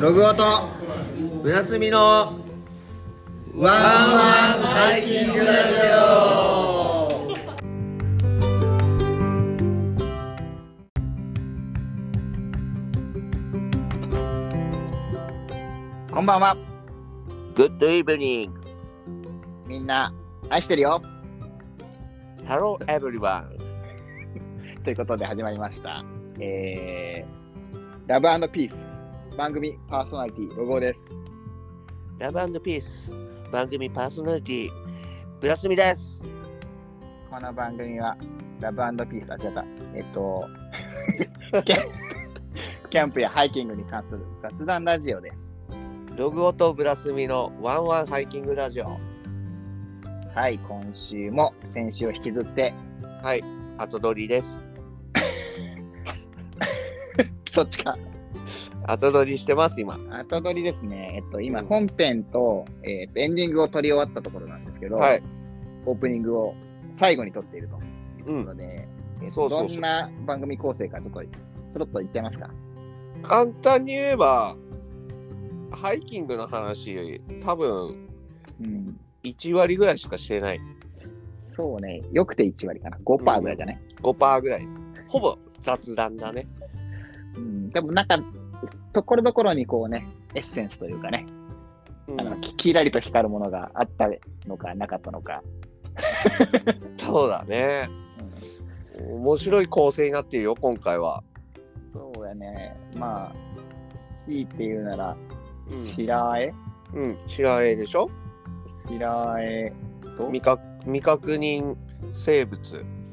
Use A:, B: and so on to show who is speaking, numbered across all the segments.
A: ログオとブラスミのワンワンハイキングラジ
B: こんばんは。
A: オグッドイブニング
B: みんな、愛してるよ。
A: ハローエブリワン
B: ということで始まりました。えー、ラブピース。番組パーソナリティ、ロゴです。
A: ラブピース番組パーソナリティブラスミです
B: この番組は、ラブピース、あ、違った。えっと、 キャンキャンプやハイキングに関する雑談ラジオです。
A: ログオとブラスミのワンワンハイキングラジオ
B: はい、今週も先週を引きずって、
A: はい後取りです
B: そっちか。
A: 後取りしてます今
B: 後取りですね。えっと、今、本編と、えっと、エンディングを撮り終わったところなんですけど、
A: はい
B: オープニングを最後に撮っていると。
A: う
B: の
A: ん
B: で、えっと
A: そうそうそ
B: どん
A: う
B: な番組構成かちょっと、ちょろっと言っちゃいますか。
A: 簡単に言えばハイキングの話多分
B: うん。
A: 1割ぐらいしかしてない
B: そうね、よくて1割かな。5%ぐらいじゃない、
A: 5%ぐらいほぼ雑談だね
B: うん、でもなんか、ところどころにこうね、エッセンスというかね、
A: うん
B: あのききらりと光るものがあったのか、なかったのか。
A: そうだね
B: うん
A: 面白い構成になってるよ今回は、
B: そうやね、まあ、強いて言うなら、
A: うん
B: 白あえ
A: うん、白絵でしょ
B: 白あえと
A: 未確未確認生物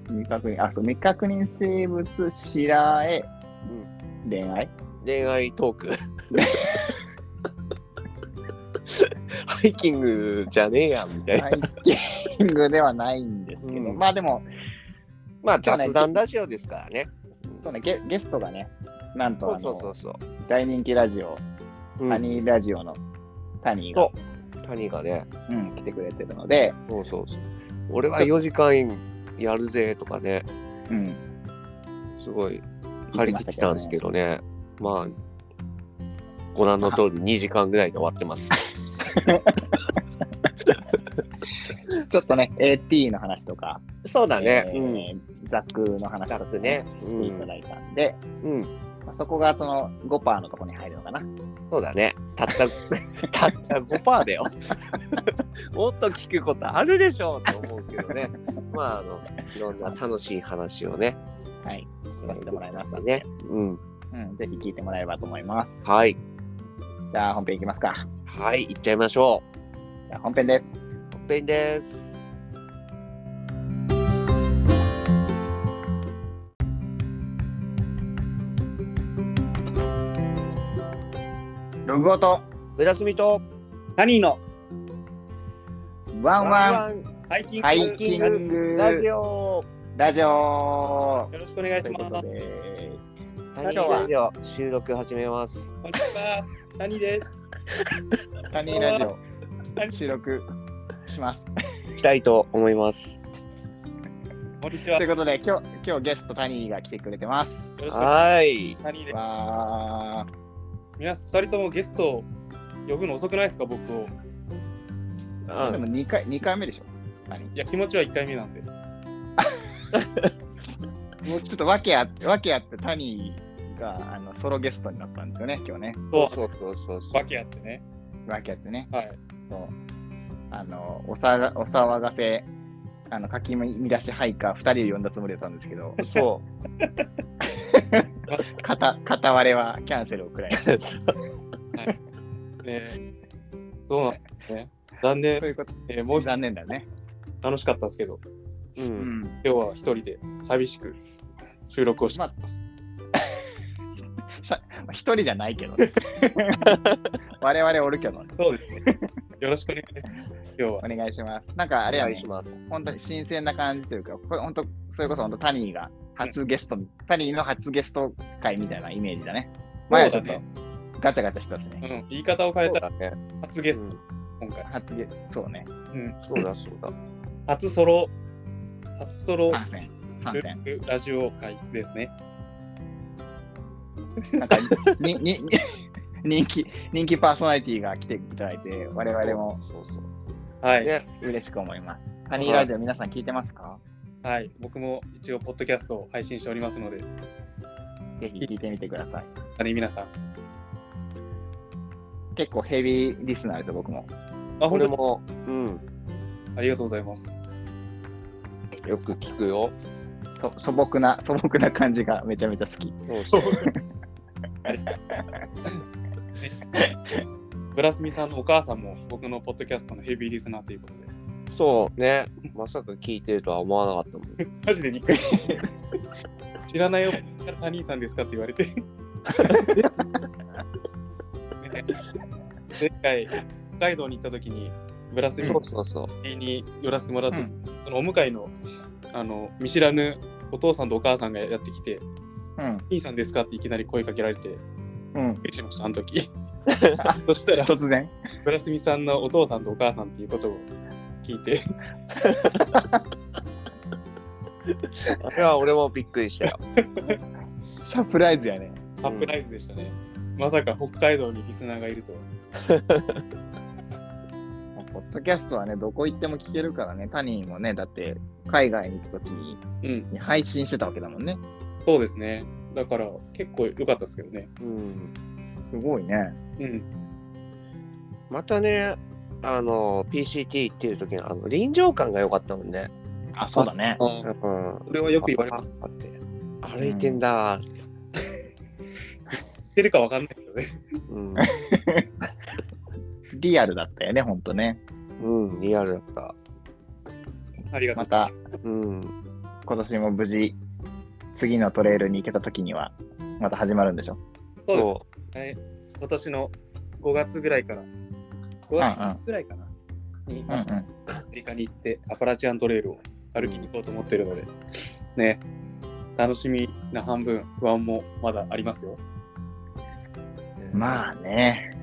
B: 未確認、あ、そう、未確認生物、白あえ、恋愛
A: 恋愛ト ークハイキングじゃねえやみたいな、
B: ハイキングではないんですけど、
A: うん
B: まあでも、
A: まあ雑談ラジオですからね
B: そうね、ゲゲストがね、なんとあ
A: そう
B: の
A: そうそうそう
B: 大人気ラジオ、
A: うん
B: タニーラジオのタニーが、
A: 谷がね
B: うん、来てくれてるので、
A: そうそうそう俺は4時間やるぜとかね
B: うん、
A: すごい張り切ってたんですけどねまあご覧の通り2時間ぐらいで終わってます
B: ちょっとね、AT の話とか、
A: そうだね、
B: えーザックの話と
A: ザッ
B: か
A: クね
B: していただいたんで、
A: うんうん
B: まあ、そこがその5%のとこに入るのかな。
A: そうだねたった たった5%だよ もっと聞くことあるでしょうと思うけどねまああのいろんな楽しい話をね
B: はい、聞かせてもらいました
A: ね、うん、
B: うん、ぜひ聞いてもらえればと思います。
A: はい
B: じゃあ本編いきますか。
A: はい行っちゃいましょ
B: じゃあ本編です。
A: う本編です
B: ログオと
A: ブラスミと
C: タニーの
B: ワンワン
A: ン
C: ハイキング
B: ハイキング
A: ラジオ
B: ラジオ
C: よろしくお願い
B: と
C: し
B: いう
C: ます。
B: こと
C: こん
B: で、
A: ラジオラジオ収録始めます
C: にちは、タニーです。
B: タニーラジオ収録します。
A: したいと思います
C: こんにち
B: と
C: は。
B: いう
C: よ
B: ことで、今日、今日ゲストタニーが来てくれてます。
C: ろしくお願いし
A: はい
C: ます。タニーです。
B: わー
C: 皆さん、二人ともゲストを呼ぶの遅くないですか、僕を。
B: でも2回、二回目でしょタニ
C: いや、気持ちは一回目なんで。
B: ーもうちょっと訳あって、訳あってタニーがあのソロゲストになったんですよね、今日ね。
A: そうそうそうそうそう
C: わけあってね。
B: 訳あってね。
C: はい。
B: そうあのおさがお騒がせ、あの、かき乱しハイカー2人を呼んだつもりだったんですけど、
A: そう
B: 片片割れはキャンセルをくらい。
C: ねそうなんですね。残念
B: と、いうこと
C: えーもう一
B: 残念だね。
C: 楽しかったんですけど、
A: う
B: うんん。
C: 今日は一人で寂しく収録をしています。
B: まあ一人じゃないけ どね。我々おるけど、
C: そうですね。よろしくお願いします。今日
B: お
C: は。
B: 願いします。なんかあ
A: お
B: れや
A: 願
B: ね
A: いし、ます
B: 本当に新鮮な感じというか、これ本当、それこそ本当タニーが初ゲスト、タニーの初ゲスト会みたいなイメージだね。前はちょっ
C: そうだ
B: とガチャガチャしてたしね。
C: うん、言い方を変え
A: そう
C: たら
A: だね
C: 初ゲスト、
A: うん
C: 今回。
B: 初ゲそうね。
C: うん、
A: そうだそうだ
C: 初ソロ、初ソロ
B: 参戦。参戦。
C: ラジオ会ですね。
B: なんか、に、に、に、人気、人気パーソナリティが来ていただいて、我々も
A: そうそう
C: はい、
A: ね
B: 嬉しく思います。ハニーラジオ皆さん聞いてますか
C: はい、僕も一応ポッドキャストを配信しておりますので、
B: ぜひ聞いてみてください。
C: あれ皆さん、
B: 結構ヘビーリスナーですよ、僕も。
C: あ
A: こ
C: 本
A: れ
C: 当に
A: も、うん、
C: ありがとうございます。
A: よく聞くよ。
B: そ素朴な、素朴な感じがめちゃめちゃ好き。
A: そうそう。
C: ブラスミさんのお母さんも僕のポッドキャストのヘビーリスナーということで、
A: そうね。まさか聞いてるとは思わなかったもん。
C: マジでびっくり。知らないよ、他人さんですかって言われて。ね前回、北海道に行った時に、ブラスミ
A: そ
C: の
A: うそうそう。
C: に寄らせてもらって、
B: うん
C: そのお向かいのあの見知らぬお父さんとお母さんがやってきて、
B: うん。
C: 兄さんですかっていきなり声かけられて、びっ
B: うん。
C: くりしました、あの 時。そしたら、
B: 突然。
C: ブラスミさんのお父さんとお母さんっていうことを聞いて、
A: あれは俺もびっくりしたよ。
B: サプライズやね。
C: サプライズでしたね。まさか北海道にリスナーがいるとは。
B: ポッドキャストはね、どこ行っても聞けるからね、タニーもね、だって海外に行くときに
C: うん、
B: 配信してたわけだもんね。
C: そうですね。だから結構良かったですけどね。
A: うん。
B: すごいね。
C: うん。
A: またね、あの、PCT っていう時のあの臨場感が良かったもんね。
B: あ、そうだね。
A: う
C: あ
A: ん。
C: それはよく言われます。
A: す。って歩いてんだ。
C: 知ってるかわかんないけどね。
A: うん。
B: リアルだったよね、ほんとね。
A: うん、リアルだった。
C: ありがと
B: ま
C: う。
B: た、
A: うん。
B: 今年も無事、次のトレイルに行けたときには、また始まるんでしょ。
C: そうです。はい、今年の5月ぐらいから、5月ぐらいかな、に、
B: うん
C: まあ
B: うん。
C: アメリカに行って、アパラチアントレイルを歩きに行こうと思ってるので、ね、楽しみな半分、不安もまだありますよ。
A: うあ。
B: まあね、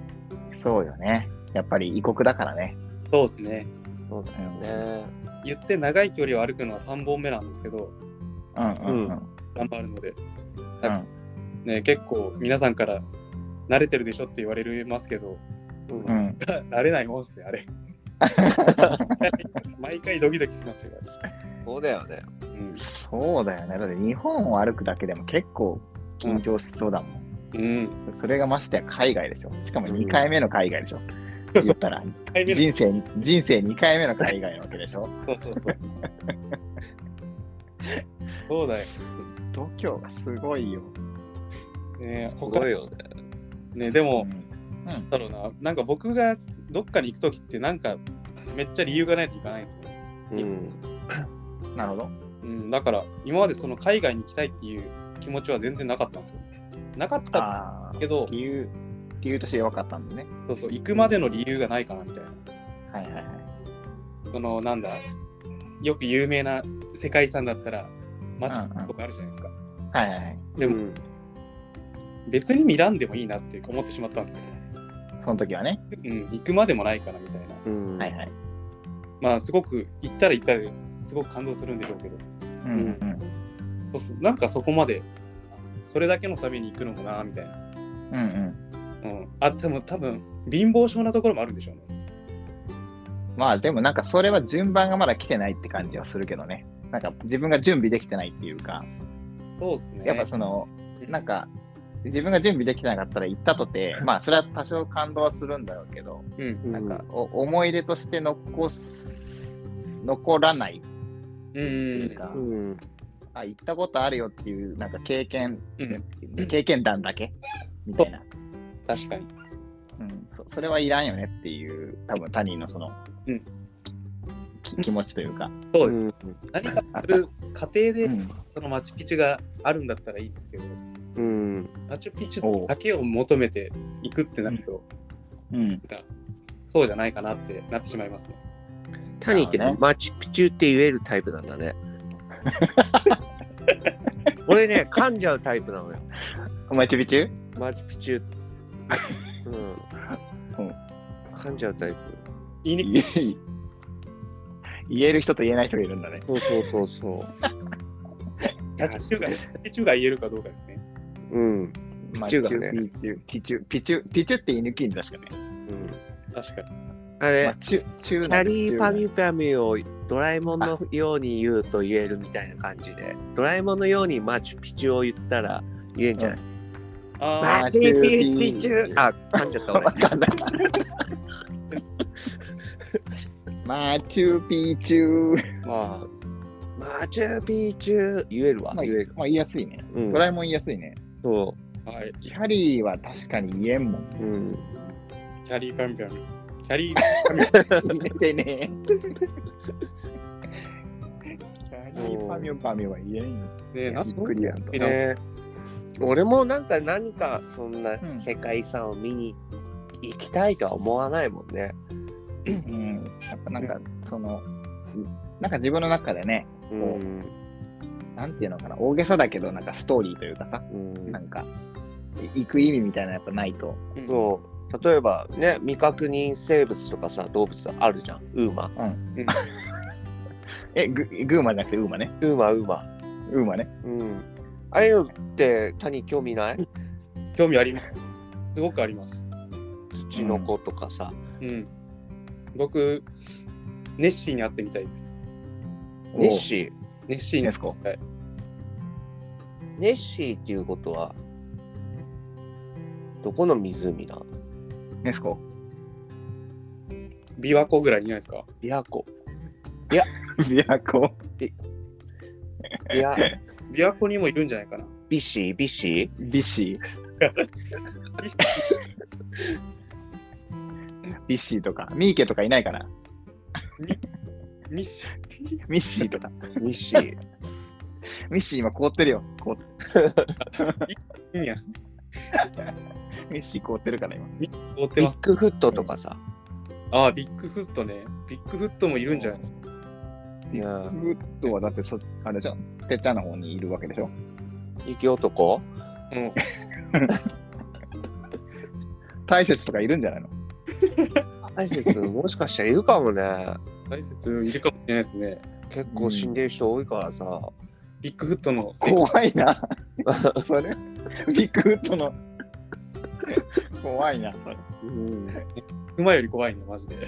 B: そうよね。やっぱり異国だからね。
C: そうですね。
A: そうだ
B: う
A: よ
B: ん
A: ね。
C: 言って長い距離を歩くのは3本目なんですけど、
B: うんうんうん。
C: 頑張るので、
B: うん
C: ね、結構皆さんから慣れてるでしょって言われますけど、
A: う。
B: うんん、
C: 慣れないもんですね、 あれ。毎回ドキドキしますよ。
A: そうだよね。
C: うん。
B: そうだよね。だって日本を歩くだけでも結構緊張しそうだもん。
C: うん。
B: それがましてや海外でしょ。しかも2回目の海外でしょ。言ったら
C: 1回目の
B: 人生に人生2回目の海外なわけでしょ。
C: そうそう そう。そうだよ。
B: 度胸がすごいよ。
C: ね、
A: す
C: 他
A: ごいよね。
C: ね、で
B: う
C: も、
B: ん
C: なんだろうな、なんか僕がどっかに行くときって、なんかめっちゃ理由がないといかないんですよ。
A: うん。
B: なるほど。
C: うん、だから、今までその海外に行きたいっていう気持ちは全然なかったんですよ。なかった
B: あ
C: けど
B: ー、理由理由として弱かったんでね。
C: そうそう、行くまでの理由がないかなみたいな。
B: はいはいはい。
C: その、なんだ、よく有名な世界遺産だったら、街とかあるじゃないですか。
B: はいはいはい。
C: でも、別に見らんでもいいなって思ってしまったんですよ。
B: その時はね。
C: うん、行くまでもないかなみたいな。
A: うん。
B: はいはい。
C: まあすごく行ったら行ったですごく感動するんでしょうけど
B: うんうん
C: そうそうなんかそこまでそれだけのために行くのもなみたいな、
B: うん。うん
C: うん、あ多分多分貧乏症なところもあるんでしょうね
B: うん。まあでもなんかそれは順番がまだ来てないって感じはするけどね。なんか自分が準備できてないっていうか。
C: そうですね
B: やっぱその、なんか、自分が準備できてなかったら行ったとて、まあ、それは多少感動はするんだろうけど、
C: うん
A: うん
B: なんか、お思い出として残す、残らない
C: うん
B: と
C: う
B: いうんか、
A: うん。
B: あ、行ったことあるよっていう、なんか経験、
C: うん
B: 経験談だけみたいな、
C: 確かに
B: うんそ。それはいらんよねっていう、多分他人のその、
C: うん
B: き気持ちというか、
C: そう
A: う
C: です、
A: ん。
C: 何かする過程で、
B: うん
C: そのマチュピチュがあるんだったらいいんですけど
A: うん。
C: マチュピチュだけを求めて行くってなると、
B: うん、
C: なんかそうじゃないかなってなってしまいますね
A: タニーって
B: なるほどね
A: マチュピチュって言えるタイプなんだ ね。俺ね、噛んじゃうタイプなのよ。
B: マチュピチュ
A: マチュピチュ。うん。
B: うん
A: 噛んじゃうタイプ。
C: 言いにくい
B: 言え言える人と言えない人がいるんだね。
A: そうそうそうそう。
C: マチュピチュがマチュピチュが言えるかどうかですね
A: うん。ピチュがね
B: ピチュ、ピチュ、ピチュ、ピチュって言い抜きんだしかね。
A: うん、
C: 確かに。
A: あ
B: ま
A: れ
B: あ、チュ、チュー
A: キャ
B: なんで
A: リーパミ
B: チュ
A: ュパミュをドラえもんのように言うと言えるみたいな感じで、ドラえもんのようにマチュピチュを言ったら言えんじゃない、
C: あ
B: あ
A: マチュピチュチュあ、噛んじゃ った
B: わ
A: 俺。
B: かんない。マチュピチュー。
C: あ、ま
A: マチュピチュ言えるわ、
B: まあ、
A: 言える。
B: まあ、言いやすいね。
A: うん
B: ド、ラえもん言いやすいね。
A: そ
C: あ、はい。
B: キャリーは確かに言えんもん。
A: う。うん。
C: キャリーパミュパミュ。キャリー
B: 言えてねキャリーパミュパミュは言えんよ。
C: ね、なん
B: びっくりやんと。
C: いな
A: ね俺もなんか何かそんな
B: うん
A: 世界遺産を見に行きたいとは思わないもんね。
B: うん。やっぱなんか、その、なんか自分の中でね、
A: うん。
B: なんていうのかな、大げさだけど、なんかストーリーというかさ、
A: うん
B: なんか、い行く意味みたいなのやっぱないと。
A: そう例えばね未確認生物とかさ動物あるじゃんウーマ
B: え、ググーマじゃなくてウーマね。
A: ウーマウーマ
B: ウーマね。
A: うんああいうのって他に興味ない
C: 興味あります。すごくあります。
A: 土の子とかさ、
C: うん。僕、ネッシーに会ってみたいです。
A: ネッシー
C: ネッシー
B: ー
C: に
B: ネ。スコ。
A: ネッシーっていうことはどこの湖なの
B: ネスコ。
C: 琵琶湖ぐらいにいないですか
A: 琵琶湖
B: 琵琶湖。
A: いや
C: 琵琶湖にもいるんじゃないかな。
A: ビシービシ
B: ビシー。ビシーとか。ミーケとかいないかな。
C: ミッシー。
B: ミッシーとか。
A: ーミシー
B: ミッシー今凍ってるよ。凍っ
C: いいや、
B: ミッシー凍ってるから今。
C: 凍って
A: ビ
C: ます
A: ッ。グフットとかさ、
C: ああ、ビッグフットね。ビッグフットもいるんじゃないですか。
A: うん、
B: フットはだってそ、あれじゃん。てっちゃんの方にいるわけでしょ。
A: 雪男
C: うん。
B: 大雪とかいるんじゃないの
A: 大切もしかしたらいるかもね
C: 大切いるかもしれないですね。
A: 結構死んでる人多いからさ、
C: ビッグフットの。
B: 怖い な。それ。ビッグフットの。怖いな、それ。
A: うん、
C: 馬より怖いね、マジで。
A: い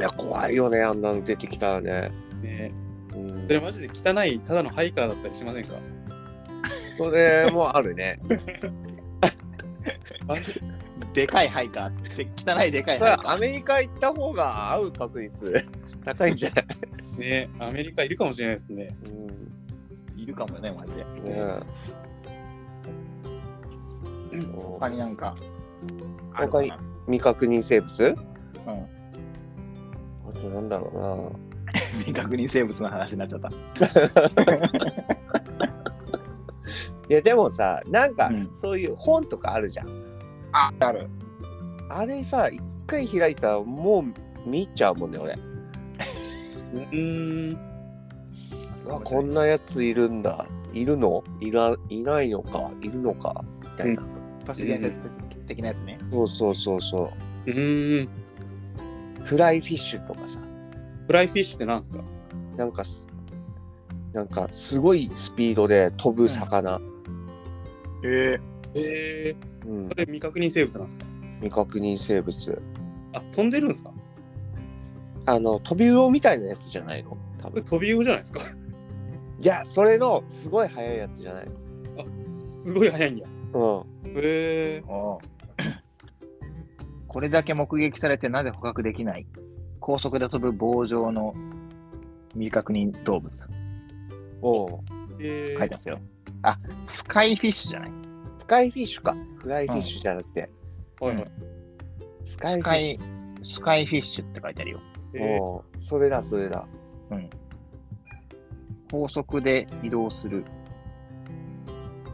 A: や怖いよねあんなの出てきたらね、
C: ね
A: うん
C: それマジで汚い、ただのハイカーだったりしませんか
A: それもある ね
C: マジで
B: でかいハイカーって汚いでかい
A: そ
B: ハ
A: れ
B: イカ
A: アメリカ行った方が合う確 率高いんじゃない、
C: ねアメリカいるかもしれないですね。
A: うん
B: ーいるかもね、マジで。
A: ねえ
B: 他になんか。
A: 他に未確認生物
B: あるかな
A: あとなんだろ
B: うん、未確認生物の話になっちゃった。
A: うないやでもさなんか
B: うん
A: そういう本とかあるじゃん、
B: あ、ある。
A: あれさ一回開いたらもう見ちゃうもんね俺
C: うーん。
A: うわこんなやついるんだいるのいらいないのかいるのかみたいな、
B: 都市伝説的なやつね。
A: そうそうそうそう
C: ーん。
A: うフライフィッシュとかさ
C: フライフィッシュってなんですか
A: なんかす、なんかすごいスピードで飛ぶ魚。
B: え
C: えー、
A: うん
C: それ未確認生物なんですか
A: 未確認生物。
C: あ、飛んでるんですか
A: あの、飛び魚みたいなやつじゃないの多
C: これ
A: 分。
C: 飛び魚じゃないですか
A: いや、それのすごい速いやつじゃない
C: あ、すごい速いんや。
A: の。
C: へえ
B: これだけ目撃されてなぜ捕獲できない高速で飛ぶ棒状の未確認動物。
A: うん。おう
C: ー。え
B: 書いてますよ。あ、スカイフィッシュじゃない
A: スカイフィッシュか。フライフィッシュじゃなくて、
C: はいはい。
A: スカイ
B: ス
A: フィ
B: カ
A: ッシ
B: イ、スカイフィッシュって書いてあるよ。
C: え
A: ュ。おうそれだ、それだ。
B: 高速で移動する。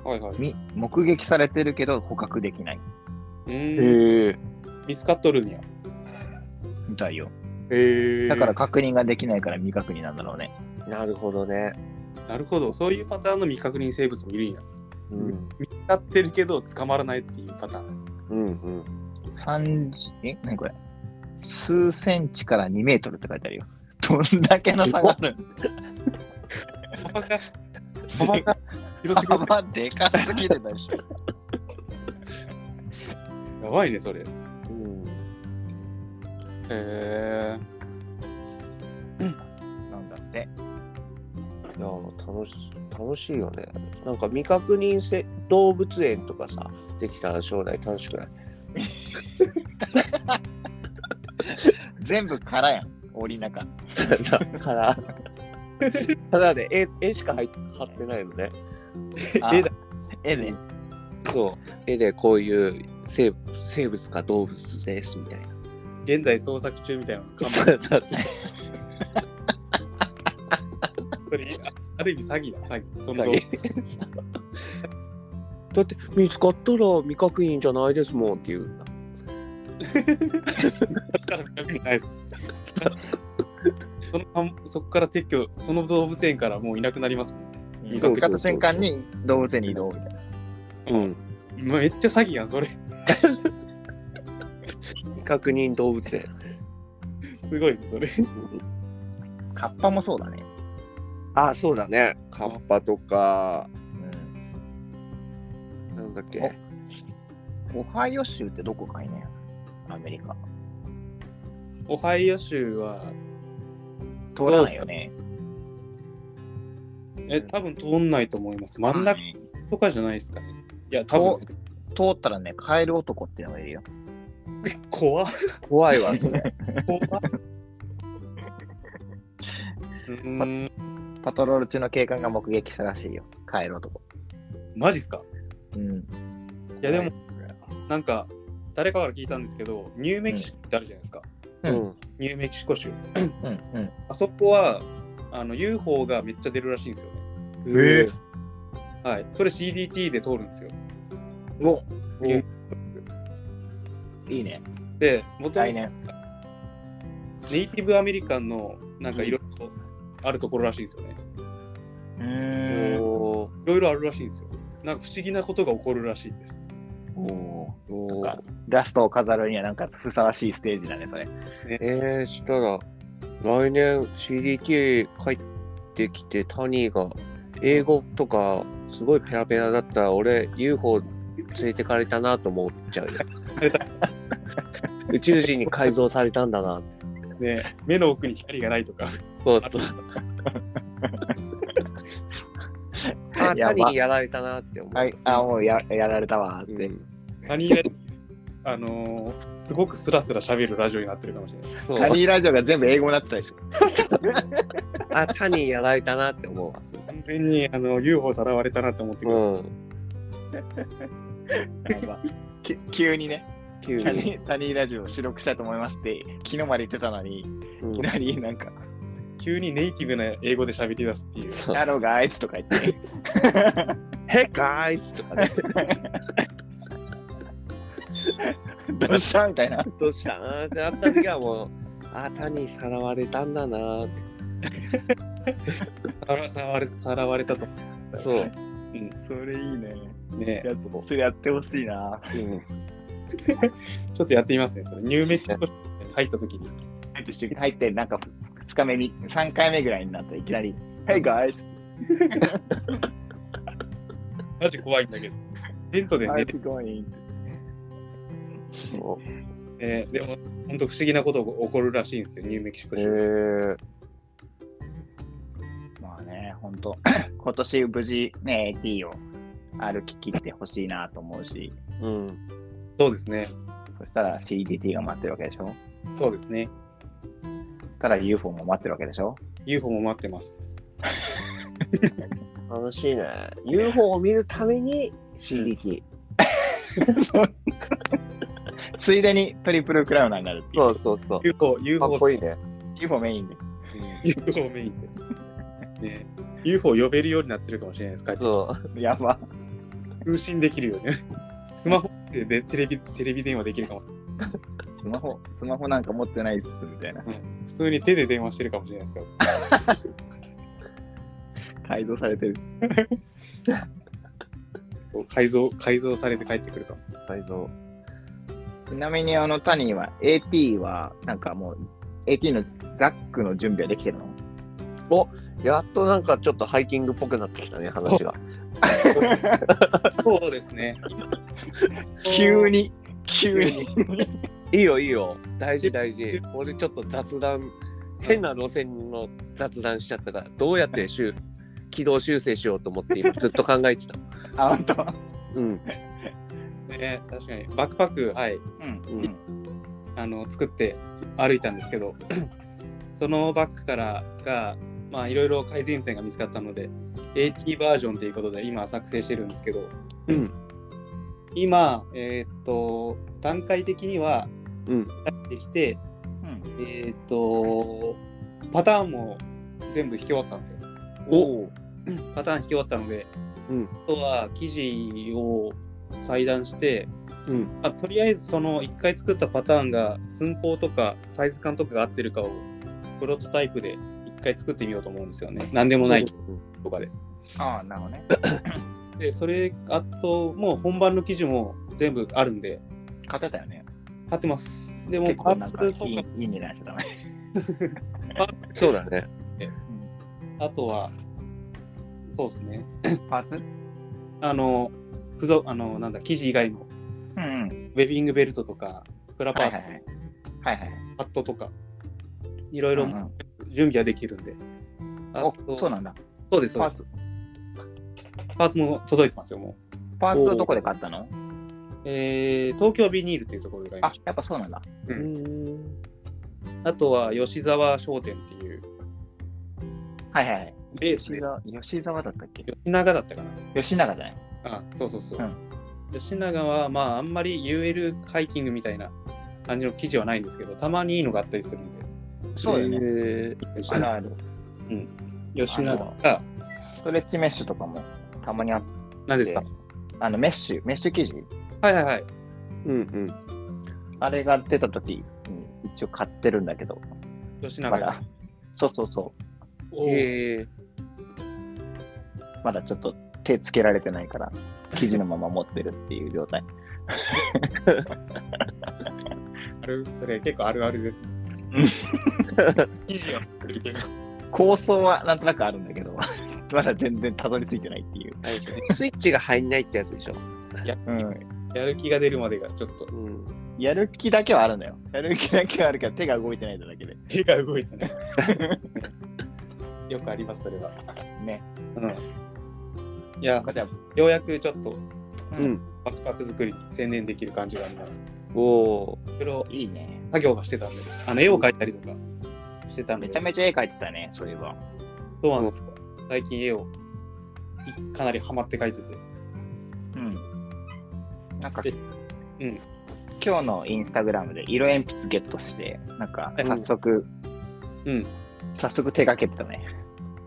C: ー、はいはい。
B: み目撃されてるけど捕獲できない。
C: うーん。
A: へえ。
C: 見つかっとるんや。
B: みたいよ。
C: へえ
B: だから、確認ができないから未確認なんだろうね。
A: なるほどね。
C: なるほど。そういうパターンの未確認生物もいるんや。
A: うん。
C: 見つかってるけど捕まらないっていうパターン。
A: うんうん。
B: 三十え、何これ数センチから2メートルって書いてあるよ。どんだけの差がある
C: 幅が、幅が広すぎる。
B: 幅でかすぎるでしょ。
C: やばいね、それ。へ
A: うん
C: え。
B: なんだって。
A: いや楽し楽しいよね。なんか未確認せ動物園とかさできたら将来楽しくない
B: 全部空やん、檻の中。
A: ただ からただで絵絵しか入っ貼ってないのね。
B: あ
C: 絵だ。
B: 絵ね。
A: そう絵でこういう生物生物か動物ですみたいな。
C: 現在捜索中みたいなの 看板
A: そうそうそう
C: それあある意味詐欺だ、詐欺。その
A: だって見つかったら未確認じゃないですもんっていうんだ。
C: その看そこから撤去、その動物園からもういなくなりますもん。
B: 見つかった瞬間に動物園に移動みたいな。
A: うん。
C: めっちゃ詐欺やん、それ。
A: 未確認動物園。
C: すごいね、それ。
B: カッパもそうだね。
A: あそうだね。カッパとか
B: うん。
A: なんだっけ。
B: オハイオ州ってどこかいねアメリカ。
C: オハイオ州は、
B: 通らないよね。
C: え、多分通んないと思います。真ん中とかじゃないですかね。いや、多分ですけど
B: 通ったらね、カエル男っていうのがいるよ。
C: 怖っ
A: 怖いわ それ。
C: 怖っうーん、
B: パトロール中の警官が目撃したらしいよ。カエル男。
C: マジっすか
B: うん。
C: いや、でも、なんか、誰かから聞いたんですけど、ニューメキシコってあるじゃないですか。
B: う
A: うんん。
C: ニューメキシコ州。
B: うんうん。
C: あそこは、あの UFO がめっちゃ出るらしいんですよね。
B: え
C: はい。それ CDT で通るんですよ。
B: お
C: ニュー
B: いいね。
C: で、元々
B: 来年。
C: ネイティブアメリカンのなんかいろいろあるところらしいんですよね。
B: う
A: え。
B: ーん。
A: お
C: いろいろあるらしいんですよ。なんか不思議なことが起こるらしいです。
B: おー
A: お
B: なんかラストを飾るにはなんかふさわしいステージだね、それ。
A: えー、したら来年 CDT 帰ってきてタニーが英語とかすごいペラペラだったら俺 UFO 連れてかれたなと思っちゃうよ。宇宙人に改造されたんだな。
C: ね、目の奥に光がないとか。
A: そうそう。 あ、
B: やば
A: タニーにやられたなって思う。
B: はい、あ、もうややられたわーって。
A: うん
C: 他人があのーすごくスラスラ喋るラジオになってるかもしれない。
A: そう
B: ハ。ニーラジオが全部英語になってた りして。
A: あ、タニーやられたなって思うわ。そう
C: 完全にあの UFO さらわれたなと思ってください。
A: うん。
C: やば
B: き急にね、
A: 急
B: タ
A: に。
B: ニータニーラジオを収録したいと思いますって、昨日まで言ってたのに、い
A: うん
B: きなりなんか、
C: 急にネイティブな英語で喋り出すっていう。
A: そう
B: やろうがあいつとか言って、
A: Hey guys! とかね。
B: どうしたみたいな。
A: どうしたんってなった時はもう、あ、他にさらわれたんだなって。
C: さらさらわれさらわれたと。
A: そう。
B: それいいね。
C: ね、
B: やそれやってほしいな。
C: ちょっとやってみますね。それニューメキシコ州に入った時に。
B: 入って、入ってなんか2日目に、3回目ぐらいになって、いきなり、Hey guys!
C: マジ怖いんだけど。テントで
B: How's
C: 寝
B: it
C: て、
B: going?
A: そう
C: ねでも本当不思議なことが起こるらしいんですよ、ニューメキシコ
A: へ
C: 州。
A: え
B: まあね、本当 今年無事ね、AT を歩き切ってほしいなと思うし、
A: うん。
C: そうですね。
B: そしたら CDT が待ってるわけでしょ
C: そうですね。
B: そしたら UFO も待ってるわけでしょ
C: UFO も待ってます。
A: 楽しいね。UFO を見るために CDT。
B: ついでにトリプルクラウナーになるっていう。
A: うそうそう。
C: UFO、
A: か
C: UFO
A: っこいいね。
B: UFO メインで。
C: UFO メインで。ね、UFO 呼べるようになってるかもしれないです。Skype
A: そう。
B: やば。
C: 通信できるよね。 スマホででテレビテレビ電話できるかも。
B: スマホ、スマホなんか持ってないっすみたいな。
C: 普通に手で電話してるかもしれないですから。
B: 改造されてる。
C: 改造改造されて帰ってくるかも。
A: 改造。
B: ちなみにあのタニーは、AT はなんかもう、AT のザックの準備はできてるの
A: やっとなんかちょっとハイキングっぽくなってきたね、話が。
C: そうですね。
B: 急に、急に。
A: いいよいいよ大事大事俺ちょっと雑談変な路線の雑談しちゃったからどうやって修軌道修正しようと思 って今ずっと考えてた
B: あ、本当。
A: うん
C: ね、確かに。バックパック、はい、
B: うん。うん。
C: あの、作って歩いたんですけど、 そのバックからが、まあ、いろいろ改善点が見つかったので、AT バージョンということで、今、作成してるんですけど、
A: うん
C: 今、えーっと、段階的には、
A: うん
C: できて、
B: うん。
C: えーっと、パターンも全部引き終わったんですよ。
A: お
C: パターン引き終わったので、
A: うん
C: あとは記事を裁断して、
A: うん
C: あとりあえずその1回作ったパターンが寸法とかサイズ感とかが合ってるかをプロトタイプで1回作ってみようと思うんですよね。何でもない記事とかで。
B: ああ、なるほどね。
C: で、それ、あともう本番の記事も全部あるんで、
B: 勝てたよね。
C: 貼ってます。でも
B: 結
C: パ
B: 構
C: ー
B: なん
C: ツ
B: かい
C: と
B: い
C: か、
B: いい値段しちゃダメ。
A: そうだね
C: あとは、そうですね。
B: パーツ
C: あの、付属、あの、なんだ、記事以外の
B: うんうん。
C: ウェビングベルトとか、クラパ
B: はい
C: ー
B: はいはい。はいはい。
C: パッドとか、いろいろ
B: うんうん
C: 準備はできるんで。
B: あ
C: あと
B: そうなんだ。
C: そうです、そ
B: パ
C: うで
B: ー
C: す。
B: ツ、
C: パーツも届いてますよ、もう。
B: パーツはどこで買ったの
C: えー、東京ビニールというところで買い
B: あ
C: まし、
B: やっぱそうなんだ。
C: う
A: うん
C: た。あとは、吉沢商店っていう、
B: はいはいはい。
C: ベース
B: 吉
C: で、
B: 沢、吉沢だったっけ
C: 吉永だったかな。
B: 吉永じゃない
C: あ、そうそうそう。
B: う
C: 吉永は、まあ、あんまり UL ハイキングみたいな感じの記事はないんですけど、たまにいいのがあったりするんで。
B: そうよね。
A: え
B: あるある。
C: 吉永
B: あの
C: が、
B: ストレッチメッシュとかもたまにあって。
C: 何ですか
B: あの、メッシュ、メッシュ生地
C: はいはいはい。
A: ーうん
B: あれが出た時に一応買ってるんだけど、
C: 吉
B: ま
C: 永が
B: だ。、そうそうそう。
A: うん
C: おー
A: へえ
B: まだちょっと手つけられてないから、生地のまま持ってるっていう 状態。
C: あるそれ結構あるあるですね
B: う。
C: 記事は作るけど
B: 構想はなんとなくあるんだけど、 まだ全然たどり着いてないっていう。
A: あれですねスイッチが入んないってやつでしょ
B: うん。
C: やる気が出るまでがちょっと
A: うん
B: やる気だけはあるんだよ。やる気だけはあるけど、手が動いてないだけで。
C: 手が動いてない。よくあります、それは。
B: ね。
C: うん。いや、
B: まあじゃ
C: ようやくちょっと
B: あ
A: う。ん
C: バックパック作りに専念できる感じがあります。
A: おお
C: いろいろ
B: いいね。
C: 作業がしてたんで、あの絵を描いたりとかしてたんで、
B: めちゃめちゃ絵描いてたね、そういえば。
C: そうなんですよ最近絵をいかなりハマって描いてて。
B: うん。なんか、
C: でうん
B: 今日のインスタグラムで色鉛筆ゲットして、なんか早速、
C: うん。
B: 早速手がけてたね、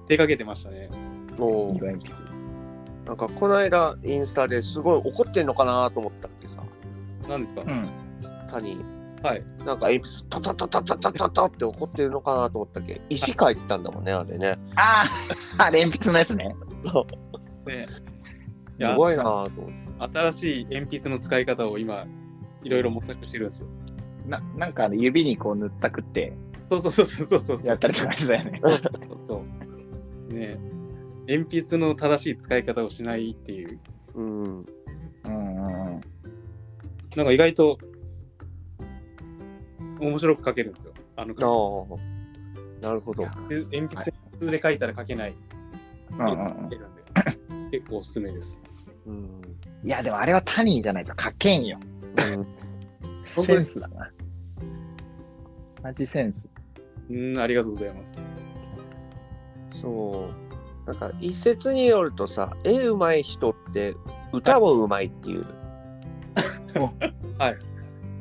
C: 手掛けてましたね。
A: ーおー
B: 色鉛筆。
A: なんかこの間インスタですごい怒ってんのかなと思ったってさ
C: 何ですか、
B: うん。
A: 谷
C: はい。
A: なんか鉛筆タタタタタタタタって怒ってるのかなと思ったっけ石書いてたんだもんねあれね
B: あーあ、鉛筆のやつね。
C: ねい
A: す
C: や
A: ごいなぁと思って
C: 新しい鉛筆の使い方を今、いろいろ模索してるんですよ。
B: ななんかあの指にこう塗ったくって
C: そうそうそうそうそうそう。
B: やったりとかしてたよね。
C: そうそう。ねえ鉛筆の正しい使い方をしないっていう。
A: うん
B: うんうんうん。
C: なんか意外と面白く書けるんですよ。あの、
A: あーなるほど
C: 鉛筆鉛筆普通で書いたら書けない。
B: うんうんう
C: 書
B: ん
C: けるんで結構おすすめです。
A: うん
B: いや、でもあれはタニーじゃないと書けんよ。
C: 本
B: セ
C: 当
B: ン
C: に
B: スだな。マジセンス。
C: うん、ありがとうございます。
A: そうなんか一説によるとさ絵うまい人って歌もうまいっていう
C: はい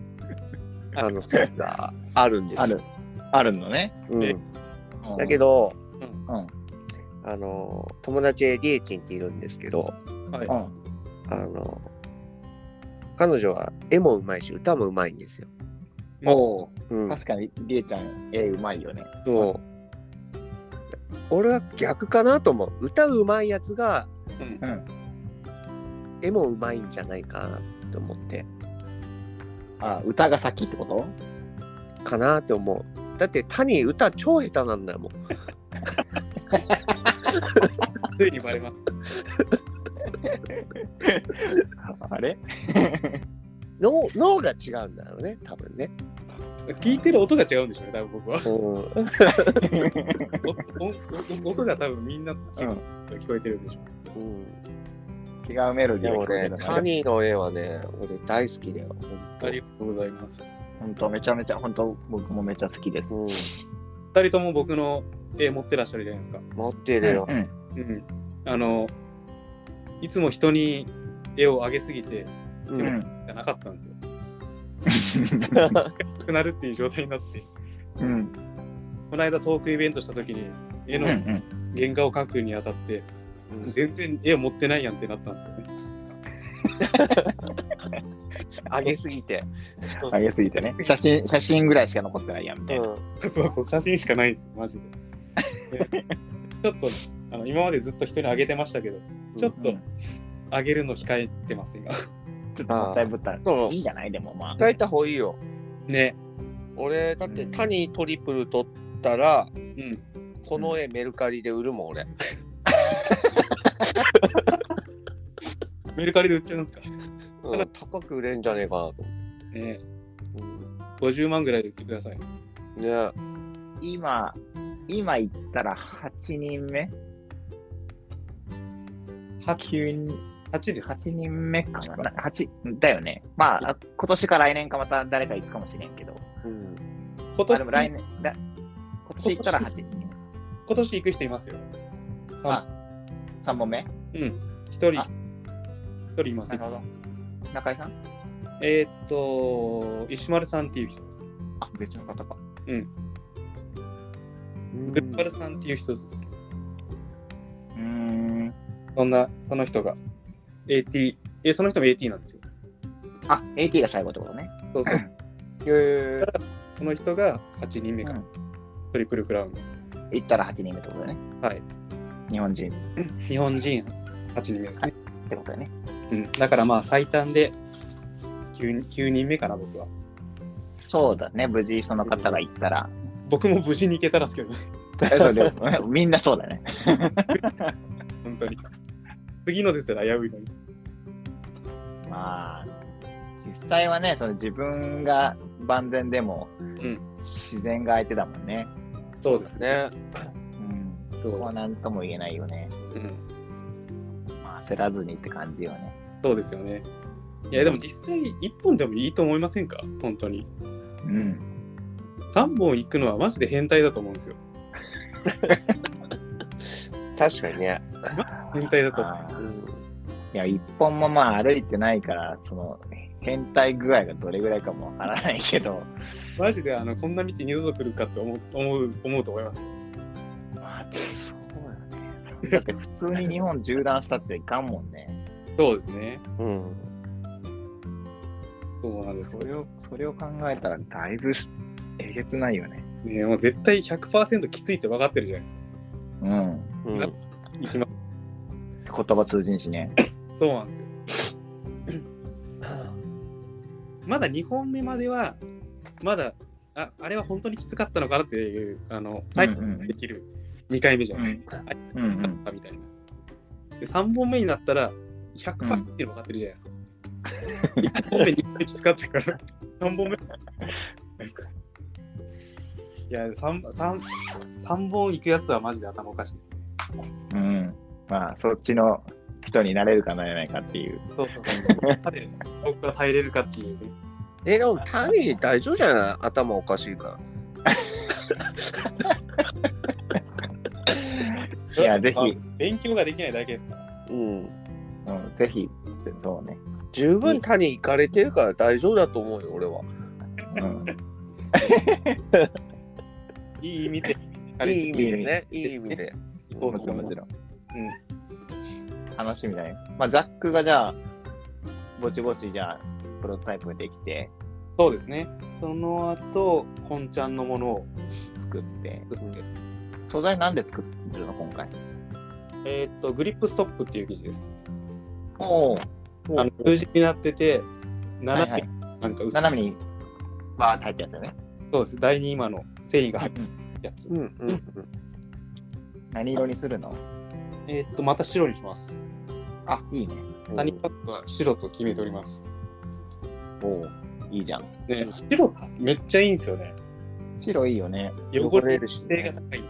A: あの説があるんですよ
B: ある。あるのね。
A: うんだけ
B: ど、
A: ど、
B: うん
A: あの友達でリエチンっているんですけど
C: はい。
B: うん。
A: あの彼女は絵もうまいし歌もうまいんですよ。
B: おー
A: うん、
B: 確かに、りえちゃん、絵うまいよね。
A: そう俺は逆かなと思う歌うまいやつが
C: うん
B: うん。
A: 絵もうまいんじゃないかなと思って
B: あ、歌が先ってこと
A: かなって思うだって谷歌超下手なんだもん
C: ついにバレます。
B: あれ
A: 脳脳が違うんだろうね多分ね、
C: 聞いてる音が違うんでしょうね、多分僕は。
A: うん、
C: おおお音が多分みんなと違う聞こえてるんでしょう。
A: うん、
B: 違うメロデ
A: で
B: ィー
A: も
B: が聞
A: ね
B: こえてる
A: タニーの絵はね俺大好きだよ
C: ありがとうございます。
B: 本当めちゃめちゃ、本当僕もめっちゃ好きです。
A: うん、
C: 二人とも僕の絵持ってらっしゃるじゃないですか。
A: 持って
B: う
A: る
B: ん
A: よ、
B: うん
C: うん。あの、いつも人に絵をあげすぎて、
A: う
C: で
A: ん
C: もじゃなかったんですよ。なくなるっていう状態になって、
B: うん
C: この間トークイベントした時に、絵
B: うん
C: の原画を描くにあたって、全然絵を持ってないやんってなったんですよね。
A: 上げすぎて、
C: そう
B: あげすぎてね。写真、写真ぐらいしか残ってないやんみたいな。
A: う
C: そうそう、写真しかないんですよ、マジで。でちょ っと、あの今までずっと人にあげてましたけど、ちょっ
B: う
C: と
B: ん
C: あげるの控えてます、 今。
B: ちょっともったいぶった。
A: そう
B: いいんじゃないでもまあ。
A: ん、書いた方がいいよ
C: ね。
A: 俺だってタニートリプル取ったら
C: うん。
A: この絵メルカリで売るもん俺
C: メルカリで売っちゃうんですか。
A: うん高く売れんじゃねえかなと
C: ね
A: 思
C: 50万ぐらいで売ってください。
A: う、ね
B: 今、今言ったら8人目 ?9 人。
C: 8です。
B: 8人目かな ?8 だよね。まあ、あ今年か来年かまた誰か行くかもしれんけど。
A: うん、
C: 今
B: まあ、でも来
C: 年、
B: 年、だ今年行ったら8人。
C: 今年行く人いますよ。
B: あ
C: あ、
B: 3本目
C: うん。1人、
B: あ
C: 1人います
B: なる
C: よ。
B: ほど。中井さん
C: えーっと、石丸さんっていう人です。
B: あ、別の方か。
C: グッバルさんっていう人です。
B: うーん。
C: そんな、その人が AT、え、その人も AT なんですよ。
B: あ、AT が最後ってことね。
C: そう そう。
A: え
C: その人が8人目かな。トリプルクラウン。
B: 行ったら8人目ってことだね。
C: はい。
B: 日本人っ
C: 日本人8人目ですね。
B: てことだね。
C: うん。だからまあ最短で 9, 9人目かな、僕は。
B: そうだね。無事その方が行った ら。
C: 僕も無事に行けたらですけど、ね、
B: えそうでもみんなそうだね。
C: 本当に。次のですら危ういのに。
B: まあ、実際はね、その自分が万全でも、
C: ん
B: 自然が相手だもんね。
C: そうです。
A: ね
B: うん。
C: そ
B: ここは
C: う,、
B: 何とも言えないよね。
C: うん、
B: まあ、焦らずにって感じよね。
C: そうですよね。いや、でも実際1本でもいいと思いませんか本当に。
B: うん。
C: 3本行くのはマジで変態だと思うんですよ。
A: 確かにね、
C: 変態だと思う。
B: あ
A: う
B: ー
A: ん、
B: いや、一本もまあ歩いてないから、その、変態具合がどれぐらいかもわからないけど、
C: マジであのこんな道二度と来るかって思う思う思うと思いますよ。
B: まあ、そうだね。だって普通に日本縦断したっていかんもんね。
C: そうですね。
A: うん、
C: そうなんです
B: そ
C: よ。
B: れを、それを考えたらだいぶえげつないよね。
C: ね、もう絶対100%きついって分かってるじゃないですか。
B: うん。
A: うん
C: な行きま
B: 言葉通じんしね。
C: す。そうなんですよ。まだ2本目までは、まだああれは本当にきつかったのかなっていう、あの最後
B: うんうんうん
C: できる2回目じゃ
B: う
C: ない、
B: ん。うんうん。
C: みたいな。で、3本目になったら100%分かってるじゃないですか。1本目、2本目きつかったから、3本目。ですかいや三三三本行くやつはマジで頭おかしいです。
B: うん。まあ、そっちの人になれるかなれないかっていう。
C: そうそうそう。彼僕が耐えれるかっていうね。
A: えでもタニー大丈夫じゃない頭おかしいから
B: いやぜひ
C: まあ勉強ができないだけですから。
A: う
B: う
A: ん
B: ん、ぜひ、そうね。
A: 十分タニー行かれてるから大丈夫だと思うよ俺は
B: うん。
C: いい意味で。
A: いい意味でねい
C: い
A: い
C: い
A: 意
C: 意
A: 味
C: 味
A: で
C: 行こ
B: も
C: うと
B: ちろん、
C: 思
B: も
C: う
B: ち。ろん。楽しみだね。まあ、ザックがじゃあ、ぼちぼちじゃあ、プロトタイプができて、
C: そうですね。その後、こんちゃんのものを
B: 作って。
C: 作って。
B: 素材なんで作ってるの、今回。
C: えーっと、グリップストップっていう生地です。
B: おお、
C: あの、数字になってて、
B: はい
C: 斜め
B: はい、
C: なんか薄い。
B: 斜めに、バーって入ったやつだね。
C: そうです。第二今の繊維が入るやつ。
A: うんうんうん
B: 何色にするの
C: えーっと、また白にします。
B: あ、いいね。
A: うん
C: タニーパックは白と決めております。
A: おう
B: いいじゃん。
C: ね、白めっちゃいいんですよね。
B: 白いいよね。
C: 汚れ
A: るし
C: 性が
A: ね、
C: 高い。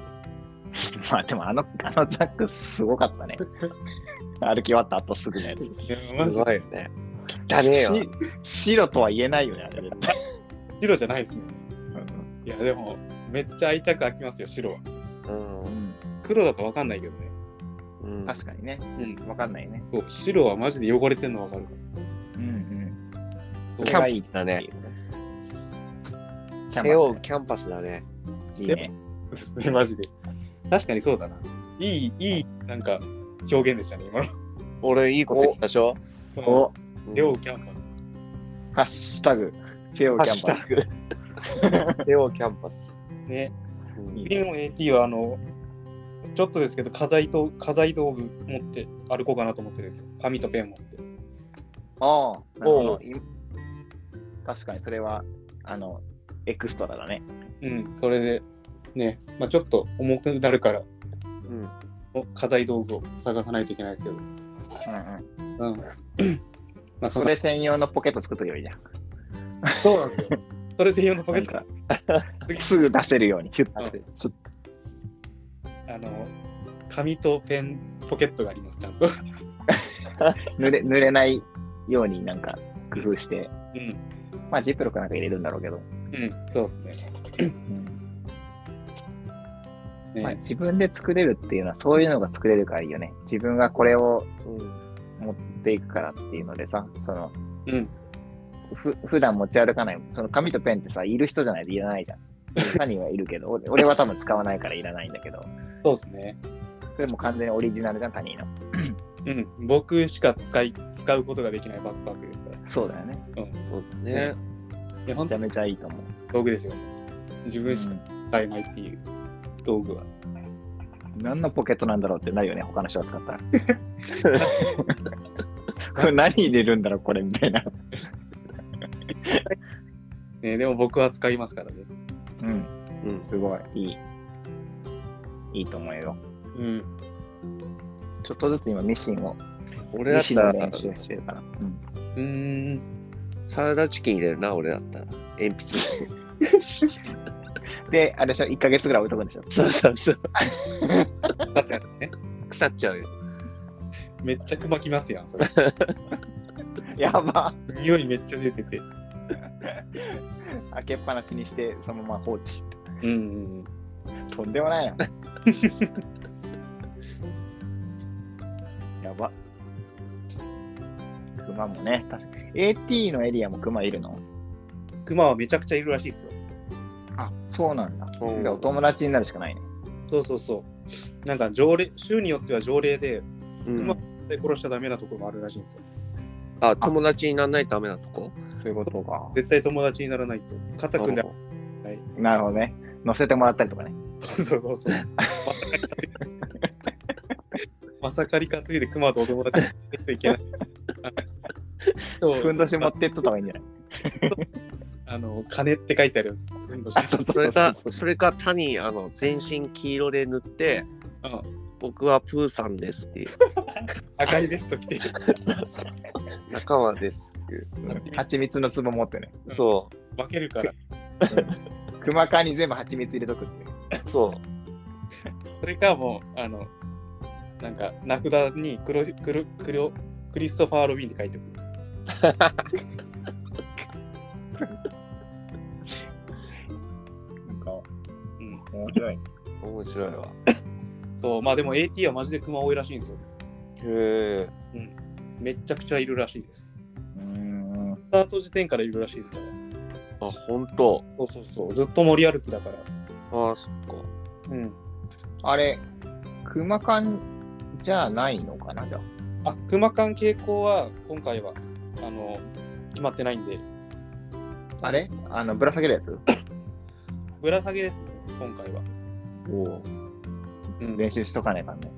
B: まあでもあの、あのザックすごか ったね。歩き終わった後すぐのやつ。
C: いやマジ
A: すごいよね。汚ねえよ。
B: し白とは言えないよね、あれ絶対。
C: 白じゃないですね。いや、でも、めっちゃ愛着飽きますよ、白は。
A: うん
C: 黒だとわかんないけどね。
A: うん、
B: 確かにね。
C: うん。
B: わかんないね。
C: そう、白はマジで汚れてんのわかるか
B: うん
C: ら。
A: それ
B: キャン
A: がいいだね。
B: うん。
A: 背負うキャンパスだね。
B: いいね。
C: そうです ね、マジで。確かにそうだな。いい、いい、なんか、表現でしたね、今
A: 俺、いいこと言ったでしょ
C: の。
B: お、
C: レオキャンパス。
B: ハッシュタグ、背負う
A: ハ
B: キ
A: ッ
B: ャン
A: シュ
B: パ
A: タ
B: ー。
A: グ。背負うキャンパス。
C: ね。
A: うん
C: ビルの AT は、あの、ちょっとですけど、家財と家財道具持って歩こうかなと思ってるんですよ。紙とペン持って。
B: ああ、なるほ
A: お
B: ど
A: う。
B: い確かにそれは、あの、エクストラだね。
C: うん、それで、ね、まあちょっと重くなるから、
A: うん
C: 家財道具を探さないといけないですけど。
B: うんうん。
C: うん。まあ、そ
B: そ
C: れ、
B: れ専用のポケット作っとけばいいじゃん。
C: そうなんですよ。 それ専用のポケ
B: なん
C: ット、
B: かすぐ出せるように、ヒュッと出せる。ちょっ
C: あの、紙とペンポケットがあります、ちゃんと。
B: と濡れ濡れないようになんか工夫して、
C: うん。
B: まあ、ジップロックなんか入れるんだろうけど、
C: うん、そうですね。ね
B: まあ、自分で作れるっていうのは、そういうのが作れるからいいよね。自分がこれを
A: うん
B: 持っていくからっていうのでさ、その
C: うん。
B: ふ普段持ち歩かない、その紙とペンってさ、いる人じゃないといらない じゃん。何はいるけど、俺俺は多分使わないからいらないんだけど、
C: そうですね。
B: それも完全にオリジナルじゃん、他人の。
C: うん。僕しか使い、使うことができないバックパックですか
B: そうだよね。
A: そうだね。
C: ら。いや、
B: め
C: 本
B: ち
C: 当
B: ゃ
C: に
B: めちゃいいと思う。
C: 道具ですよ。自分しか
B: う
C: 使えないっていう道具は。
B: ん何のポケットなんだろうってなるよね、他の人が使 ったら。これ何入れるんだろう、これみたいな。
C: ね、でも僕は使いますからね。
B: うん。
A: うん。
B: すごい、いい。いいと思うよ。
C: うん。
B: ちょっとずつ今、ミシンを、
A: 俺だ
B: ミ
A: っ
B: シン
A: た
B: の
A: ら
B: 練、習してるから。うん、
C: うーん。
A: サラダチキン入れるな、俺だったら。鉛筆。
B: で、あれでしょ、1ヶ月ぐらい置いとくんでしょ。
A: そうそうそう。
C: だってね、
A: 腐っちゃうよ。
C: めっちゃくまきますやん、それ。
B: やば。
C: 匂いめっちゃ出てて。
B: 開けっぱなしにして、そのまま放置。
C: うんうんうん。
B: とんでもないな。 やば。クマもね、確か AT のエリアもクマいるの
C: 熊はめちゃくちゃいるらしいですよ。
B: あ、そうなんだ。
A: うん
B: でお友達になるしかないね。
C: そうそうそう。なんか条例、州によっては条例で、
A: う
C: 熊
A: ん。
C: で殺しちゃダメなところもあるらしいんですよ。
A: あ、友達にならないとダメなとこ
B: そういうことか。
C: 絶対友達にならないと。肩組んで、
B: なるほどね。乗せてもらったりとかね。
C: そうそうそう。 まさかり担いで熊とお友達にならないといけ ない。そう
B: ふんどし持ってっとった方がいいんじゃない
C: あの、金って書いてある。ふんどし。
B: う
A: それか、それか、他に、あの、全身黄色で塗って、
C: うん
A: 僕はプーさんですっていう。
C: 赤いベスト着てる。
A: 仲間ですっていう。
B: 蜂蜜の壺持ってね。
A: そ
C: 分けるから。
B: 熊缶に全部蜂蜜入れとくっていう。
A: う。そう。
C: それかもう、あの、なんか、名札に黒い黒黒クリストファー・ロビンって書いておく。
B: なんか、
C: うん。
B: 面白い。
A: 面白いわ。
C: そう、まあでも AT はマジで熊多いらしいんですよ。
A: へえ。
C: めっちゃくちゃいるらしいです。
B: うーん。
C: スタート時点からいるらしいですから。
A: あ、本当。
C: そうそうそう。ずっと森歩きだから。
A: あー、そっか。
C: うん。
B: あれ、熊缶じゃないのかなじゃあ
C: あ、熊間傾向は今回は、あの、決まってないんで、
B: あれあの、ぶら下げるや
C: ぶら下げですね、今回は。
B: つおお。
C: うん
B: 練習しとかないかんね。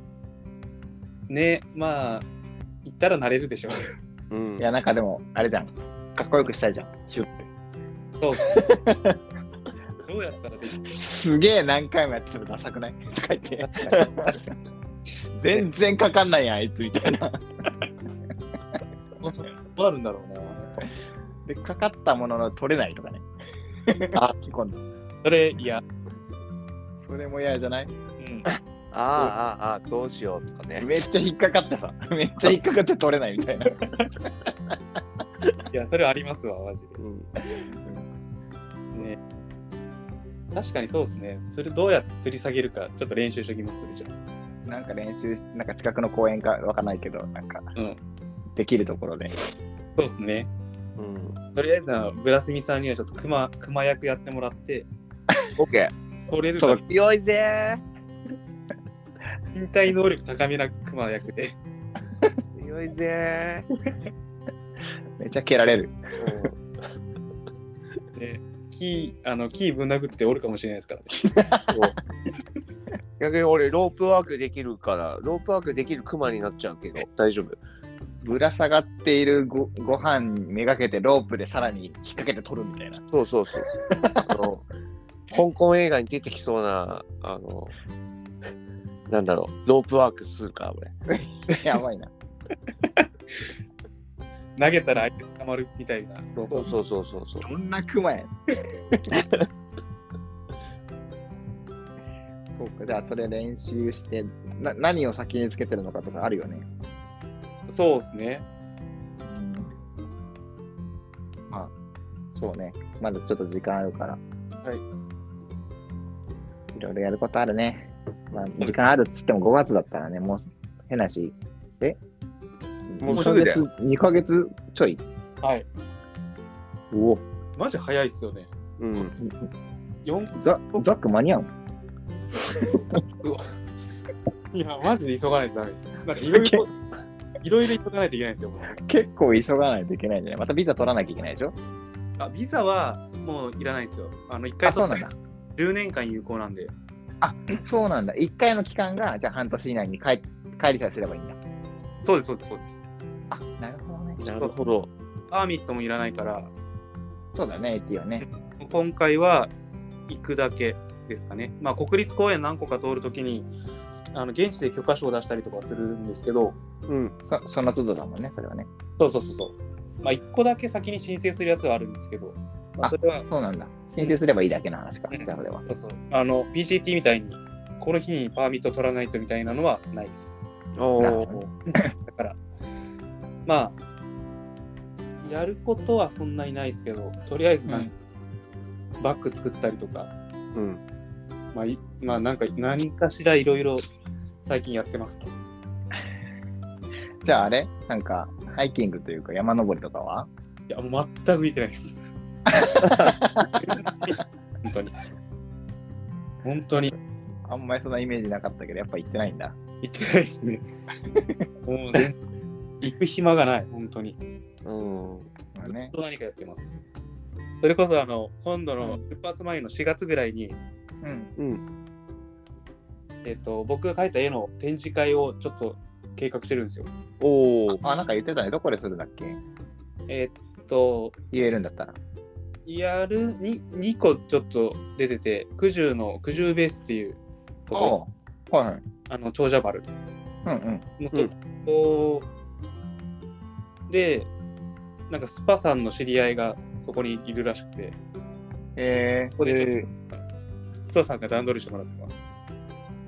C: ね、まあ、行ったら慣れるでしょ。
A: うん
B: い。や、なんかでも、あれじゃん。かっこよくしたいじゃん。ヒュッ
C: そう どうやったらできる
B: て。すげえ何回もやってるのダサくないとか言って。全然かかんないやん、あいつみたいな。
C: どうなるんだろうな。
B: で、かかったものの取れないとかね。
A: あ
B: 今度。
C: それ、いや、
B: それも嫌じゃない
C: うん。
A: ああ、ああ、どうしようとかね。
B: めっちゃ引っかかったさ。めっちゃ引っかかって取れないみたいな。
C: いや、それありますわ、マジで。
A: うん
C: ね、確かにそうですね。それどうやって吊り下げるか、ちょっと練習しておきます、それじゃあ。
B: なんか練習、なんか近くの公園かわかんないけど、なんか
C: うん。
B: できるところで。
C: そうですね。
A: うん。
C: とりあえずは、ブラスミさんにはちょっと熊、熊役やってもらって、
A: オッケ
C: 取れるか、
A: ー。よいぜ
C: 身体能力高めな熊役で。
A: ー。よいぜー。
B: めっちゃ蹴られる。
C: で、キー、あの、キーぶん殴っておるかもしれないですからね。
A: 逆に俺ロープワークできるからロープワークできるクマになっちゃうけど大丈夫
B: ぶら下がっているごご飯めがけてロープでさらに引っ掛けて取るみた いな。
A: そうそうそうあの香港映画に出てきそうなあのなんだろうロープワークするから俺
B: やばいな。
C: 投げたら相手捕まるみたいな。
A: そうそうそうそうそう
B: どんなクマや。そうか、じゃあそれ練習して、な何を先につけてるのかとかあるよね。
C: そうですね。
B: まあ、そうね。まだちょっと時間あるから。。
C: はい
B: いろいろやることあるね。まあ、時間あるっつっても5月だったらね、もう変なし。え
A: もうすぐだよ
B: 2ヶ月2ヶ月ちょい。
C: はい。
B: おお。
C: マジ早いっすよね。
A: うん
C: 4、
B: ザザック間に合うの
C: いや、マジで急がないとダメです。なん かいろいろ、いろいろ急がないといけないんですよ。もう
B: 結構急がないといけないんじゃないまたビザ取らなきゃいけないでしょ
C: あ、ビザはもういらないですよ。あの、一
B: あ、
C: 回
B: そ
C: 取
B: う
C: った
B: なん
C: ら
B: だ。
C: 10年間有効なんで。
B: そうなんだ。1回の期間が、じゃあ半年以内に帰帰りさえすればいいんだ。
C: そうです、そうです、そうです。
B: あ、なるほどね。
A: なるほど
C: パーミットもいらないから、
B: そうだね、AT はね。
C: 今回は行くだけですかね。まあ、国立公園何個か通るときに、あの現地で許可証を出したりとかするんですけど、
A: うん
B: そその都度だもんね、それはね。
C: そうそうそうそう。まあ、1個だけ先に申請するやつはあるんですけど、まあ、
B: あ
C: それは、
B: そうなんだ。申請すればいいだけの話か。
C: うん
B: じゃあ、それは。
C: そうそう。あの、PCT みたいに、この日にパーミット取らないとみたいなのはないです。
A: お
B: なる
A: ー
B: ほど
C: だから、まあ、やることはそんなにないですけど、とりあえずなんかバッグ作ったりとか、
A: うん
C: まあ、いまあ、なんか何かしらいろいろ最近やってますと。
B: じゃあ、あれなんか、ハイキングというか、山登りとかはい
C: や、もう全く行ってないです。本当に。本当に
B: あんまりそんなイメージなかったけど、やっぱ行ってないんだ。
C: 行ってないですね。もう全行く暇がない、本当に。ず
A: うん
B: まあ
C: っ
B: ね。
C: と何かやってます。それこそ、あの、今度の出発前の4月ぐらいに、
B: うん。
A: うん
C: えっと僕が描いた絵の展示会をちょっと計画してるんですよ。
A: おお
B: あ、なんか言ってたね。どこでするんだっけ
C: えっと
B: 言えるんだったら。
C: やるに2個ちょっと出てて九十の九十ベースっていうとこ
B: おうはいはい。
C: あの長者丸
B: うんうん。
C: のとこ、でなんかスパさんの知り合いがそこにいるらしくて
B: え
C: ここでちょっと、スパさんが段取りしてもらってます。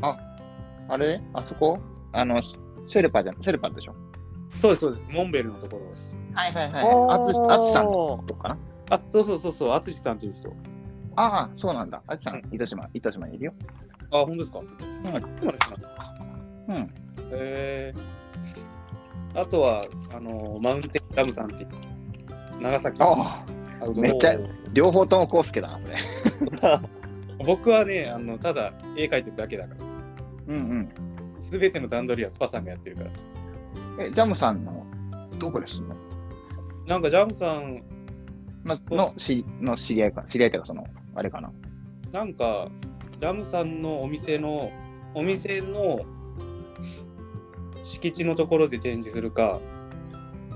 B: ー、あれあそこあの、シェルパじゃん。シェルパでしょ
C: そうですそうですモンベルのところです。
B: はいはいはい。あつしあつさんのとこかな
C: あそうそうそうそう淳さんっていう人。
B: ああ、そうなんだ。あつさん、糸島、糸島にいるよ。
C: あ本当ですか。あ熊の人なんだ
B: うん。
C: えー、あとはあのマウンテンラムさんっていう長崎の
B: ああ、
C: アウトドア
B: めっちゃ両方ともコウスケだな、それ。
C: 僕はねあのただ絵描いてるだけだから
B: うんうん。
C: 全ての段取りはスパさんがやってるから
B: え、ジャムさんのどこですの
C: なんかジャムさん
B: ののしの知り合いか、知り合いというか、その、あれかな。
C: なんかジャムさんのお店のお店の敷地のところで展示するか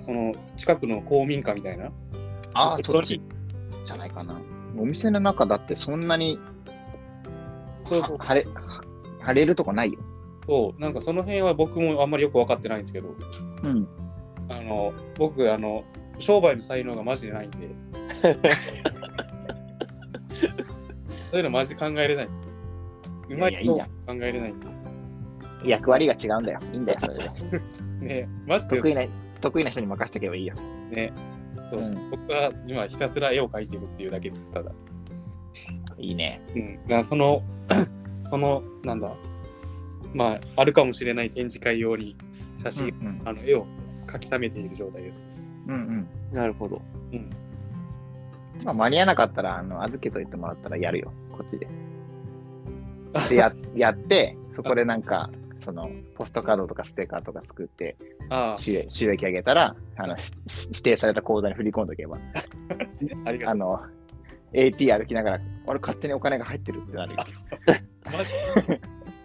C: その近くの公民館みたいな
B: ああ、
C: とこ
B: そ
C: ろ
B: っ
C: に
B: ちじゃないかな。お店の中だってそんなに
C: そうそう
B: は晴れ、は晴れるとこないよ。
C: そうなんかその辺は僕もあんまりよく分かってないんですけど
B: うん。
C: あの僕あの商売の才能がマジでないん で。そういうのマジ考えれないんですよ。うま
B: いや
C: い
B: いやいい
C: と
B: じゃ
C: 考えれないんで。
B: 役割が違うんだよ。いいんだよ、それで。
C: ねマジで
B: 得意な、得意な人に任せとけばいいよ。
C: ね。そうそう、
B: う
C: 僕は今ひたすら絵を描いてるっていうだけです、ただ。
B: いいね。
C: うん、だからその そのなんだまああるかもしれない展示会用に写
B: うん
C: 真、あの絵を描き溜めている状態です。
B: うん。うん
A: なるほど。
C: うん、
B: うん。まあ、間に合わなかったら、あの、預けといてもらったらやるよ。こっちで。で、 や、やって、そこでなんか、その、ポストカードとかステッカーとか作って、
C: あ
B: 収益収益上げたら、あの、しし指定された口座に振り込んどけば、
C: ああり
B: あ
C: がと
B: の、AT 歩きながら、俺勝手にお金が入ってるってなるよ。
C: う。マジ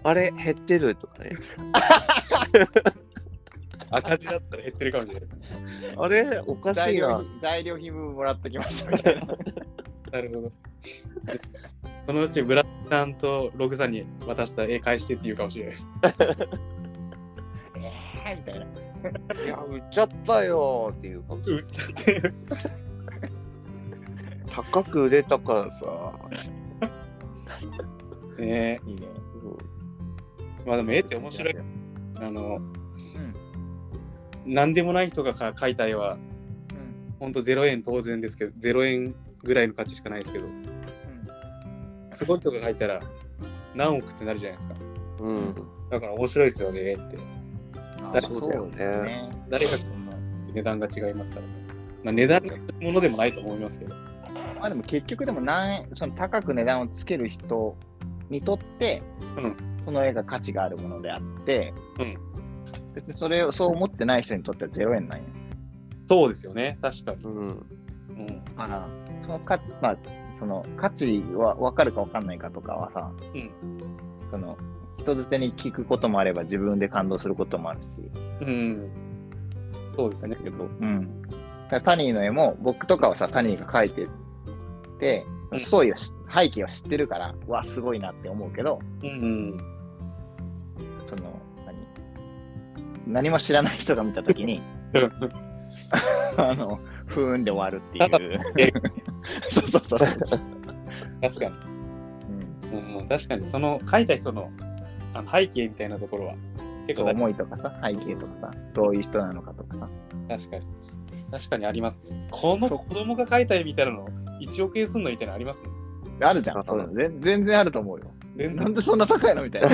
A: あれ、減ってるとかね。
C: 赤字だったら減ってるかもしれないです。
A: あれ、おかし
B: 材
A: い
B: 料
A: な。
B: 費材料費分もらっときますみたいな。
C: なるほど。そのうちブラッさんとログさんに渡した絵返してって言うかもしれないです。
B: えーみたいな。
A: いや、売っちゃったよーっていう感じ。
C: 売っちゃってる。
A: 高く売れたからさ。
C: ね
B: いいね。
C: えまあでも絵って面白い。あの、
B: うん
C: 何でもない人がか描いた絵は、
B: うん
C: ほんと0円当然ですけど、0円ぐらいの価値しかないですけど、すごい人が描いたら何億ってなるじゃないですか。
A: うん。
C: だから面白いですよね、絵って。
B: あ
A: だ
B: そうだよ
A: そうだよ
B: ね。
C: 誰が値段が違いますからね。まあ値段のものでもないと思いますけど。
B: まあでも結局でも何円その高く値段をつける人にとって、
C: うん
B: その絵が価値があるものであって、
C: うん
B: 別にそれをそう思ってない人にとっては0円なんや。
C: そうですよね、確かに。
A: うん。
C: うん。
B: だからそのか、まあ、その価値は分かるか分かんないかとかはさ、
C: うん
B: その人づてに聞くこともあれば自分で感動することもあるし、
C: うん。そうです
B: だ
C: ね。
B: けど、うん。だからタニーの絵も、僕とかはさ、タニーが描いてて
C: うん、
B: ストーリーをし背景を知ってるから、うわ、すごいなって思うけど、
C: うん。
B: その、何何も知らない人が見たとき に、あの、ふーんで終わるっていう。 そうそう そうそう。
C: 確か
B: うん
C: に。うん、確かに、その書いた人のあの背景みたいなところは結構だ
B: 思いとかさ、背景とかさ、どういう人なのかとかさ。
C: 確かに。確かにあります。この子供が書いた絵みたいなの1億円すんのみたいなのありますもん。
B: あるじゃん、そういうのぜん全然あると思うよ。
C: 全
B: なん
C: 然
B: でそんな高いのみたいな。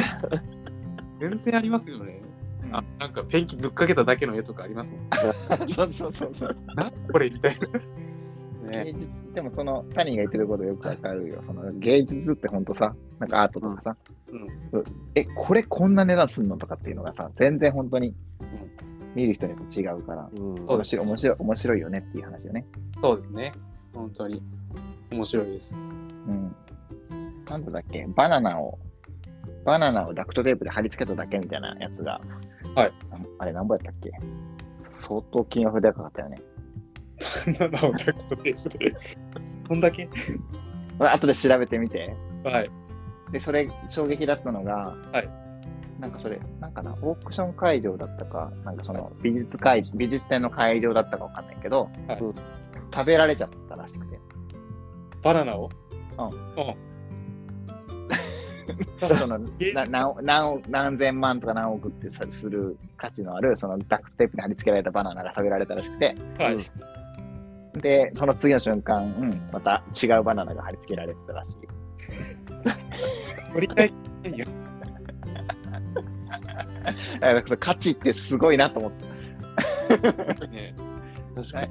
C: 全然ありますよね。 あなんかペンキぶっかけただけの絵とかありますもん。
B: そうそうそうそう。
C: なこれみたいな。ね
B: 芸術でもそのタニーが言ってることよくわかるよ。その芸術ってほんとさ、なんかアートとかさ、
C: う
B: え、これこんな値段すんのとかっていうのがさ、全然本当に見る人によって違うから、
A: うん。
C: そう
B: 面白い、面白い、面白いよねっていう話よね。
C: そうですね。本当に面白いです。
B: うん。なんだっけ、バナナを、バナナをダクトテープで貼り付けただけみたいなやつが、
C: はい
B: あ。あれ何本やったっけ相当金額でかかったよね。
C: 7を抱くことです。こんだけ
B: 後で調べてみて。
C: はい。
B: で、それ、衝撃だったのが、
C: はい
B: なんかそれ、なんかな、オークション会場だったか、なんかその美術会、美術展の会場だったかわかんないけど、
C: はい
B: 食べられちゃったらしくて。
C: バナナを
B: うん
C: うん
B: そのな何何何千万とか何億ってさする価値のある、そのダクトテープに貼り付けられたバナナが食べられたらしくて、
C: はい。
B: で、その次の瞬間、うん、また違うバナナが貼り付けられてたらしい。
C: 折り返しないよ。
B: だからその価値ってすごいなと思って。
C: ね、
A: 確
B: かに。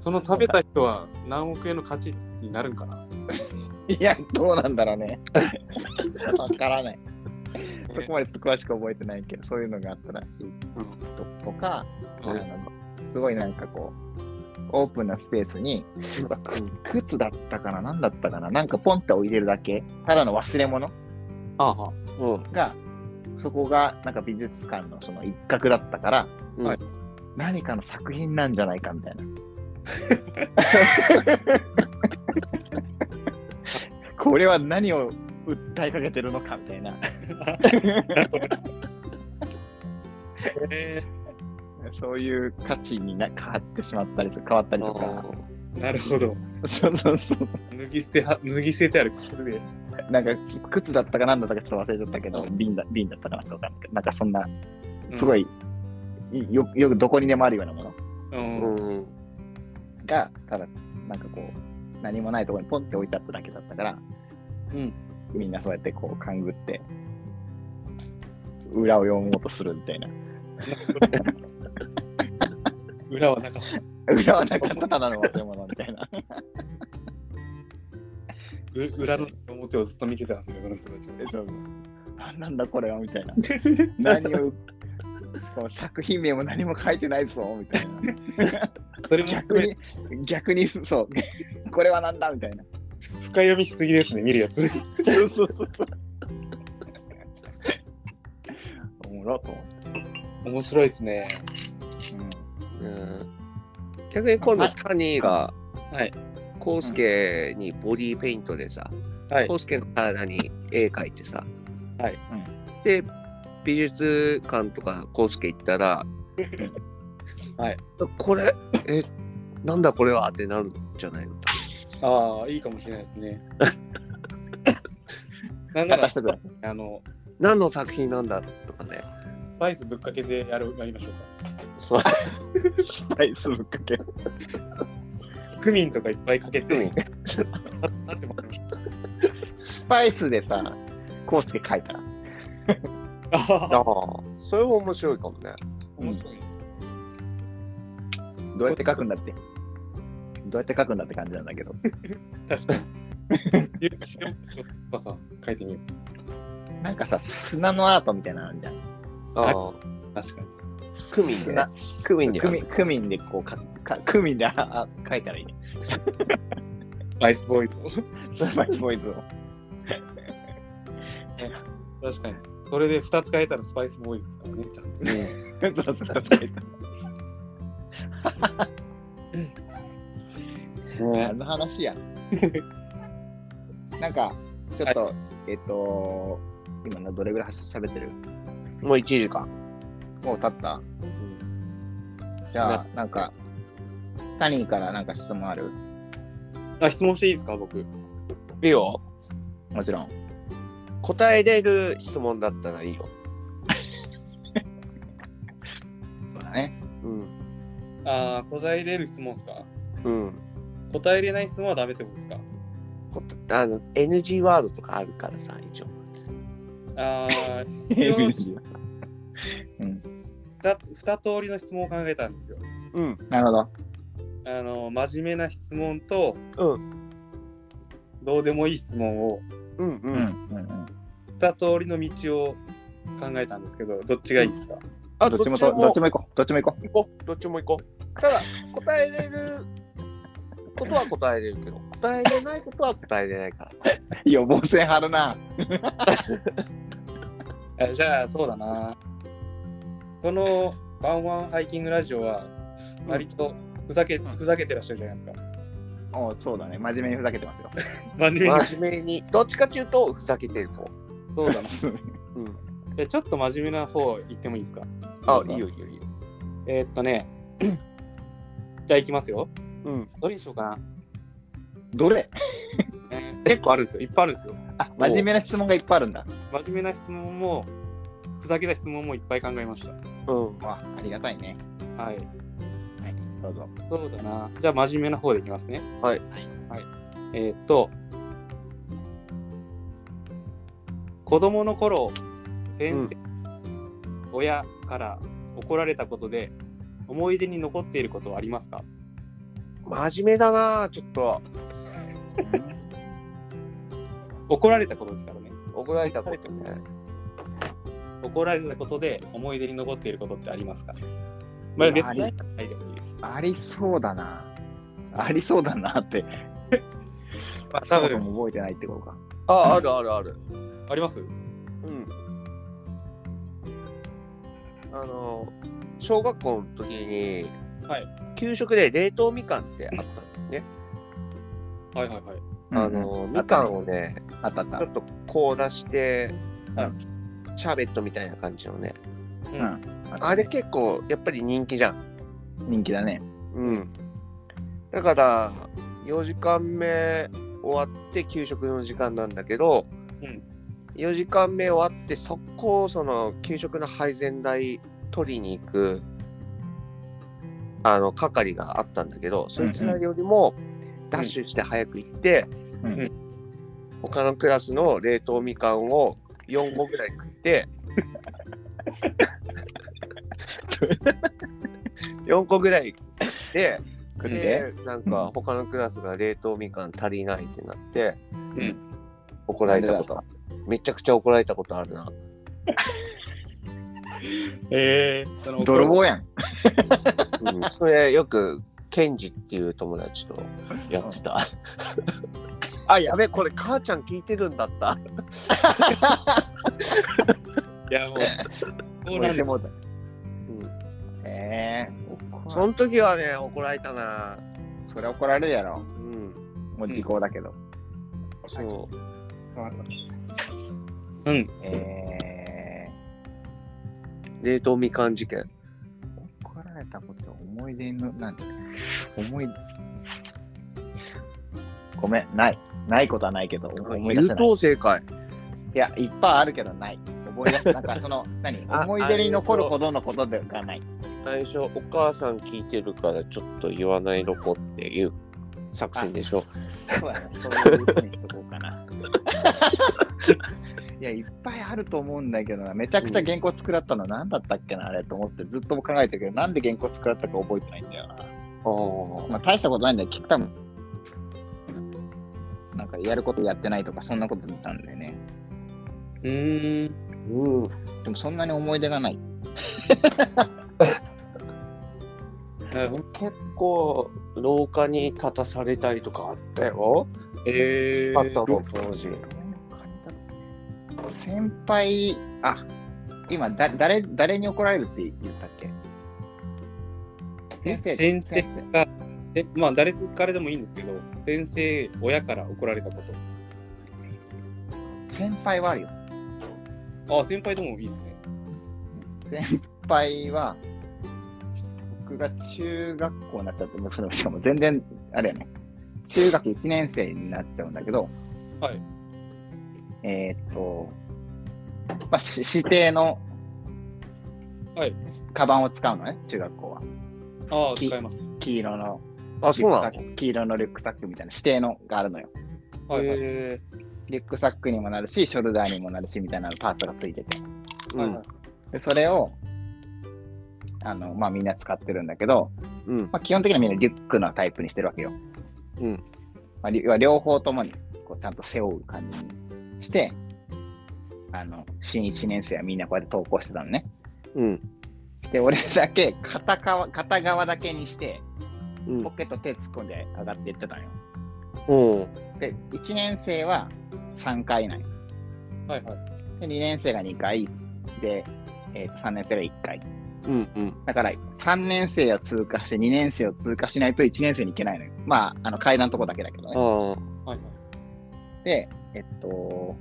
C: その食べた人は何億円の価値になるんかな。
B: いや、どうなんだろう ね。わからない。そこまでちょっと詳しく覚えてないけど、そういうのがあったらしいととか、あのすごいなんかこう、オープンなスペースに、うわく靴だったかな、何だったかな、なんかポンって置いてるだけ、ただの忘れ物
C: あは
A: うん。
B: が、そこがなんか美術館のその一角だったから、
A: はい
B: 何かの作品なんじゃないかみたいな。これは何を訴えかけてるのかみたいな。
C: え
B: そういう価値にな変わってしまったりと変わったりとか、
C: なるほど。
B: そうそうそう。
C: 脱ぎ捨ては、脱ぎ捨ててある靴で。
B: なんか、靴だったかなんだったかちょっと忘れちゃったけど、瓶だ瓶だったかなとかんないけど、なんかそんな、すご
C: い。
B: い、いよよくどこにでもあるようなもの
C: うん。
A: う
C: うん
A: んうん
B: が、ただ、なんかこう、何もないところにポンって置いてあっただけだったから、
C: うん
B: みんなそうやってこう、勘ぐって、裏を読もうとするみたいな。
C: 裏はなかっ
B: 裏はなかったただの忘れ物みたいな。
C: た。う裏の表をずっと見てたんですね、その人たちは。
B: そう何なんだこれはみた いな。何を、この作品名も何も書いてないぞみたいな。
C: それも
B: 逆
C: 含め
B: に、逆に、そう、 これはなんだみたいな。
C: 深読みしすぎですね、見るやつ。
B: そうそうそうそう。おもろと思っ
C: 面白いですね。
B: て。うん
A: うん逆に今度
B: はい
A: タニーが
C: はい。
A: コウスケにボディーペイントでさ、
C: はい
A: コ。ウスケの体に絵描いてさ、
C: はい
A: で美術館とかコウスケ行ったら
C: はい
A: これえなんだこれはってなるんじゃないの
C: ああ、いいかもしれないです ね。なんなら
B: 渡し、てくれ。
C: あの、
A: 何の作品なんだとかね
C: スパイスぶっかけてやるやりましょう
A: そう
B: スパイスぶっかけ。
C: か。クミンとかいっぱいかけ
A: クミ
C: て
A: ン、
C: ああってもらいましょう。
B: スパイスでさ、コウスケ書いたら。
C: ああ、
A: それも面白いかもね
C: 面白い。
B: どうやって書くんだって。どうやって書くんだって感じなんだけど。
C: 確かに。ゆ塩パさん、書いてみよ
B: なんかさ、砂のアートみたいなのあるじゃん。
A: あ
C: あ
A: あ
C: う。確かに。
A: クミンで
B: 砂
A: クミンで
B: クミンクミンでこうかか、クミンでああ書いたらいいね。
C: アイスボーイズを。
B: スパイスボーイズを。
C: 確かに。それで2つ変えたらスパイスボーイズです からね、ちゃんと。
B: そうそうそう書いた何の話 やなんか、ちょっと、えっ、と、今のどれぐらい喋ってる
A: もう1時間
B: もう経ったじゃあ、なんか、タニーからなんか質問ある
C: あ、質問していいですか、僕。
A: いいよ
B: もちろん。
A: 答えれる質問だったらいいよ
B: そうだ ね。
A: うん
C: ああ、答えれる質問ですか
A: うん
C: 答えれない質問はダメってことですか
A: こあの NG ワードとかあるからさ一応
C: ああ、2通りの質問を考えたんですよ。
A: うん
B: なるほど。
C: あの、真面目な質問と、
A: うん
C: どうでもいい質問を、
A: うんう、
B: うんん。うん
C: 2通りの道を考えたんですけど、どっちがいいですか、
A: あ
B: どっちもと、どっちも行こう。どっちも行こ
A: 行こうどっちも行こうただ答えれることは答えれるけど答えれないことは答えれない から
B: う。予防線張るな。
C: えじゃあ、そうだな。このワンワンハイキングラジオは、割とふざけ、ふざけてらっしゃるじゃないですか。
B: おうそうだね。真面目にふざけてますよ。
C: 真面目に。
A: 真面目にどっちかっていうとふざけてる方
C: そうだな。
A: うん
C: えちょっと真面目な方言ってもいいですか
A: あいいよいいよいいよ
C: えーっとね、 じゃあ行きますよ。
A: うん
C: どれにしようかな。
B: どれ
C: えー結構あるんですよ。いっぱいあるんですよ。
B: あ、真面目な質問がいっぱいあるんだ。
C: 真面目な質問も、ふざけた質問もいっぱい考えまし
A: うん
B: わ、ありがたいね。
C: た。はい。
B: はい、どうぞ。
C: そうだな。じゃあ真面目な方でいきますね。
A: はい。
C: はい。えーっと、子供の頃、先生、親から怒られたことで、思い出に残っていることはありますか
A: 真面目だなちょっと
C: 怒られたことですからね。
A: 怒られたことね
C: 怒られたことで思い出に残っていることってありますかまあ
B: うわ
C: 別
B: あ
C: に
B: り
C: ないでもいいです。
B: ありそうだな。ありそうだなって、
C: まあ
B: そ
C: 多
B: もそ
C: 分
B: も覚えてないってことか。
A: ああるあるある
C: あります
A: うんあの小学校の時に
C: はい
A: 給食で冷凍みかんってあったのね、
C: はいはいはい。
A: あ
B: うん
A: の
B: うん
A: みかんをね
B: あったあった
A: ちょ。っとこう出して、
C: う
A: シャーベットみたいな感じのね、
C: うん
A: あれ結構やっぱり人気じゃん。
B: 人気だね。
A: うん。だから4時間目終わって給食の時間なんだけど、
C: うん
A: 4時間目終わって速攻その給食の配膳台取りに行くあの係があったんだけどそいつらよりもダッシュして早く行って、
B: うん
C: うん
A: 他のクラスの冷凍みかんを4個ぐらい食って4個ぐらい食って
B: 食って
A: でなんか他のクラスが冷凍みかん足りないってなって、
C: うん
A: 怒られたことあるめちゃくちゃ怒られたことあるな
C: えー、その
B: 泥棒やん。
A: うん それよくケンジっていう友達とやってた あやべこれ母ちゃん聞いてるんだった
C: いや、 もう、そうなん
B: で
C: だ。
B: もうた。
A: うん
B: ええー。
A: そ
B: そ
A: の時はね怒られたな
B: それ怒られるやろ。
A: うん
B: もう時効だけど。
A: そう
C: うん。
B: ええ
A: 冷凍みかん事件
B: ー。怒られたこと思い出の、なんて、思い。ごめん、ない。ないことはないけど、思い出
A: 優
B: せない。
A: 等生かい
B: いや、いっぱいあるけど、ない。思い出せなんかその、何
A: あ
B: 思い出に残るほどのことでがない。
A: 最初お母さん聞いてるからちょっと言わないロコっていう作戦でしょ
B: そうやな、そういうふうにしとこうかな。 いや、いっぱいあると思うんだけどな、めちゃくちゃ原稿作らったのは何だったっけな、あれと思ってずっと考えてるけど、なんで原稿作らったか覚えてないんだよな。
A: あ
B: まあ、大したことないんだよ、聞くたもなんかやることやってないとか、そんなことだったんだよね。
C: うーん。
A: あうん
B: でもそんなに思い出がない。
C: なるほど。
A: 結構廊下に立たされたりとかあったよ、
C: えー、
A: あったの当時
B: 先輩、あ今だ誰、誰に怒られるって言ったっけ先生
C: 先生が、えまあ、誰からでもいいんですけど、先生、親から怒られたこ
B: 先輩はあるよ。
C: と。あ、先輩でもいいですね。
B: 先輩は、僕が中学校になっちゃって、もうしかも全然、あれやね、中学1年生になっちゃうんだけど、
C: はい。
B: えーっと、まあ、し指定の、
C: はい。
B: カバンを使うのね、中学校は。
C: ああ、使います。
B: 黄色の
A: あ
B: リュックサック黄色のリュックサックみたいな指定のがあるのよ。
C: はい、はい。
A: へ
B: リュックサックにもなるし、ショルダーにもなるし、みたいなパーツがついてて。
A: ー
C: はいはい
B: で、それを、あの、まあ、みんな使ってるんだけど、
A: うん
B: まあ、基本的にはみんなリュックのタイプにしてるわけよ。
A: うん
B: まあり、要は両方ともに、こう、ちゃんと背負う感じにして、あの、新1年生はみんなこうやって投稿してたのね。
A: うん
B: で、俺だけ片側、片側だけにして、
A: うん
B: ポケット手突っ込んで上がっていってたのよ。
A: うん
B: で、1年生は3回以内。
C: はいはい。
B: で、2年生が2回。で、えーと3年生が1回。
A: うんうん
B: だから、3年生を通過して、2年生を通過しないと1年生に行けないのよ。まあ、あの階段のとこだけだけどね。
A: ああ
C: はいはい。
B: で、えっと、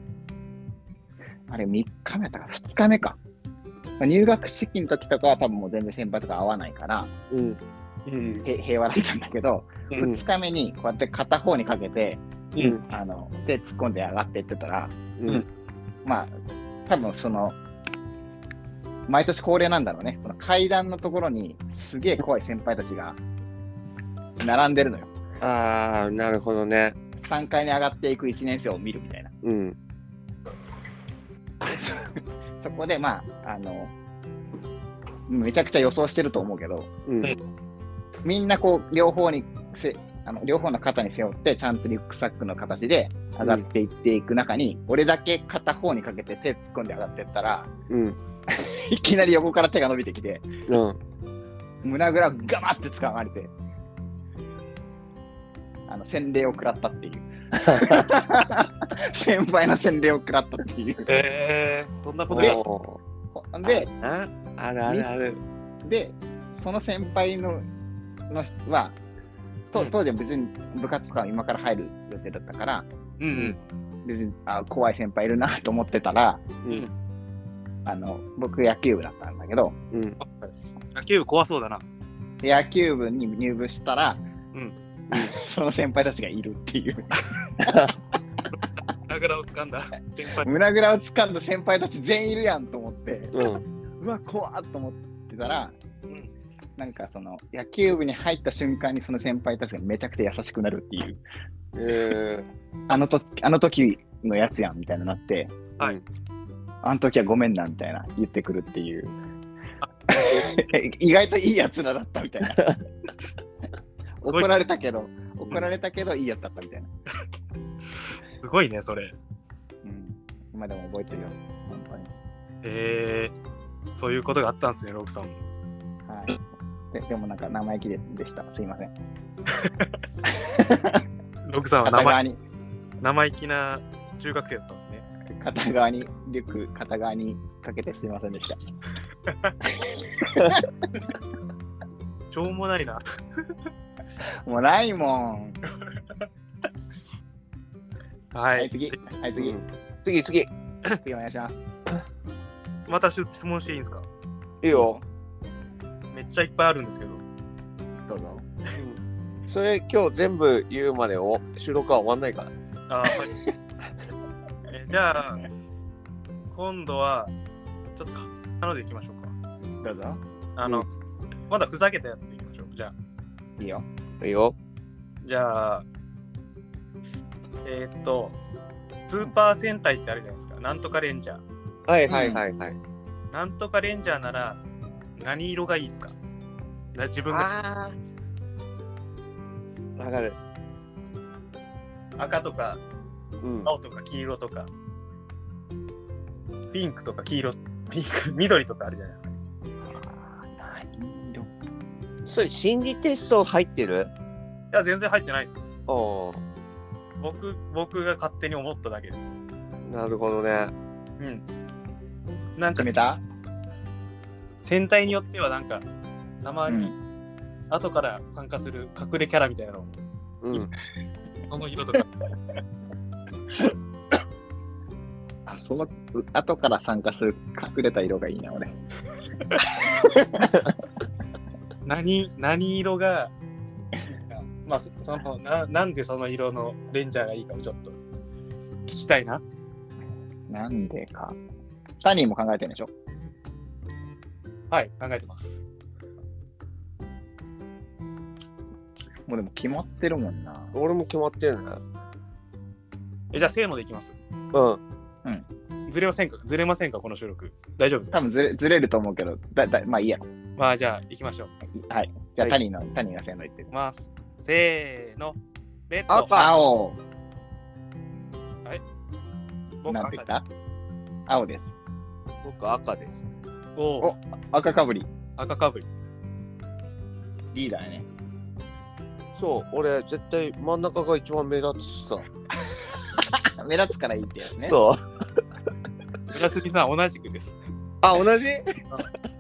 B: あれ、3日目だったか、2日目か。まあ入学式の時とかは多分もう全然先輩とか合わないから、
A: うん
C: うん。
B: へ平和だったんだけど、
C: うん
B: 2日目にこうやって片方にかけて、
C: うん
B: あの手突っ込んで上がってってたら、
A: うん
B: まあ、多分その、毎年恒例なんだろうね。この階段のところにすげえ怖い先輩たちが並んでるのよ。
A: ああなるほどね
B: 3階に上がっていく1年生を見るみたいな。
A: うん
B: そこで、まあ、あの、めちゃくちゃ予想してると思うけど、
A: うん
B: みんなこう、両方にせ、あの両方の肩に背負って、ちゃんとリュックサックの形で上がっていっていく中に、俺だけ片方にかけて手突っ込んで上がってったら、
A: うん
B: いきなり横から手が伸びてきて、
A: うん
B: 胸ぐらをガバって掴まれて、あの、洗礼を食らったっていう。先輩の洗礼を食らったっていう。
C: えー、そんなこと
B: で
C: が。
A: お
B: ほん
A: ー
B: で、
A: ああるあるある
B: で、その先輩のの人は、と当時は別に部活とかは今から入る予定だったから、
C: うんうん。
B: 別にあ怖い先輩いるなと思ってたら、
A: うん
B: あの、僕野球部だったんだけど、
A: うん。
C: 野球部怖そうだな。
B: 野球部に入部したら、
C: うん
B: その先輩たちがいるっていう。
C: ラグラを掴んだ先輩。
B: 胸ぐらを掴んだ先輩たち全員いるやんと思って、
A: うん。
B: うわ、怖っと思ってたら、
C: うん
B: なんかその野球部に入った瞬間にその先輩たちがめちゃくちゃ優しくなるっていう、
A: えー、
B: あのとあの時のやつやんみたいになって、
C: はい
B: あの時はごめんなみたいな言ってくるっていう、 意外といいやつらだったみたいな。怒られたけど、怒られたけどいいやつだったみたいな。
C: すごいね、それ。
B: うん、今でも覚えてるよ、本当に。
C: へえそういうことがあったんですね、ロークさんも。
B: はい、ででもなんか生意気ででした、すいません。
C: ロークさんは
B: 片
C: 生
B: 側に
C: 生意気な中学生だったんですね。
B: 片側にリュック片側にかけてすいませんでした。
C: しょうもないな。
B: もうないもん。
C: は。
B: はいい、次。はい、次。
A: うん次次い
B: 次お願いします。
C: また質問していいんですか
A: いよ、
C: めっちゃいっぱいあるんですけど。
B: どうぞ。
A: うん、それ今日全部言うまでを収録は終わんないから
C: あーはい。えじゃあ、今度は、ちょっと簡単なのでいきましょうか。
B: どうぞ。
C: あの、まだふざけたやつでいきましょう。じゃあ、
B: いいよ。
A: いいよ
C: じゃあ、えーっと、スーパー戦隊ってあるじゃないですか。なんとかレンジャー。
A: はいはいはいはい、
C: なんとかレンジャーなら、何色がいいですかな自分が
A: ああわかる
C: 赤とか
A: うん
C: 青とか黄色とか、ピンクとか黄色、ピンク、緑とかあるじゃないですか。
B: 何色
A: それ心理テスト入ってる
C: いや、全然入ってないですよ。
A: ああ
C: 僕、僕が勝手に思っただけです。
A: なるほどね
C: うん。なんか
B: 決めた
C: 戦隊によってはなんかたま
B: う
C: に後から参加する隠れキャラみたいなのも
A: うん
C: この色と か
B: あ、そのう後から参加する隠れた色がいいな、俺。
C: 何何色がいいかまあそそのななんでその色のレンジャーがいいかをちょっと聞きたいな
B: なんでか。サニーも考えてるんでしょ
C: はい考えてます
B: もうでも決まってるもんな。
A: 俺も決まってるね
C: えじゃあせーのでいきます
A: うん
C: ずれませんかずれませんかこの収録大丈夫ですか
B: 多分ずれずれると思うけど、だだまあいいや。
C: まあじゃあ行きましょう
B: はい。じゃ
A: は
B: あ、
A: い
B: タニーの、タニーがせーの言ってる
C: 行き。ますせーのレッド
A: 赤
B: 青、
C: 僕
B: なん
C: 赤
B: て
C: で
B: 言
C: す
B: った青です。
A: 僕赤です
C: おお
B: お赤かぶり、
C: 赤かぶり
B: リーダーね。
A: そう俺絶対真ん中が一番目立つしさ、
B: 目立つからいいってやつね。
A: そう
C: 村杉さん同じくです
A: あ同じ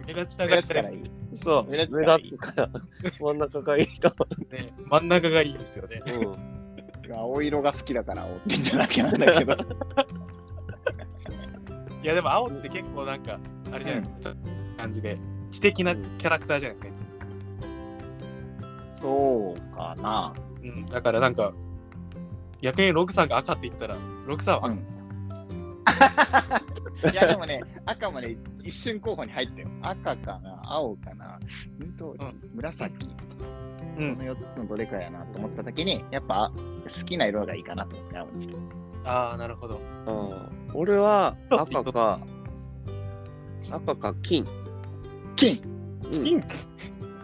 C: 目立ちた
B: 目
C: がっ
B: 立つ
C: たで
B: から
C: す
B: いい。
A: そう
B: 目立つか
A: 目
B: らいい
A: 立つから真ん中がいいと
C: ね真ん中がいいですよね
A: 思う
B: 青色が好きだから青って言っただけなんだけ ど。
C: いやでも青って結構なんかあれじゃないですか、ちょっと感じで知的なキャラクターじゃないですかい
B: そうかな。
C: つも、うん、だからなんか逆にロクさんが赤って言ったらロクさんは
B: う
C: 赤、
B: ん。いやでもね、赤もね、一瞬候補に入ったよ。赤かな、青かな、緑、
C: うん
B: 紫、
C: う
B: こ
C: ん
B: の4つのどれかやなと思ったときに、やっぱ好きな色がいいかなと思って青にして。
C: ああなるほど
A: うん俺は赤か赤か金
B: 金
A: 金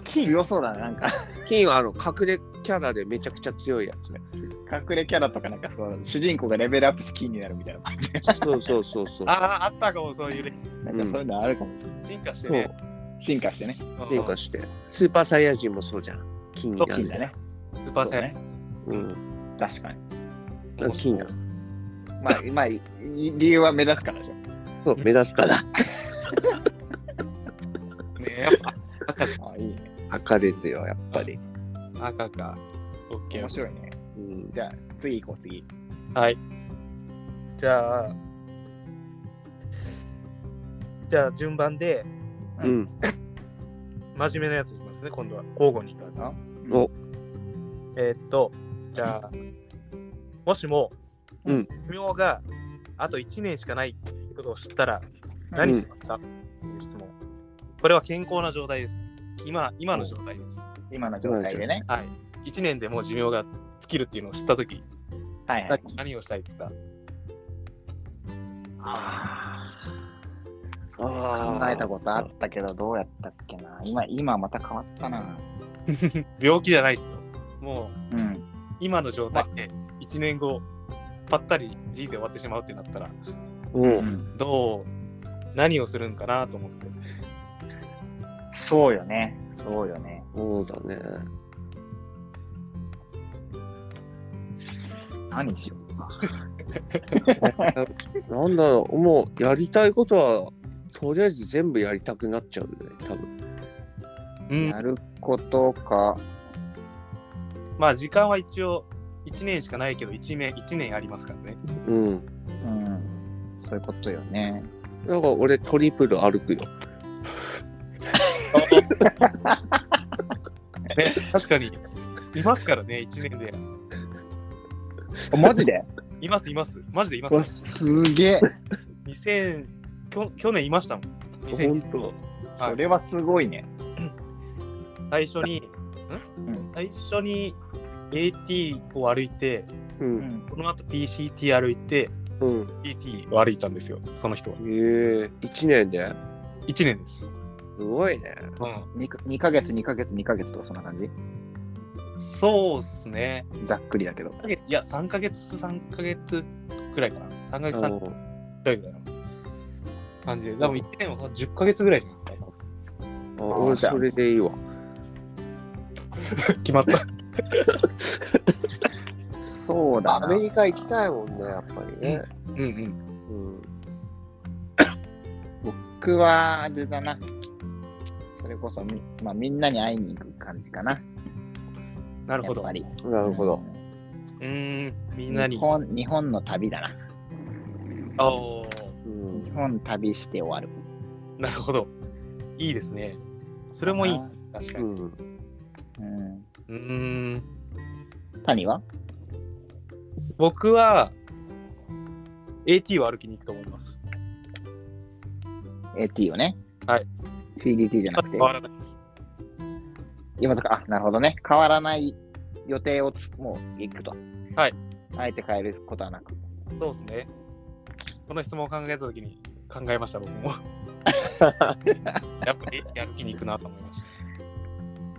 B: 強そうだな、なんか。
A: 金はあの隠れキャラでめちゃくちゃ強いや つね
B: 隠れキャラとかなんかそう、主人公がレベルアップして金になるみたいな。
A: そうそうそうそう
C: あああったかもそういうね
B: なんかそういうのあるかもしれない。
C: 進化して
A: そ
C: ね
A: う
B: 進化してね。
A: 進化してスーパーサイヤ人もそうじゃん金にな
B: 金
A: る
B: だね。
C: うんスーパーサイヤ
B: そうね。
A: うん
B: 確かに。
A: だから金なの
B: まあ、まあ、い理由は目立つからでしょ。
A: そう目立つから
C: ねやっ
B: あいいね。
A: 赤ですよやっぱり
C: ぱ赤かオッケ
B: 面
C: ー
B: 白いね。
A: うん
B: じゃあ、次行こう、次。
C: はいじゃあじゃあ順番で
A: うん。
C: 真面目なやついきますね、今度は交互に。
A: お、
C: えーっと、じゃあ、もしも、
A: うん
C: 寿命があと1年しかないっていうことを知ったら、何しますか、っていう質問。これは健康な状態です。今今の状態です。
B: 今の状態でね。
C: はい。1年でもう寿命が尽きるっていうのを知ったとき、
B: はいはい。
C: 何をしたいですか
A: あ
B: 考えたことあったけど、どうやったっけな。今、今また変わったな。
C: 病気じゃないですよ。もう、
B: うん。
C: 今の状態で1年後、ぱったり人生終わってしまうってなったら、
A: う。
B: うんん、
C: どう、何をするんかなと思って。
B: そうよね。そうよね。
A: そうだね。
B: 何しようか。
A: なんだろう、もうやりたいことは、とりあえず全部やりたくなっちゃうね、多分。
C: うん
B: やることか。
C: まあ時間は一応1年しかないけど1年1年ありますからね。
A: うん。
B: うん。そういうことよ ね。
A: なんか俺トリプル歩くよ。
C: ね確かにいますからね1年で。
B: あマジで
C: いますいます。マジでいま
B: わ、
C: す。
B: すげえ。
C: 2000去去年いましたもん。
A: 本
C: 2000
A: 当。
B: それはすごいね。
C: 最初に、
B: うん
C: ん、最初に AT を歩いて、
A: う。
B: うんん。
C: この後 PCT 歩いて、
A: うん。
C: AT を歩いたんですよ、その人は。
A: ええ一年で。
C: 1年です。
A: すごいね。
C: う
B: 2, 2ヶ月、2ヶ月、2ヶ月とかそんな感じ
C: ん、そうっすね。
B: ざっくりだけど。
C: いや、3ヶ月、3ヶ月くらいかな。3ヶ月、3ヶ月
A: う
C: ぐらいの感じで、多分1年は10ヶ月ぐらいじゃないですか。
A: ん、あ俺それでいいわ。
C: 決まった。
B: そうだな。
A: カ行きたいもんね、やっぱり
C: ね。うんうん。
A: うん。
B: 僕は、あれだな。それこそみ、まあ、みんなに会いに行く感じかな。
C: なる
B: や
C: ほ
B: っ
C: ど。
B: ぱ
C: う
B: り。
A: なるほど。
C: ーん。み
B: うんん。
C: なに
B: 日。本日本の旅だな。
C: あおー。
A: うん
B: 日。本旅して終わる。
C: なるほど。いいですね。それもいいですね。確か
A: う
C: に。
A: ん。
B: うん。
C: うーん。
B: 谷は
C: 僕は、AT を歩きに行くと思います。
B: ?AT よね。
C: はい。
B: PDT じゃなくて
C: 変。わらないです。
B: 今とか、あ、なるほどね。変わらない予定をつもう行くと。
C: はい。
B: あえて変えることはなく。
C: そうですね。この質問を考えたときに考えました、僕 も。やっぱ AT 歩きに行くなと思いました。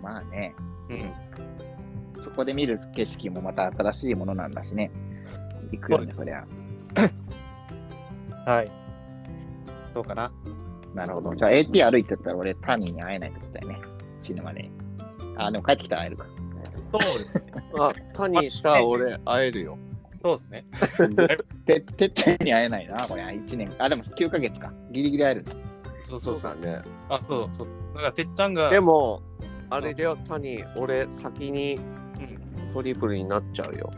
B: まあね。
C: うん。
B: そこで見る景色もまた新しいものなんだしね。行くよね、そりゃ。
C: はい。どうかな。
B: なるほど。じゃあ AT 歩いてったら俺、タニーに会えないってことだよね。死ぬまでに。あ、でも帰ってきたら会えるか。
C: そうですね。
A: あ、タニーしたら俺会えるよ。
C: そうですね。
B: て、てっちゃんに会えないな、これ。1年。あ、でも9ヶ月か。ギリギリ会えるんだ。
C: そうそうそう。
A: ね。
C: あ、そうそう。だから、てっちゃんが、
A: でも、あれだよ、タニー、俺先に
C: うん、
A: トリプルになっちゃうよ。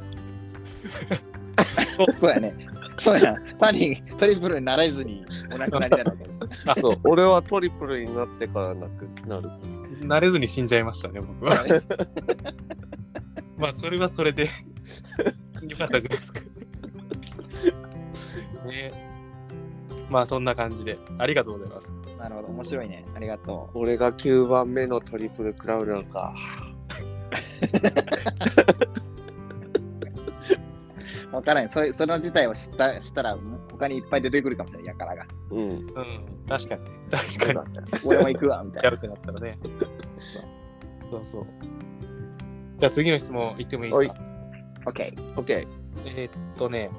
B: そうやね。そうやな。タニー、トリプルになれずにお亡くなりだったけど。
A: そう、 俺はトリプルになってからなくなる。
C: 慣れずに死んじゃいましたね、僕 は。まあ、それはそれ で、よかったじゃないですか。ねまあ、そんな感じで、ありがとうございます。
B: なるほど。面白いね。ありがとう。
A: 俺が9番目のトリプルクラウンなのか。
B: わからない。それその事態を知ったしたら、他にいっぱい出てくるかもしれない、やからが。
A: うん。
C: うん、確かにね。確かに。
B: 俺も行くわ、みたい
C: や
B: な
C: る。ってなったら ね。そうそう。じゃあ、次の質問いってもいいですか
B: オッケー。
A: オッケ
C: えーっとね、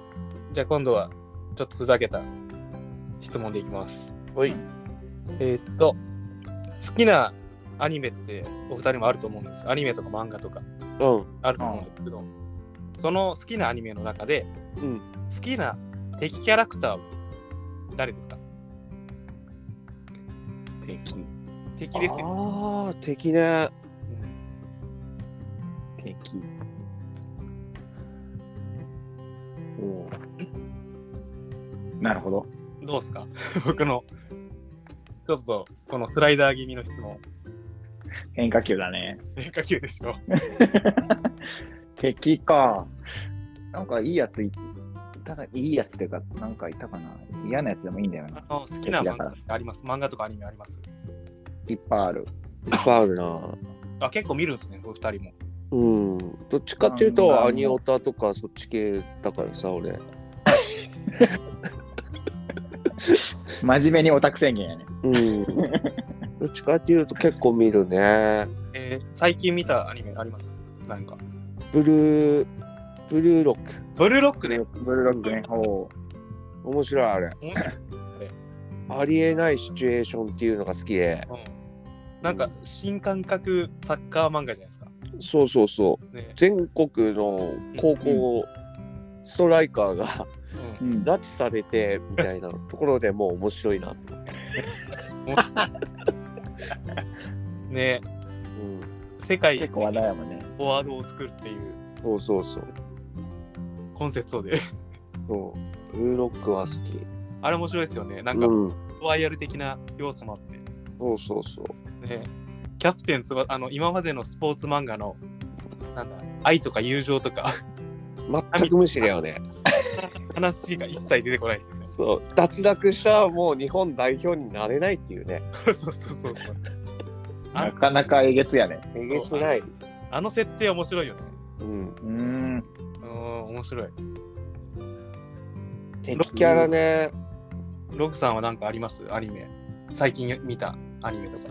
C: じゃあ今度はちょっとふざけた質問でいきます。
A: はい
C: えーっと、好きなアニメってお二人もあると思うんです。アニメとか漫画とか
A: ー。
C: あると思うんですけど、その好きなアニメの中で、
A: うん
C: 好きな敵キャラクターは誰ですか
B: 敵。
C: 敵ですよ。
A: ああ、敵ね。
B: 敵。おーなるほど。
C: どうですか僕のちょっと、このスライダー気味の質問。
B: 変化球だね。
C: 変化球でしょ。
B: 敵か。なんかいいやついたか、いいやつっていうか、なんかいたかな。嫌なやつでもいいんだよな。
C: あの好きな漫画ってあります。漫画とかアニメあります。
B: いっぱいある。
A: いっぱいあるな。
C: あ、結構見るんですね、お二人も。
A: うん。どっちかってい
B: あん
A: う
B: ま
A: と、
B: あ
A: アニオタとかそっち系だからさ、俺。
B: 真面目にオタク宣言やね。
A: うん。どっちかっていうと結構見るね。
C: えー最近見たアニメありますなんか。
A: ブルー、ブルーロック。
C: ブルーロック
B: ブ
C: ね
B: ル。ブルーロックね。ほ
A: 面白いあれ。
C: 面白い。
A: ありえないシチュエーションっていうのが好きで。
C: うんなんか、新感覚サッカー漫画じゃないですか。
A: そうそうそう。
C: ね。
A: 全国の高校、ストライカーが
B: う。うん。
A: 拉致されてみたいなところでもう面白いな。
C: うんね
A: うん。
C: 世界
B: 結構話題やもんね。
C: フォワードを作るっていう
A: そうそうそう。
C: コンセプトで。
A: そう。ブルーロックは好き。
C: あれ面白いですよね。なんか、
A: うん。
C: ワイヤル的な要素もあって。
A: そうそうそう。
C: ねキャプテンつば、あの、今までのスポーツ漫画の、なんだ、愛とか友情とか、
A: 全く無視だよね。
C: 話が一切出てこないですよね。
A: そう脱落したらもう日本代表になれないっていうね。
C: そうそうそうそう。あ
B: なかなかえげつやね。
A: えげつない。
C: あの設定面白いよね。
A: うん。
B: うーん。
C: うん、面白い。
A: 敵キャラね。
C: ログさんは何かありますアニメ。最近見たアニメとか。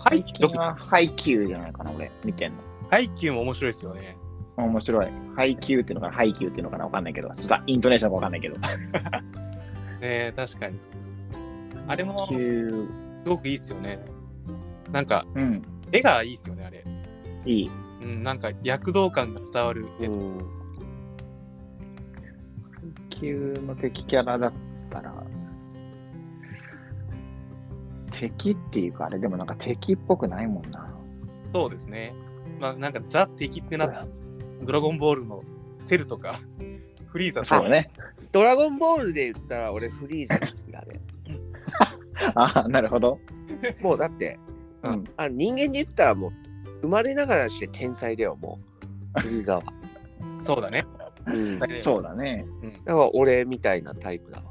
C: ハイキュー、
B: ハイキューじゃないかな、俺。見てんの。
C: ハイキューも面白いですよね。
B: 面白い。ハイキューっていうのかな、ハイキューっていうのかな、わかんないけど。ちょっとイントネーションがわかんないけど。
C: ね確かに。あれも
B: キュー。
C: すごくいいですよね。なんか、
B: うん。
C: 絵がいいですよね、あれ。
B: いい。
C: うん、なんか躍動感が伝わる絵と
A: うん
B: 級の敵キャラだったら、敵っていうか、あれでもなんか敵っぽくないもんな。
C: そうですね。まあ、なんかザ・敵ってなった。ドラゴンボールのセルとか、 フリーザとか、
B: ね。
A: ドラゴンボールで言ったら俺フリーザが好きだね。
B: ああ、なるほど。
A: もうだって、
B: うん
A: あ人間で言ったらもう生まれながらして天才だよ、もう。フリーザは。
C: そうだね。
A: うんだか
B: そうだね。
A: ら俺みたいなタイプだわ。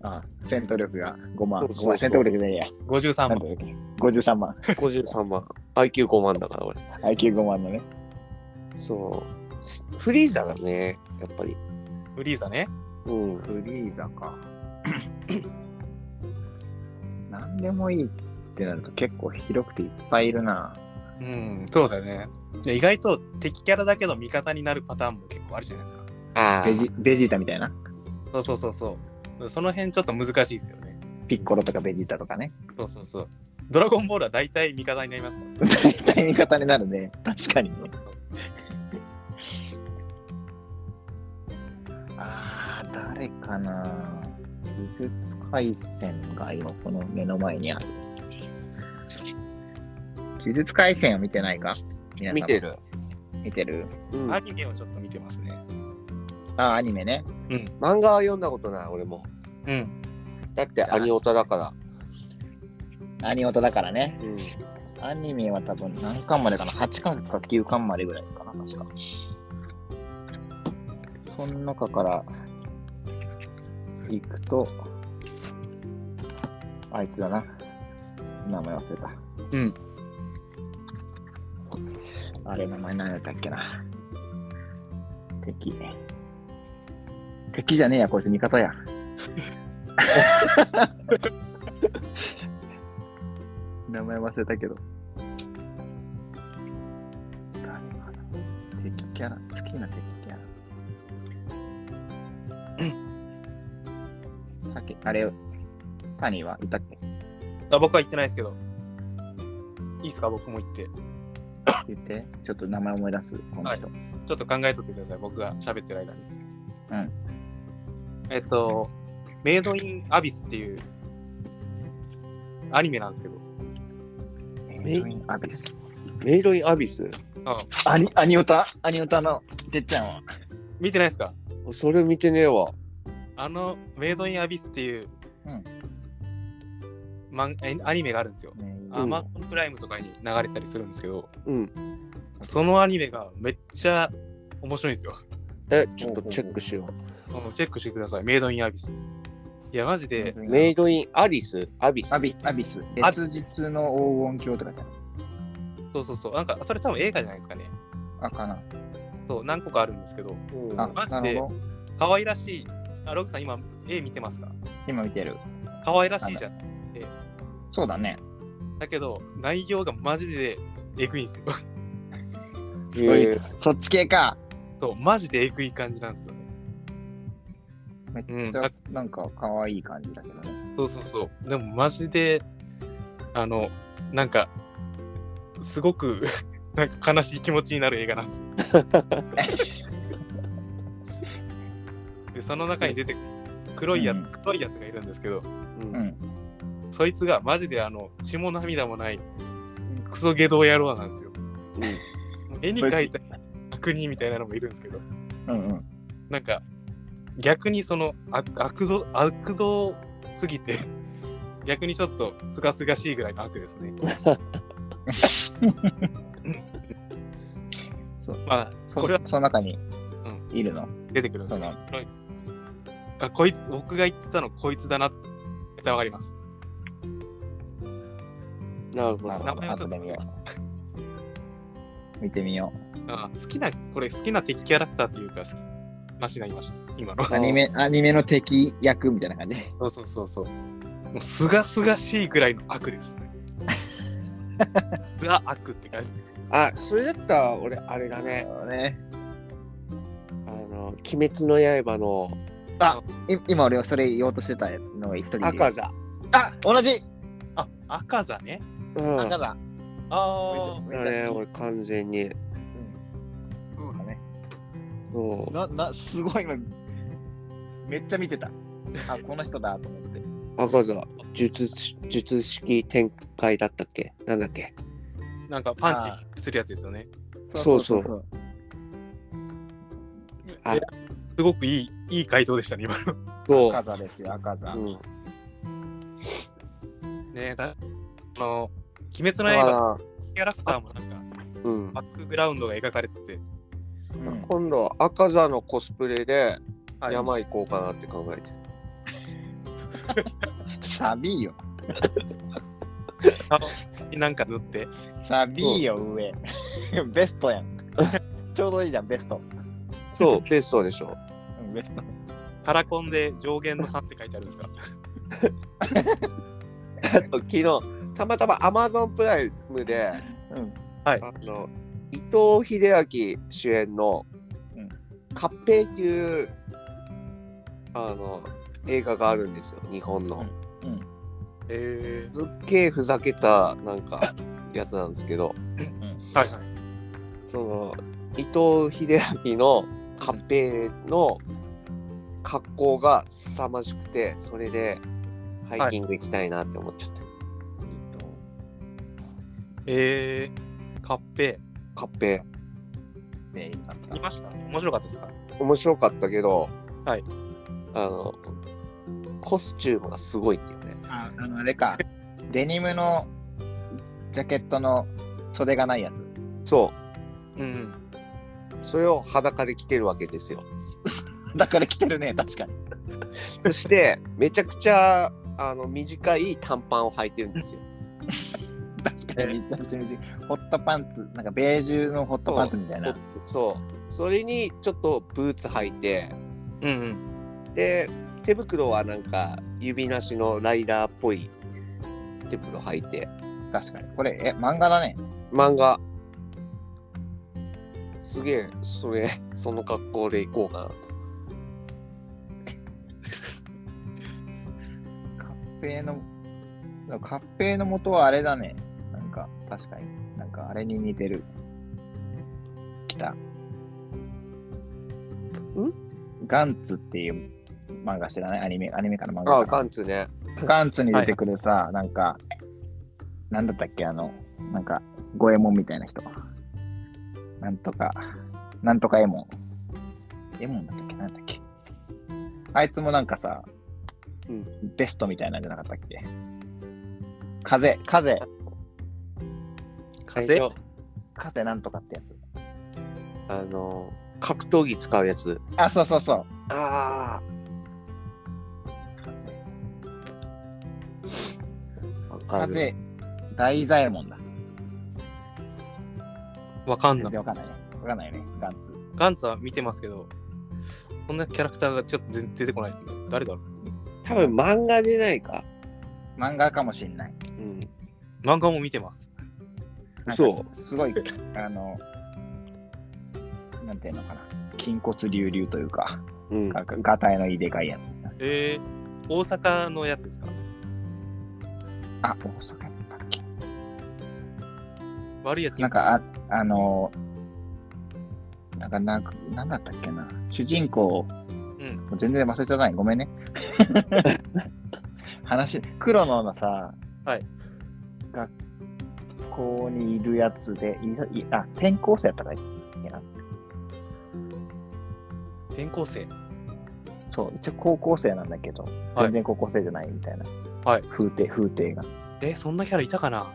B: あ戦闘力が5万。
A: そうそうそう
B: 5万戦闘力でいいや。
C: 53
B: なん
C: 番
B: だっけ53万。
A: 53万。IQ5 万だから俺。
B: IQ5 万のね。
A: そう。フリーザだね、やっぱり。
C: フリーザね。
A: うん。
B: フリーザか。 なんでもいいってなると結構広くていっぱいいるな。
C: うん、そうだね。で意外と敵キャラだけど味方になるパターンも結構あるじゃないですか。
A: あ
B: ベジベジータみたいな。
C: そうそうそうそう。その辺ちょっと難しいですよね。
B: ピッコロとかベジータとかね。
C: そうそうそう。ドラゴンボールは大体味方になりますからね。
B: 大 体味方になるね。確かにね。ああ、誰かな。呪術廻戦が今この目の前にある。呪術廻戦を見てないか皆さん
A: あ。見てる。
B: 見てる
A: うん
C: アニメをちょっと見てますね。
B: ああ、アニメね。
A: 漫画は読んだことない俺も
C: うん。
A: だってアニオタだから
B: アニオタだからね。
A: うん
B: アニメは多分何巻までかな ?8 巻か9巻までぐらいかな確か。その中から行くと、あいつだな。名前忘れた。
C: うん。
B: あれ、名前何だったっけな。敵。敵じゃねえや、こいつ味 方や。名前忘れたけど。誰かな敵キャラ、好きな敵キャラ。さっき、あれ、タニーはいたっけ
C: あ僕は言ってないですけど。いいですか僕も言って。ち
B: 言って、ちょっと名前思い出す、この人。
C: ょっと考えとってください。僕が喋ってる間に。
B: うん。
C: えっと、メイドインアビスっていうアニメなんですけど。
B: メイドインアビス。
A: メイドインアビス
B: アニアニオタ、アニオタのてっちゃんは。
C: 見てないですか
A: それ見てねえわ
C: あのメイドインアビスっていう、
B: うん
C: マンえアニメがあるんですよ。
B: ね
C: アマゾンプライムとかに流れたりするんですけど、
A: うん。
C: そのアニメがめっちゃ面白いんですよ。
A: え、ちょっとチェックしよ
C: あのチェックしてください。メイドインアビス。いや、マジで、
A: う。メイドインアリスアビス
B: アビアビス。
C: アビ
B: 別日の黄金鏡とかだっ
C: そうそうそう。なんか、それ多分映画じゃないですかね。
B: たあかな。
C: そう、何個かあるんですけど、
A: うん
B: あ
C: マ、ジで
B: なるほど。
C: 可愛らしい。あ、ログさん、今、絵見てますか
B: 今見てる。
C: 可愛らしいじゃん。
B: そうだね。
C: だけど、内容がマジでえぐいんですよ。
A: へー
B: そっち系か。
C: そう、マジでえぐい感じなんですよね。
B: めっ
C: うん
B: ちゃなんか可愛い感じだけどね。
C: そうそうそう。でも、マジで、あの、なんか、すごく、 なんか悲しい気持ちになる映画なんですよ。で、その中に出てくる黒いや
B: うん
C: つ、黒いやつがいるんですけど、
A: うん
B: うん。
C: そいつがマジであの血も涙もないクソゲド野郎なんですよ。
A: うん
C: 絵に描いた悪人みたいなのもいるんですけど、
B: うんうん。
C: なんか逆にその悪悪道悪道すぎて、 逆にちょっとすがすがしいぐらいの悪です ね。
B: そう
C: まあ、
B: そ
C: これは
B: その中に
C: ん
B: いるの。
C: 出てくるんです
B: そ
C: よ。
B: の
C: あこいつ僕が言ってたのこいつだなってわかります。
A: なるほ
B: なる
A: ど。
B: ほ
C: 名前をちょ
B: ど後
C: っと
B: で見よ う。見てみよ
C: あ好きな、これ好きな敵キャラクターというか、好きな話になりました。今の。
B: う。アニメ、アニメの敵役みたいな感じ。
C: そうそうそうそう。もうすがすがしいぐらいの悪です ね。ザ悪って感じ。
A: あ、それだったら俺、あれだね。
B: ね。
A: あの、鬼滅の刃の
B: い今俺はそれ言おうとしてたのが一人で。
A: 赤座。
B: あ同じ
C: あ、赤座ね。
A: うん。
B: 赤
A: あ
B: だ。
C: あ
B: めっち
A: れ、
B: ゃ好き
A: 俺、完全に。
B: うんそうだね。
A: そう
B: な、な、すごい今、めっちゃ見てた。あ、この人だと思って。
A: 赤座、術し、術式展開だったっけなんだっけ
C: ー。なんかパンチするやつですよね。
A: そうそう
B: う。
A: あ
C: えすごくいい、いい回答でしたね、今の。
A: そう。
B: 赤座ですよ、赤座。
A: うん、
C: ねえだあの、鬼滅の刃
A: ああ、
C: キャラクターもなんか、
A: うん。
C: バックグラウンドが描かれてて、
B: うん
A: 今度は赤座のコスプレで
C: はい
A: 山行こうかなって考えてる。
B: サビよ。
C: 顔になんか塗って、
B: サビよ、上。 ベストやん。 ちょうどいいじゃん、ベスト。
A: そう、ベストでし ょ。
B: うんベスト。
C: タラコンで上限の3って書いてあるんですか。
A: 昨日、たまたま Amazon プライムで、
B: うん。
A: あの伊藤英明主演の
B: うん
A: 「カッペイ」っていうあの映画があるんですよ日本の。
C: え
A: すっげえふざけたなんかやつなんですけど
C: ー。はいはい。
A: その伊藤英明の「カッペイ」の格好が凄まじくてそれでハイキング行きたいなって思っちゃった。
C: えー、カッペ、
A: カッペ
B: で、よかった
C: 見ました面白かったですか
A: イ面白かったけど、
C: はい
A: あのコスチュームがすごいんだよね。
B: ああの、あれか。デニムのジャケットの袖がないやつ。
A: そう
C: うん。
A: それを裸で着てるわけです よ。
B: だから着てる ね、確かに。
A: そして、めちゃくちゃあの短い短パンを履いてるん ですよ。
B: 確かに、めちゃくちゃ短いホットパンツ、なんかベージュのホットパンツみたいな。
A: そう。それにちょっとブーツ履いて、
C: うんうん。
A: で、手袋はなんか指なしのライダーっぽい手袋履いて、
B: 確かに。これ、え、漫画だね。
A: 漫画。すげえ、それ、その格好で行こうかなと。
B: カッペイの、カッペイの元はあれだね。なんか、確かに。なんか、あれに似てる。きた。んガンツっていう漫画知らないアニメ、アニメかな漫
A: あ
B: 画
A: あ、
B: か
A: ガンツね。
B: なガンツに出てくるさ、なんか、なんだったっけ、あの、なんか、五右衛門みたいな人。なんとか、なんとかエモン。エモンだったっけなんだっけあいつもなんかさ、
A: うん
B: ベストみたいなんじゃなかったっけ風、風、
C: 風邪
B: 風なんとかってやつ。
A: あの、格闘技使うやつ。
B: あ、そうそうそう。
C: ああ。
A: わかる。
B: 風、大左衛門だ。
C: わかん
B: 全
C: ない。
B: 然わかんないね。わかんないね。ガンツ。
C: ガンツは見てますけど、こんなキャラクターがちょっと全然出てこないですね。誰だろう
A: 多分漫画でないか。
B: 漫画かもしんない。
A: うん。
C: 漫画も見てます。
B: なんか
A: そ
B: すごい、あの、なんていうのかな。筋骨隆々というか、
A: う。うん。
B: ががたいのいいでかいやつ。
C: えー、大阪のやつですか
B: あ、大阪やったっけ
C: 悪いやつ
B: なんか、あ、あのーなんか、なんか、なんだったっけな。主人公、
C: うん。
B: もう全然忘れてない。ごめんね。話、黒野のさ、
C: はい。
B: 学校にいるやつで、いいあ、転校生やったからいいな。
C: 転校生。
B: そう、一応高校生なんだけど、
C: はい
B: 全然高校生じゃないみたいな。
C: はい
B: 風景、風景が。
C: えー、そんなキャラいたかな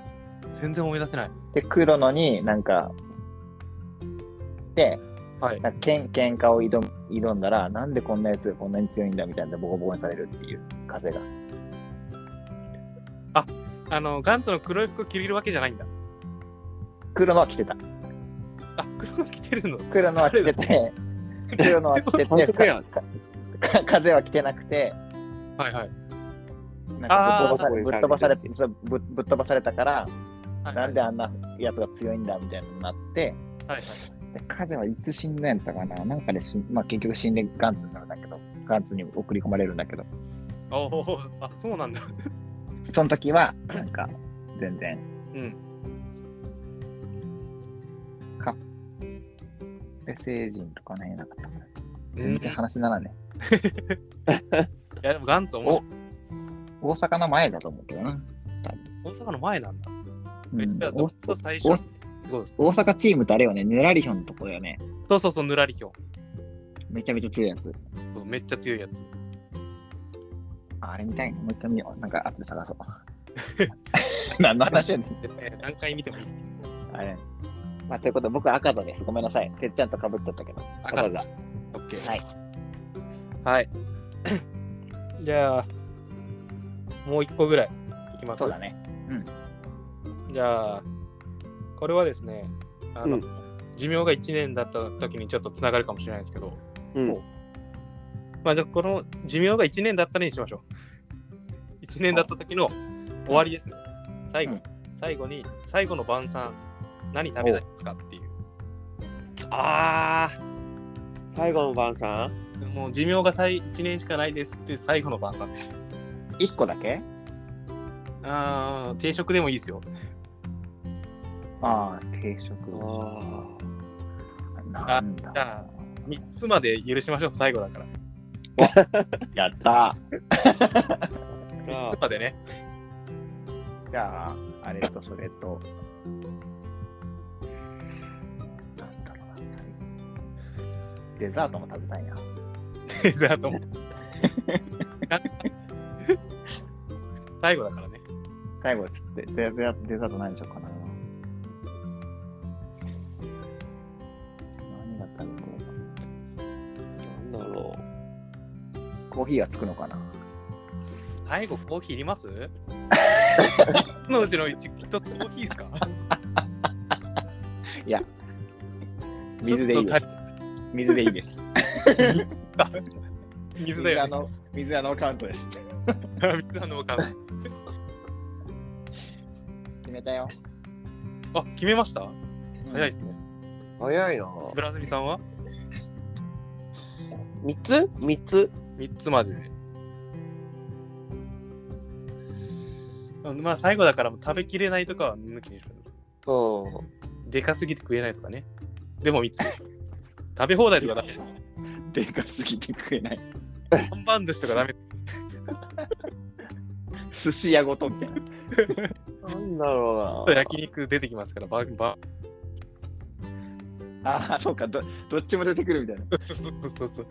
C: 全然思い出せない。
B: で、黒野になんか、で、
C: はい。
B: なんかけん喧嘩を挑む挑んだら、なんでこんなやつがこんなに強いんだみたいなんでボコボコにされるっていう風が。
C: あの、ガンツの黒い服着れるわけじゃないんだ。
B: 黒野は来てた。
C: あ、黒の着てるの
B: 黒野は来てて、黒野は来 て
A: 反
B: て、
A: 則や
B: かか
A: ん
B: 風は来てなくて、
C: はいはい。
B: なんかぶっ飛ばさ
A: あ
B: れ
A: ー
B: ぶっ飛ばされそうぶぶっ飛ばされたから、
C: はい
B: なんであんなやつが強いんだみたいになって、
C: はいはい。
B: で風はいつ死んだんやったかな、なんかで死ん、まあ、結局死んでガンツになるんだけど、ガンツに送り込まれるんだけど、
C: おお、あ、そうなんだ。
B: その時は、なんか全然
C: うん。
B: で成人とかね、いなかったから。
C: うん
B: 全然話にならんね。
C: いや、でもガンツ面白い。
B: 大阪の前だと思うけどな。
C: 大阪の前なんだ。
B: うん
C: めっちゃ、ど
B: お
C: っと最初。そうです
B: 大阪チームとあれよね、ぬらりひょんのとこよね。
C: そうそうそう、ぬらりひょん
B: めちゃめちゃ強いやつ。
C: そう。めっちゃ強いやつ。
B: ああれ見たいね。もう一回見よう。なんか後で探 そう。何の話やねん。
C: え何回見てもいい。
B: あれ。まあ、ということで、僕は赤座です。ごめんなさい。てっちゃんとかぶっちゃったけど。
A: 赤だ。
C: オッケー。
B: はい。
C: はい。 じゃあ、もう一個ぐらいいきます。
B: そうだね。
C: じゃあ、これはですね、あの、
A: うん
C: 寿命が1年だった時にちょっとつながるかもしれないですけど、
A: うん。
C: まあじゃあこの寿命が1年だったりにしましょう。1年だった時の終わりですね。最後、
B: うん
C: 最後に、最後の晩餐、何食べたいですかっていう。
A: ああ。最後の晩さん
C: もう寿命が最1年しかないですって最後の晩餐です。
B: 一個だけ
C: あー定食でもいいですよ。
B: ああ、定食。
A: あ
B: なんだ
C: じゃあ3つまで許しましょう、最後だから。
B: やった
A: あ。じゃあ
C: 3つまでね。
B: じゃあ、あれとそれと。なんだろうな。デザートも食べたいな。
C: デザート も。最後だからね。
B: 最後、ちょっとデデザデザート何にしようかな。何が食べてるか。
A: なんだろう。
B: コーヒーがつくのかな。
C: 最後コーヒーいります のうちの一一つコーヒーですか
B: 水でいいで
C: ちょ
B: す
C: っと。
B: 水でいいです。
C: 水だよ、ね。
B: の水屋のカウントです。
C: 水あのわかんない
B: 決めたよ。
C: あ、決めました早いですね。
A: 早いな。
C: ブラスミさんは
A: 三つ三つ
C: ?3 つまでで。あまあ最後だからもう食べきれないとかは抜きにしよ
A: う
C: う。でかすぎて食えないとかね。でも3つです。食べ放題とかダメ。
B: でかすぎて食えない。
C: 本番寿司とかダメ。
B: 寿司屋ごとみたいな。
A: ん。なんだろうな。
C: 焼肉出てきますから、バンバ
B: ああ、そうかど、どっちも出てくるみたいな。
C: ン。そうそうそうそう。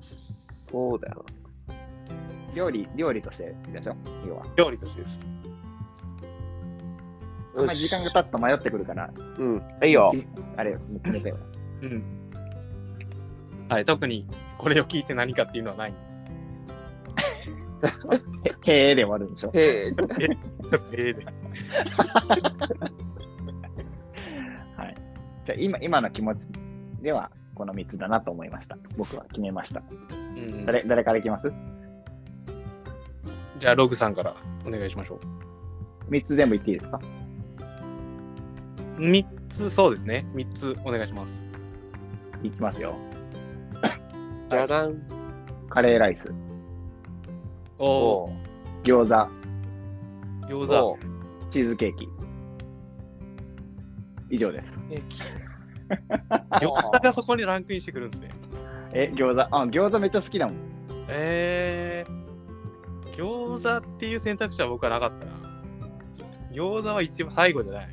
A: そうだよ
B: 料理、料理としてでしょ、要は。
C: 料理としてです。
B: あんまり時間が経つと迷ってくるから。
A: うん。はいよ。
B: あれよ、決めてよ。
C: うん。はい、特にこれを聞いて何かっていうのは ない。
B: へへー で終わるんでしょ。
A: へえ。
C: せいで
B: はい。じゃあ今、今の気持ちでは、この3つだなと思いました。僕は決めました。
C: うん、
B: 誰、誰からいきます
C: じゃあ、ログさんからお願いしましょう。
B: ?3 つ全部言っていいですか
C: 3つ、そうですね。3つお願いします。
B: いきますよ。
A: じゃらん。
B: カレーライス、
C: おお、
B: 餃子、
C: 餃
A: お
C: 子。
A: う
B: チーズケーキ。以上です。
C: 餃子がそこにランクインしてくるんですね。
B: え、餃子、あ、餃子めっちゃ好きだもん。
C: えー、餃子っていう選択肢は僕はなかったな。餃子は一番最後じゃない。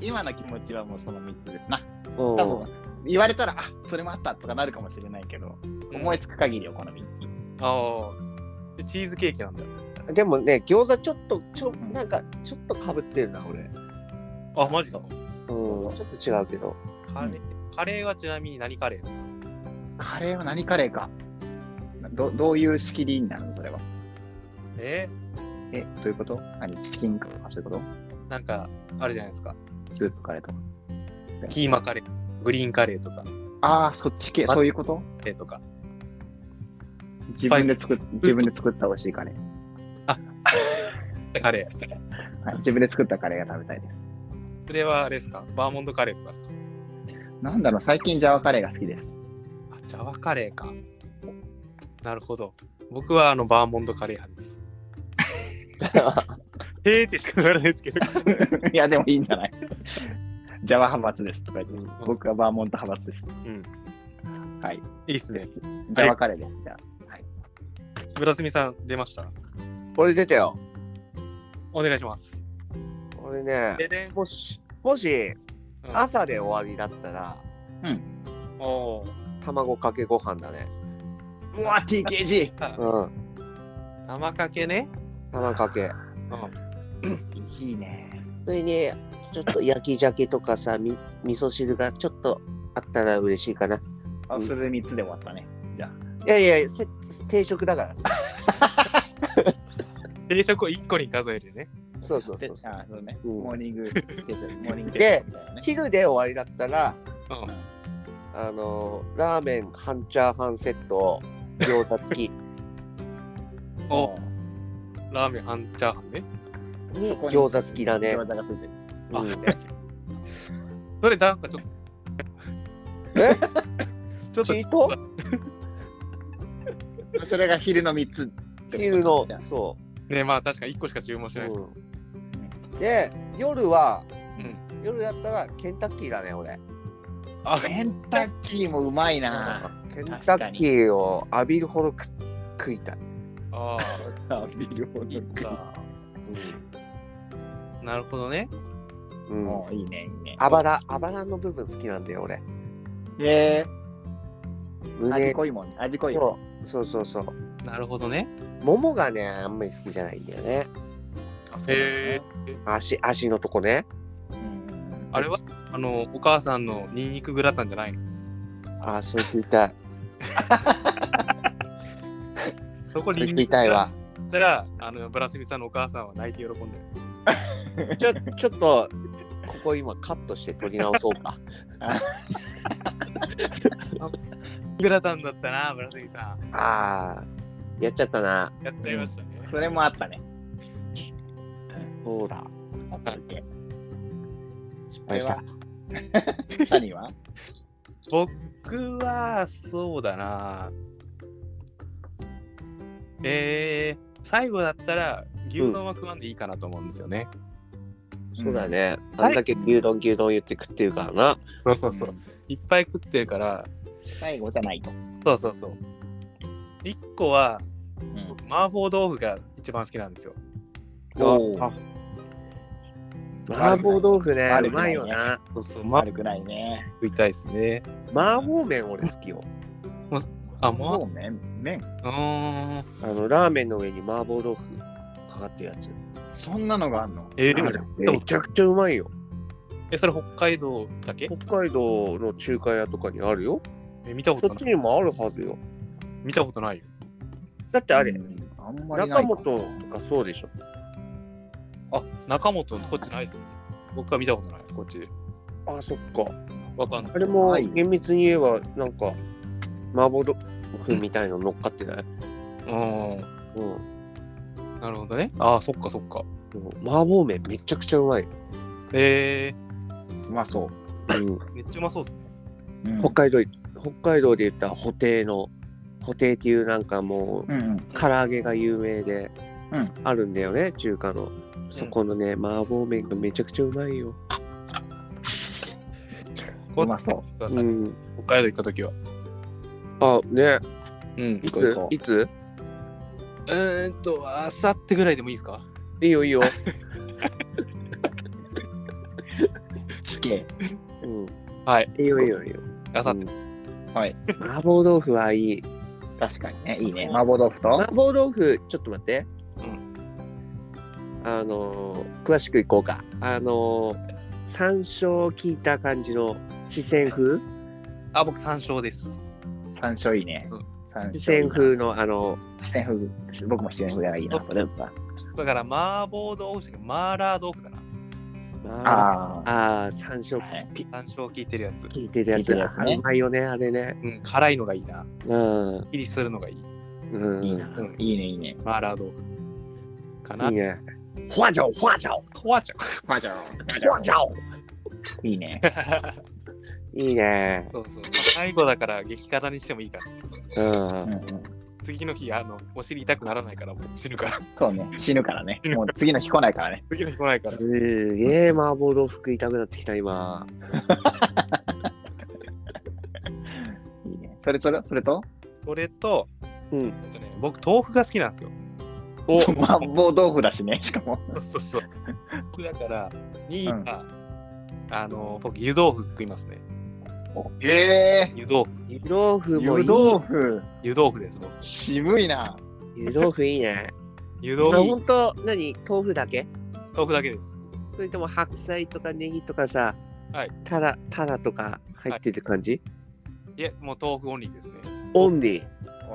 B: 今の気持ちはもうその3つですな。
A: おう
B: 多分、言われたら、あ、それもあったとかなるかもしれないけど、思いつく限りお好み。
C: ああ。でチーズケーキなんだ。
A: でもね、餃子ちょっと、ちょ、なんか、ちょっとかぶってるな、俺。
C: あ、マジですか。
A: うん、ちょっと違うけど。
C: カレー、カレーはちなみに何カレーですか
B: カレーは何カレーか。どどういう仕切りになるのそれは。
C: え
B: え、どういうこと何チキンとかそういうこ
C: ー、なんか、あるじゃないですか。
B: とスープカレーとか。
C: キーマカレー、グリーンカレーとか、
B: ああ、そっち系、
C: あ
B: そういうこと
C: カレーとか。
B: 自分で作っ自分で作った美味しいカレー、
C: カレー。
B: はい。自分で作ったカレーが食べたいです。
C: それはあれですかバーモントカレーとかですか
B: なんだろう、最近ジャワカレーが好きです。
C: あ、ジャワカレーか。なるほど。僕はあのバーモントカレー派 です。へーってしか言われないですけど。
B: いや、でもいいんじゃないジャワ派閥ですとか言って、僕はバーモント派閥です。はい。
C: いいっすね。
B: ジャワカレーです。じゃあ
C: 村住さん出ました。
A: 俺出たよ。
C: お願いします。
A: 俺ね、
C: で
A: もし、もし、
C: うん
A: 朝で終わりだったら、
C: お
A: 卵かけご飯だね。
B: うわ、TKG!
C: ー
A: うん、
C: 玉かけね。
A: 卵かけ。
C: うん
B: いいね。
A: それに、ちょっと焼き鮭とかさ、み味噌汁がちょっとあったら嬉しいかな。
B: あ、
A: うん
B: それで3つで終わったね。じゃあ。
A: いやいや、せ定食だからさ。
C: 定食を1個に数えるよね。
A: そうそうそうそう。
B: あそうね。
A: うん
B: モーニン グ定食、モーニング
A: で
B: 定食みたいなね。
A: 昼で終わりだったら、
C: うん
A: あのーラーメン半チャーハンセット餃子付き
C: おラーメン半チャーハンね。
A: に
B: そこに
A: 餃子付きだね
B: 餃。子がついてる。
C: あ
A: うん
C: それなんかちょっと。
A: え
C: ちょっと
A: チート
B: それが昼の3つってこと。
A: 昼の
B: じゃあ
A: そ
C: ねまあ確か1個しか注文し
A: う、
C: てないです。
A: うんで夜は、
C: う
A: 夜だったらケンタッキーだね俺
C: あ
B: ケンタッキーもうまいな。
A: ケンタッキーを浴びるほど食食いたい、
C: あ
B: ビルホ
C: いいかあ、なるほどね。
A: うんうん
B: もういいね、いいね。
A: あばらあばらの部分好きなんだよ俺
B: えー、味
A: 胸
B: 濃いもんね。味濃いもん。
A: とそうそうそう
C: なるほどね。
A: ももがねあんまり好きじゃないんだよね
C: へ
A: 足足のとこね
B: うん
C: あれはあのお母さんのニンニクグラタンじゃないの
A: ああそれ食いたい
C: そこ
A: それ
C: ニン
A: 食
C: ニ
A: い
C: クグラ
A: たい
C: タ
A: わ
C: ンしたら、あのブラスミさんのお母さんは泣いて喜んでる。
A: ちょちょっとここ今カットして取り直そうか。
C: グラタンだったな、ブラスミさん。
A: ああ、やっちゃったな。
C: やっちゃいましたね。
B: それもあったね。
A: そうだ。
B: あったっけ
A: 失敗した。
B: 何は
C: 僕は、そうだな。えー、最後だったら、牛丼は食わんでいいかなと思うんですよね。
A: そうだね。
C: ん
A: あんだけ牛丼牛丼言って食ってるからな。
C: そうそうそう。。いっぱい食ってるから、
B: 最後じゃないと。
C: そうそうそう。一個は、
B: うん
C: 僕麻婆豆腐が一番好きなんですよ。
B: おー
A: あ麻婆豆腐ね、
B: 悪
A: う
B: くな
A: ま
B: いね
A: いよな。
C: そうそう、麻婆
B: 悪くないね。
C: 食いたいですね。
A: 麻婆麺俺好きよ。
C: あ、も
B: もう麺、麺。
C: う、うーん。
A: あの、ラーメンの上に麻婆豆腐かかってるやつ。
B: そんなのがあんの
C: え
A: あれ
C: ー、
A: めちゃくちゃうまいよ。
C: えそれ北海道だけ
A: 北海道の中華屋とかにあるよ。
C: え見たこ
A: そ
C: と
A: っち
C: ない。
A: にもあるはずよ。
C: 見たことないよ。
A: だってあれ、
B: うんあんまりな
A: 中
B: い
A: 本とかそうでしょ。
C: あ、中本こっちないっすね。僕は見たことない、こっちで。
A: あそっか。
C: わかんない。
A: あれも
B: はい
A: 厳密に言えば、なんか、麻婆豆腐みたいの乗っかってない。
C: う
A: うん。
C: ん。なるほどね。あー、そっかそっか。
A: うん麻婆麺めちゃくちゃうまい。
C: え
B: うまそ
C: ー、めっちゃうまそうっすね。
B: う。うん
A: 北海道、北海道で言ったらホテイの、ホテイっていうなんかもう、
B: うんうん。
A: 唐揚げが有名で、
B: うん
A: あるんだよね、中華の。そこのね、麻婆麺がめちゃくちゃうまいよ。
C: こ
B: うまそう
C: くださ
A: う
C: い
A: ん。
C: 北海道行った時は。
A: あ、ね、
C: うん。
A: い
B: 行こ
A: つ
B: う行こう
A: いつ
C: うーんと、あさってぐらいでもいいですか
A: いいよいいよ。
B: 地形。
A: うん。
C: はい。
A: いいよいいよいいよ。
C: あさって。
B: はい。
A: 麻婆豆腐はいい。
B: 確かにね。いいね。麻婆豆腐と
A: 麻。婆豆腐ちょっと待って、
C: う
A: あのー詳しくいこうかあのー山椒を効いた感じの四川風
C: あ、僕、山椒です。
B: 山椒いいね
C: うん。
B: 山椒。
A: 四川。風のあの
B: 四川風。僕も四川風がいいな。それは。
C: だから、麻婆豆腐じゃなくて麻辣豆腐だな。
A: あ
B: あ
A: ーあー山椒
B: あ。はい。
C: 山椒効いてるやつ。
A: 効いてるやつ
B: 効いてるやつね
A: あうまいよねあれね
C: うん、辛いのがいいな。
A: うん
C: ピリするのがいい。
A: うん
B: いい
C: うん
B: な。いいね、いいね。
C: 麻辣豆腐。かな。
A: いいね花椒花椒
C: ホワち ゃん。
B: 麻椒。
A: 花椒
B: いいね。
A: いいね
C: そうそう。最後だから激辛にしてもいいから。
A: うん
B: うんうん。
C: 次の日、あの、お尻痛くならないから、もう死ぬから。
B: そうね。死ぬからね。もう次の日来ないからね。
C: 次の日来ないから。
A: すげえ麻婆豆腐食いたくなってきた今
B: いいね。それそれそれと
C: それと、
A: うん
C: えっとね、僕、豆腐が好きなんですよ。
A: お
B: 麻婆豆腐だ しね。しかも。
C: そうそうそう。僕、だから、2位が、あの、僕、湯豆腐食いますね。
B: ええ。
C: 湯豆腐。
A: 湯豆腐もい
B: 湯
A: い
B: 豆腐。
C: 湯豆腐です、僕。
B: 渋いな。
A: 湯豆腐いいね
C: 湯
A: あ
C: 豆腐、
A: 本当何豆腐だけ
C: 豆腐だけです。
A: それとも白菜とかネギとかさ、
C: はい、
A: タラタラとか入ってる感じ、
C: いえ、もう豆腐オンリーですね。
A: オンリー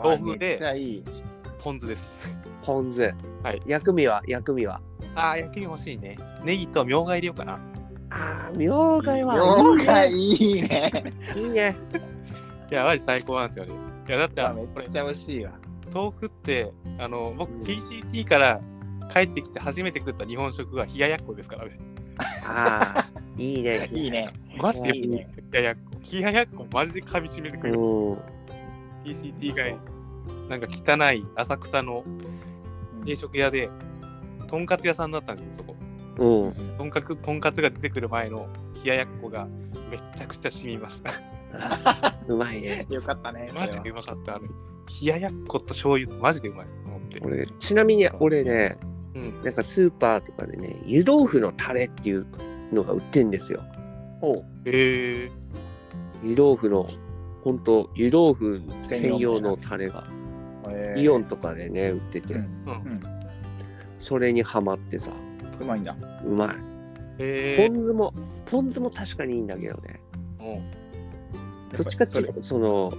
C: 豆腐で
B: めっちゃいい。
C: ポン酢です。
A: ポン酢、
C: はい
A: 薬味は薬味は
C: ああ、薬味欲しいね。ネギとみょうが入れようかな。
A: ああみょうがいは
B: ようがいいね。
A: いいね
C: いや、マジ最高なんですよね。いや、だって、あ
B: め
C: のこれ
B: っ、ちゃ美味しいわ。
C: 豆腐って、あの、僕、
A: うん
C: PCT から帰ってきて初めて食った日本食は冷ややっこですからね。
A: ああいいね
B: いいね。
C: マジで
A: い
C: 冷
A: いね
C: ややっこ。冷ややっこ、マジで噛み締めてく
A: う
C: る。
A: ん
C: PCT がなんか汚い浅草の定食屋で、とんかつ屋さんだったんですよ、そこ。
A: うん
C: とんかくとんかつが出てくる前の冷ややっこがめちゃくちゃ染みました。
A: うまいね
B: よかったね。
C: マジでうまかった。あの冷ややっこと醤油、マジでうまいと思って。
A: 俺ちなみに俺ね
C: うん。
A: なんかスーパーとかでね湯豆腐のタレっていうのが売ってんですよ
C: へえ
A: 湯豆腐のほんと湯豆腐専用のタレがイオ
B: ン。
A: ンとかでね売ってて、
B: うん
C: うん。
A: それにはまってさ
B: うまいんだ。
A: うまい
C: へ
A: ポ
C: え
A: ン酢もポン酢も確かにいいんだけどね
C: うん
A: どっちかっていうとその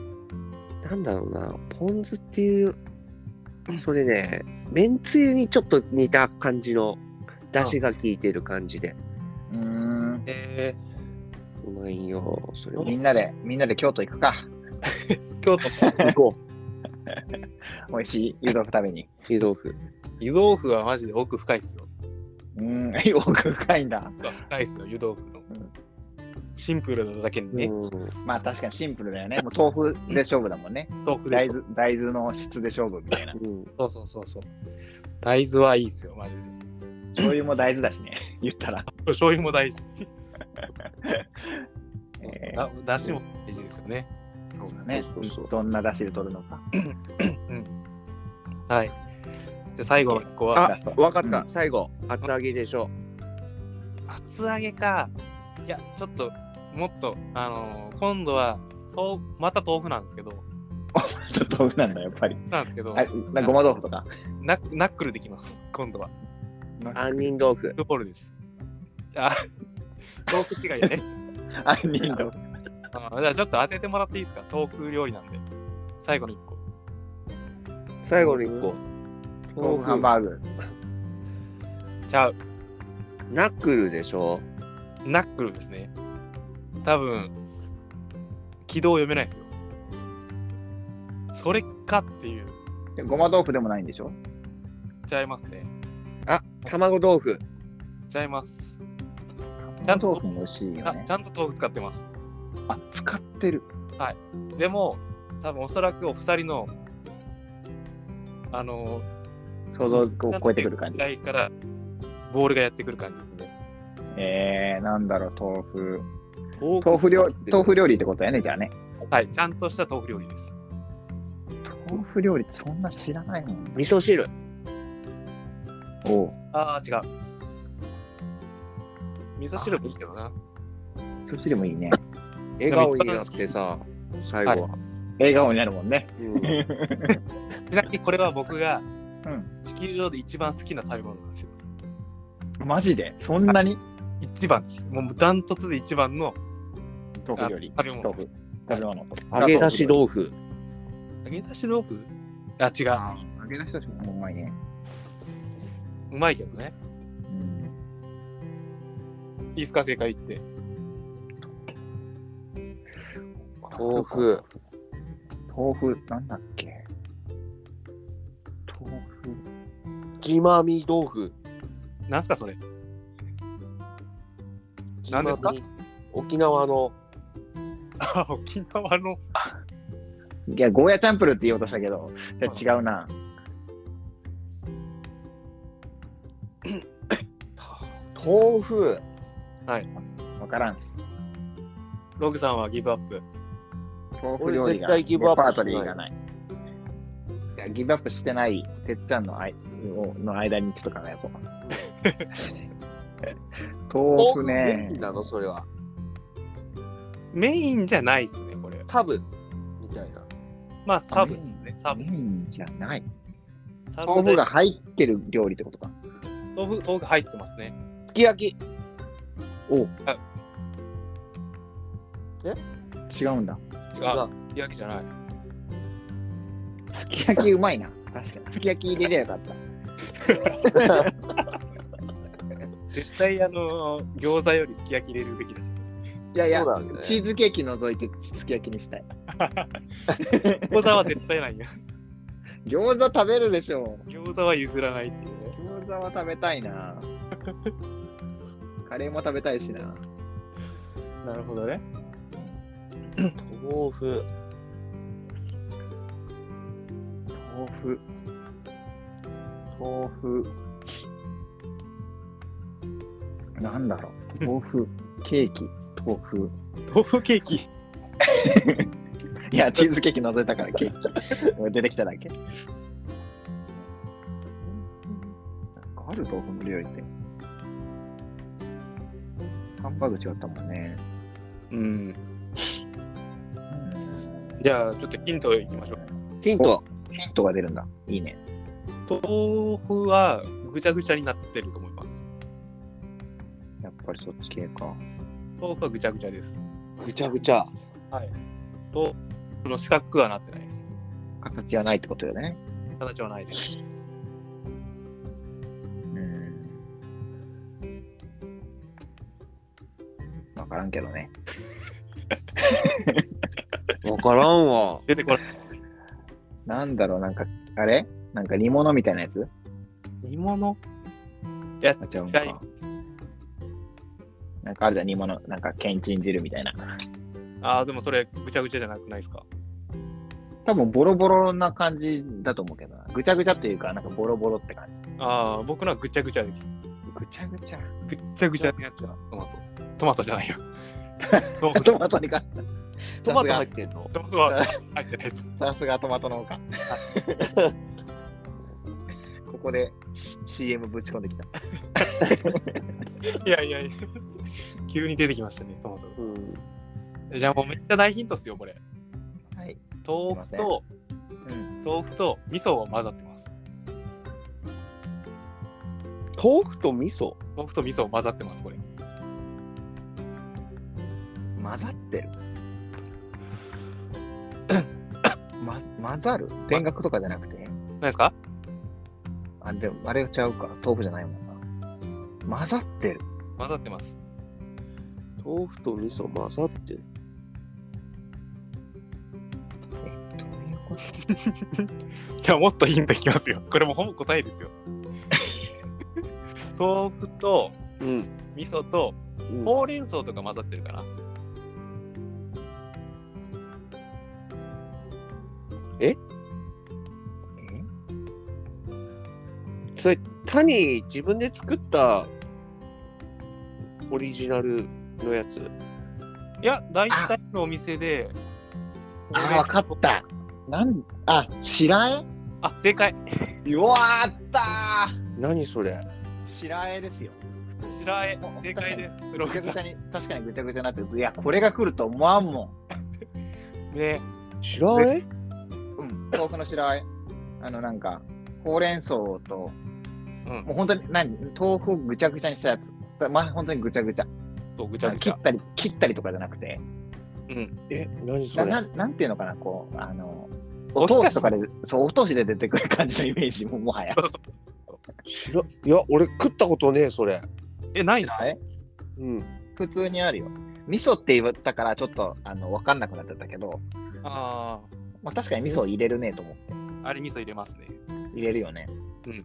A: なんだろうなポン酢っていうそれねめんつゆにちょっと似た感じの出汁が効いてる感じで
B: うーん。
C: え
A: うまいよそれも
B: みんなで、みんなで京都行くか。
C: ー、京都
A: 行こう
B: 美味しい湯豆腐食べに。
A: 湯豆腐
C: 湯豆腐はマジで奥深いっすよ。
B: うーん。 奥深いんだ。
C: 深いっすよ、湯豆腐の
B: ん。
C: シンプルなだけにね、
A: うん
B: まあ確かにシンプルだよね。もう豆腐で勝負だもんね。
C: 豆腐でし
B: 大
C: ょ。
B: 豆、大豆の質で勝負み たいな。
A: うん
C: そうそうそうそう。大豆はいいっすよ、マジで。
B: 醤油も大豆だしね。言ったら。
C: 醤油も大事。
B: えー
C: だだしも大事ですよね。
B: そうだね
A: そうそう。
B: どんな出汁で取るのか。
C: はい。じゃあ最後の1個は。
A: あわかった、
B: う
A: 最後厚揚げでしょ
C: 厚揚げかいやちょっともっとあのー今度は豆また豆腐なんですけど
B: ちょっと豆腐なんだ、やっぱり。
C: なんですけど
B: あ、なごま豆腐とか。
C: ナナックルできます今度は
A: 杏仁豆腐。
C: フボールです。あ、 豆腐違いやね。
B: あ、人道。
C: あじゃあちょっと当ててもらっていいですか豆腐料理なんで。最後の一個。
A: 最後の一個。
B: 豆腐ハン
A: 豆
B: バーグ。
C: じゃあ、
A: 腐ナックルでしょ
C: ナックルですね。多分、軌道読めないですよ。それかっていう。
B: でごま豆腐でもないんでしょ
C: ちゃいますね。
A: あ、卵豆腐。
C: ちゃいます。
B: ちゃんと豆腐も美味しいよ
C: あ、
B: ね
C: ち。ゃんと豆腐使ってます。
B: あ、使ってる。
C: でも、多分おそらくお二人の、あの、
B: 想像を超えてくる感じ
C: ぐ。らいから、ボールがやってくる感じですね。
B: えー、なんだろう、豆腐。
A: 豆
B: 豆腐料豆腐料
A: 料
B: 理ってことやね、じゃあね。
C: はい、ちゃんとした豆腐料理です。
B: 豆腐料理ってそんな知らないもん。
A: 味噌汁。
B: おう。
C: ああ、違う。味噌汁もいいけどな。
B: そっちでもいいね。
A: 笑顔になってさ、最後は。
B: 笑顔になるもんね。
A: うん
C: ちなみにこれは僕が
B: うん。
C: 地球上で一番好きな食べ物なんですよ。
B: マジでそんなに
C: 一番です。もうダントツで一番の
B: 豆腐料理。
C: あ食べ物で
B: 豆腐
C: す。。
B: 食べ物。
A: 揚げ出し豆腐。
C: 揚げ出し豆腐あ、違
B: あー揚げ出し豆腐もうまいね。
C: う。うまいけどね。
B: うん。
C: いいですか、正解言って。
A: 豆腐。
B: 豆腐、なんだっけ豆腐。
A: きまみ豆腐。
C: なんすか、それ。
A: きま
C: 何
A: み
C: ですか
A: 沖縄の。
C: あ、沖縄の。
B: いや、ゴーヤチャンプルーって言おうとしたけど、いや違うな。
A: 豆腐。
B: わからんっす。
C: ログさんはギブアップ。
B: 豆腐料理が
A: 俺絶対ギブアップしない
B: レパートリーがない。いや、ギブアップしてない、てっちゃんのあいの間にちょっと考えよ う。豆腐ね
A: メイン。なのそれは。
C: メインじゃないですね、これ。
A: タブ。みたいな。
C: まあ、サブですね。サブ
B: メ
C: で
B: イ
C: す。
B: ンじゃない。
C: サブ
B: 豆
C: で
B: 腐が入ってる料理ってことか。
C: 豆腐、豆腐入ってますね。
A: すき焼き。
B: 違うん
C: 違う。
B: だ。
C: すき焼きじゃない。
B: すき焼きうまいな。確かに。すき焼き入れりゃよかった。
C: 絶対、あのー、餃子よりすき焼き入れるべきだし。
B: いやいや
A: そうだよね、
B: チーズケーキ除いてすき焼きにしたい。
C: 餃子は絶対 ないよ。
B: 餃子食べるでしょう。
C: 餃子は譲らないっていうね。
B: 餃子は食べたい な。カレーも食べたいしな。
C: なるほどね。
A: 豆腐。
B: 豆腐。豆腐。なんだろう。豆腐。ケーキ。豆腐。
C: 豆腐ケーキ。
B: いや、チーズケーキ覗いたからケーキ。出てきただけ。なんかある豆腐の料理って。ハンバーグ違ったもんね。
C: うん。
B: うん
C: じゃあ、ちょっとヒントいきましょう。
A: ヒント。
B: ヒントが出るんだ。いいね。
C: 豆腐はぐちゃぐちゃになってると思います。
B: やっぱりそっち系か。
C: 豆腐はぐちゃぐちゃです。
A: ぐちゃぐちゃ。
C: はい。豆腐の四角くはなってないです。
B: 形はないってことよね。
C: 形はないです。
B: うん。わからんけどね。
A: わからんわ。
C: 出てこない。
B: なんだろう、なんか、あれなんか煮物みたいなやつ
C: 煮物
B: あちゃうん
C: 違い
B: か。なんかあるじゃん、煮物。なんか、けんちん汁みたいな。
C: ああ、でもそれぐちゃぐちゃじゃなくないですか。
B: 多分、ボロボロな感じだと思うけどな。ぐちゃぐちゃっていうか、なんかボロボロって感じ。
C: ああ、僕のはぐちゃぐちゃです。
B: ぐちゃぐちゃ。
C: ぐっちゃぐちゃになっちゃう。トマト。トマトじゃ ないよ。豆腐
B: トマトにか。
A: トマト入ってんの
C: トマトは入ってないです。
B: さすがトマト農家。 ここで CM ぶち込んできた。
C: いやいやいや。急に出てきましたね、トマ
A: うん。
C: ト。じゃあもうめっちゃ大ヒントっすよ、これ。
B: はい。
C: 豆腐と、
B: うん。
C: 豆腐と味噌を混ざってます。
A: 豆腐と味噌
C: 豆腐と味噌混ざってます、これ。
B: 混ざってる。 ま、混ざる田楽とかじゃなくて。
C: 何ですか
B: あ、でも、あれちゃうか。豆腐じゃないもんな。混ざってる。
C: 混ざってます。
A: 豆腐と味噌混ざってる
B: どういうこと
C: じゃあ、もっとヒントいきますよ。これもうほぼ答えですよ。豆腐と
A: うん、
C: 味噌と
A: うん
C: ほうれん草とか混ざってるかな。
B: え
A: それ谷自分で作ったオリジナルのやつ
C: いや、大体のお店で。
B: あ、わかった。なん、あ、白え
C: あ、正解。
B: うわーあった
A: 何それ
B: ー白えですよ。
C: 白え、正解です。ロ
B: ぐち
C: ケ
B: ゃ
C: さ
B: ぐちゃに、確かにぐちゃぐちゃになってる。いや、これが来ると思わんもん。
C: ん。ね、
A: 白あえ
B: うん、豆腐の白あえ。あの、なんか、ほうれん草と、
C: うん
B: もう本当に、何、豆腐をぐちゃぐちゃにしたやつ。だまあ、本当にぐちゃぐちゃ。
C: そうぐちゃぐち
B: 切
C: ゃ
B: っ。たり、切ったりとかじゃなくて、
C: うん。
A: え何そ
B: な
A: れ
B: ななんていうのかな、こう、あの、お
C: おひたし
B: 通しとかで、そう、お通しで出てくる感じのイメージも、もはや。
C: そうそう
A: 白いや俺食ったことねえそれ
C: え、ないな。
B: え
A: うん
B: 普通にあるよ。味噌って言ったから、ちょっと、あの、わかんなくなっちゃったけど、
C: あ
B: まあ、確かに味噌入れるねと思って。
C: あ、あれ味噌入れますね。
B: 入れるよね。
C: うん。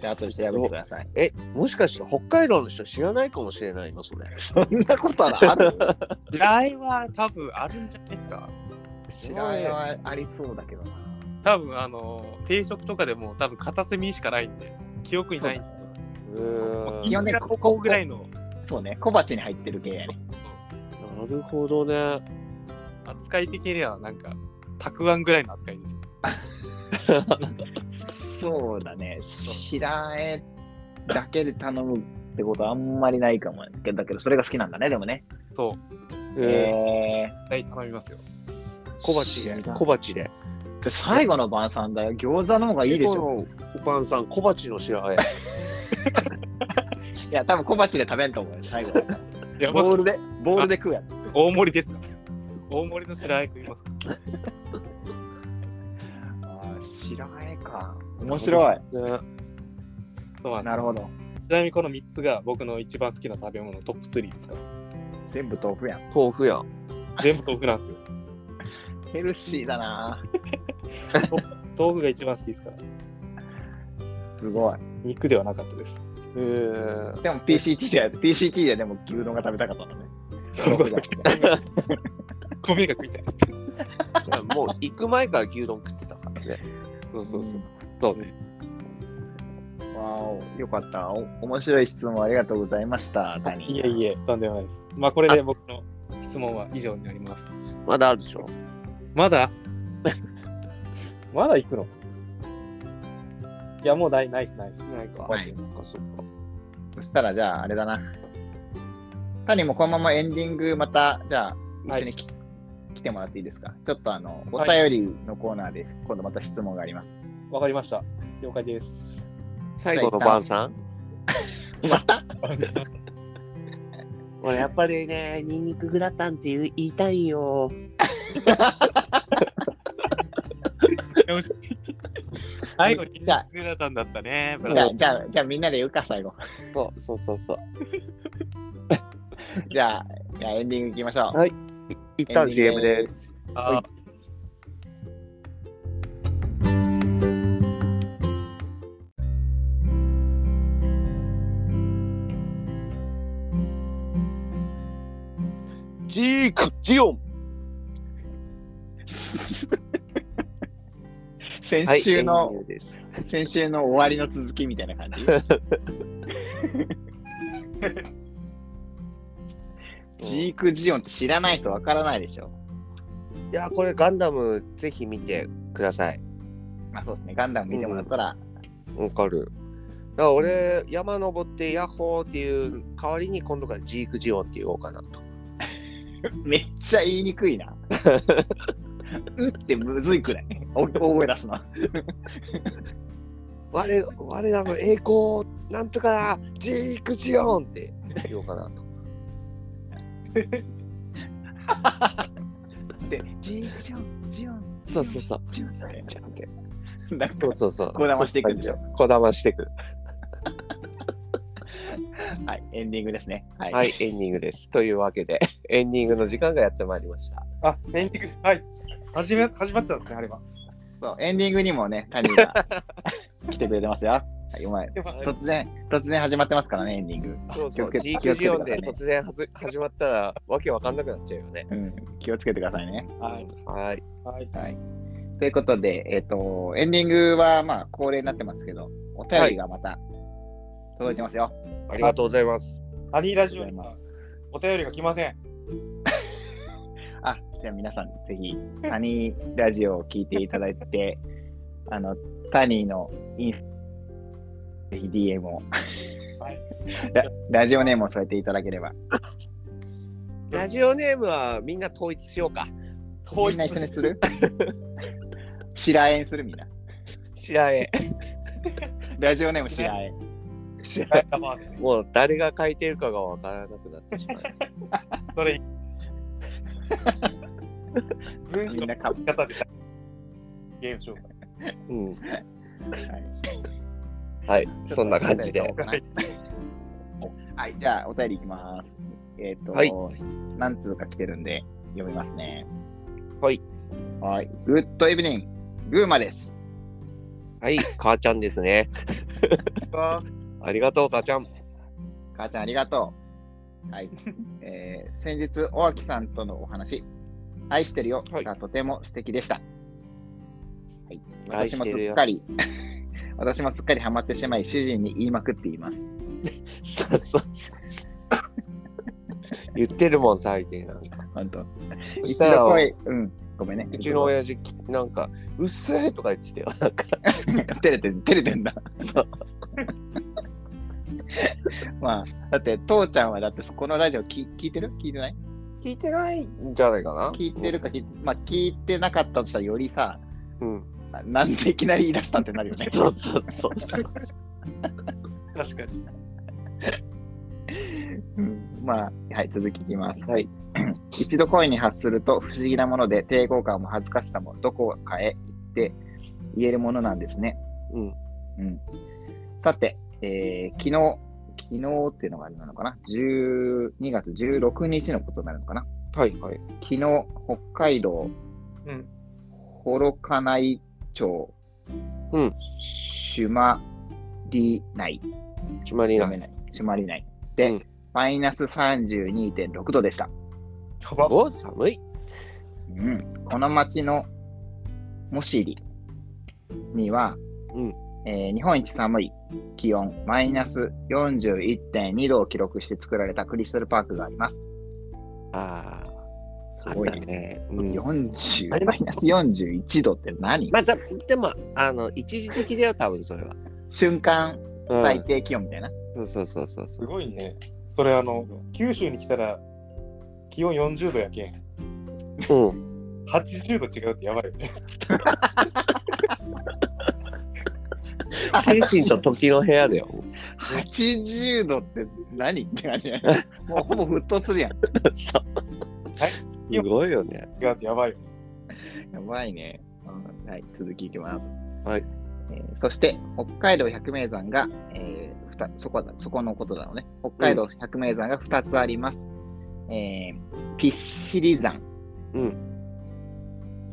B: じゃあ、後で調べてください。
A: えもしかして北海道の人知らないかもしれないのそれ
B: そんなことはある
C: 白えは多分あるんじゃないですか。
B: 白えはありそうだけどな。
C: 多分あの定食とかでも多分片隅しかないんで記憶にないんで
A: うーん
B: 基本
A: な
B: 的
C: こここぐらいの
B: そうね、小鉢に入ってる系やね。
A: るほどね
C: 扱い的にはなんかたくあんぐらいの扱いですよ
B: そうだね、白えだけで頼むってことはあんまりないかもね。だけど、それが好きなんだね、でもね。
C: そう
A: え
B: え
C: 絶対頼みますよ
A: ー、小鉢で小鉢で
B: ー、最後の晩餐だよ。餃子の方がいいでしょ。
A: おばんさん小鉢の白あえ
B: いや、多分小鉢で食べんと思うよ、最後。
C: いやば
B: ボールで、ボールで食うやつ。
C: 大盛りですか大盛りの白あえ食いますか
B: あー白あえか。面白い。
A: ね
C: そうなんです
B: なるほど。
C: ちなみにこの3つが僕の一番好きな食べ物トップ3ですから
B: 全部豆腐やん。
A: 豆腐や
C: 全部豆腐なんですよ
B: ヘルシーだな。
C: 豆腐が一番好きですから
B: すごい。
C: 肉ではなかったです
A: えー、
B: でも PCT で、PCT ででも牛丼が食べたかったんだね。
C: そうそうそう
B: 豆腐だって
C: 米が食いたい
A: いやもう行く前から牛丼食ってたからね
C: そうそうそうそうね
B: わお、よかった。お面白い質問ありがとうございました。谷
C: いえいえとんでもないですまあこれで僕の質問は以上になります
A: まだあるでしょ
C: まだ まだ行くのいや、もうない、ないです、ないです。
A: ないか
B: ない
A: そっかそっか
B: そしたら、じゃあ、あれだな。谷もこのままエンディング、また、じゃあ、一緒にき、来てもらっていいですか。ちょっとあの、お
C: は
B: 便りのコーナーで、今度また質問があります。
C: わかりました。了解です。
A: 最後の晩さん
B: また
A: 俺やっぱりねニンニクグラタンって言いたいよ
C: 最後にグラタンだったね。ブ
B: じゃ
C: ラ
B: あ、じゃあ、じゃあみんなで言うか、最後。
A: そうそうそうそう
B: じゃあ、じゃあエンディングいきましょう。
A: はい一旦 CM です
C: あー
A: ジークジオン
B: 先週の、
A: エンディングです
B: 先週の終わりの続きみたいな感じ。ジーク・ジオンって知らない人わからないでしょ。
A: いやこれガンダムぜひ見てください
B: まあそうですね、ガンダム見てもらったら、
A: わかるだから俺山登ってヤッホーっていう代わりに今度からジークジオンって言おうかなと
B: めっちゃ言いにくい な。うんってむずいくらい。お大声出すの。
A: 我我らの栄光をなんとかジークジオンって言おうかなと。
B: で、ジージョン、ジョン、
A: そうそう そう。
B: ジョンって
A: ちゃんって
B: なんか
A: そう、そうそう。
B: こだましていくんでしょ
A: そう。こだましていく。
B: はい、エンディングですね。はい。
A: はい、エンディングです。というわけで、エンディングの時間がやってまいりました。
D: あ、エンディング、はい。始め、始まってたんですね、あれは。
B: そうエンディングにもね、谷が来てくれてますよ。はい、お前、
D: はい
B: 突然、突然始まってますからね、エンディング。
A: そう
B: 気
A: そ
B: を
A: う
B: つ。けて
A: ジークジオンで突然はず 始まったら、わけわかんなくなっちゃうよね。
B: うん、気をつけてくださいね。
D: はい。
A: はい。
D: はい。
B: はい。ということで、えっ、と、エンディングは、まあ、恒例になってますけど、お便りがまた届いてますよ。
A: ありがとうございます。
D: ハニーラジオにはお便りが来ません。
B: あ、じゃあ皆さん、ぜひ、タニーラジオを聞いていただいて、あの、タニーのインスタ、ぜひ DM を、
D: はい
B: ラ。 ラジオネームを添えていただければ。
A: ラジオネームはみんな統一しようか。
B: みんな一緒にする白えにするみんな。
A: 白絵。
B: ラジオネーム白え。
A: 白
D: は
A: 絵
D: い。まあですね
A: もう誰が書いてるかがわからなくなってしまう。
D: それ。 文章
B: みんな
D: の
B: かぶ
D: 書き方で。ゲーム紹介。
A: うん。
B: はい
A: はい。そんな感じで。
B: はい。はい、じゃあ、お便りいきます。えっ、と、
A: はい
B: 何通か来てるんで、読みますね。
A: はい。
B: はい。グッドイブニング、グーマです。
A: はい。母ちゃんですね。ありがとう、母ちゃん。
B: 母ちゃん、ありがとう。 はい。えー、先日、おあきさんとのお話、愛してるよ
A: はい
B: がとても素敵でした。はい。
A: 愛
B: 私
A: し
B: もす
A: てるよ
B: っかり、 私もすっかりハマってしまい、主人に言いまくっています。
A: そうそうそう。言ってるもん、最近なんか。
B: 本当。
A: そし
B: 一
A: たら
B: 度声、うん、ごめんね。
A: うちの親父、なんか、うっせえとか言ってたよ。なんか、
B: なんか照れてん、照れてんだ。そう。 まあ、だって、父ちゃんはだって、このラジオ聞聞いてる聞いてない
A: 聞いてないんじゃないかな。
B: 聞いてるか聞い、まあ、聞いてなかったとしたら、よりさ、
A: うん。
B: ななんでいきなり言い出したってなるよね。
A: そうそうそうそう。
D: 確かに。
B: うんまあ、はい、続きいきます。
A: はい。
B: 一度声に発すると不思議なもので、抵抗感も恥ずかしさもどこかへ行って言えるものなんですね。
A: うん。
B: うん。さて、えー昨日、昨日っていうのがあれなのかな ?12 月16日のことになるのかな
A: はいはい。
B: 昨日、北海道、
D: うん
B: 幌加内町、
A: うん
B: 朱鞠内、
A: 決ま
B: 読
A: りな
B: め
A: い。
B: ない、朱鞠内で、
A: うん
B: マイナス32.6度でした。
D: やば。
A: お寒い。
B: うん、この町のモシリには、
A: うん
B: えー日本一寒い気温マイナス41.2度を記録して作られたクリスタルパークがあります。
A: ああ、
B: すごい
A: あった
B: ね。
A: ね。うん
B: 40
A: ありま
B: マイナス41度って何、
A: まあ、たでも、あの、一時的だよ、多分それは。
B: 瞬間
A: うん
B: 最低気温みたいな。
A: そうそうそうそ
D: す
A: う。
D: ごいね。それあの、九州に来たら気温40度やけん。
A: うん。
D: 80度違うってやばいよね。
A: 精神と時の部屋だよ。
B: 80度って何 って感じだよねもうほぼ沸騰するやん。
A: すごいよね。
D: 違うってやばいよね。
B: やばいね。うんはい、続きいきます。
A: はい。
B: えーそして、北海道百名山が、えーふたそこだ、そこのことだろうね。北海道百名山が2つあります。えーピッシリ山。
A: うん。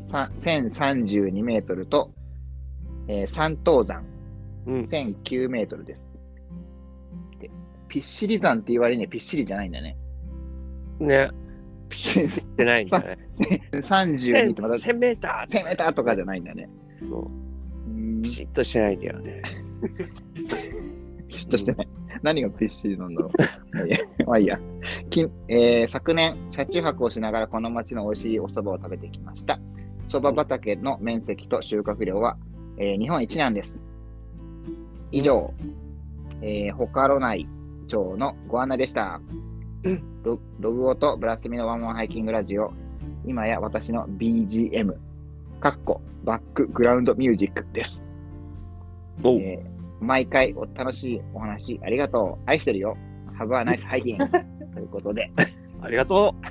B: さ1032メートルと、えー三等山。
A: うん。
B: 1009メートルです。でピッシリ山って言われにはピッシリじゃないんだね。
A: ね。ピシッってないんだね。
B: 32ってまた1000
A: 1000メーター
B: メーターとかじゃないんだね。
A: そ
B: う
A: う
B: ーん
A: ピシッとしてないんだよね。
B: ピシッとしてない。何がピッシーなんだろう。 まあいいやまあいいや。きえー昨年、車中泊をしながらこの町の美味しいお蕎麦を食べてきました。蕎麦畑の面積と収穫量は、えー日本一なんです。以上、えー、ホカロ内町のご案内でした。ロログオとブラスミのワンワンハイキングラジオ、今や私の BGM、かっこバックグラウンドミュージックです。
A: おう
B: えー毎回お楽しいお話ありがとう。愛してるよ。Have a nice hiking. ということで、
A: ありがと
B: あ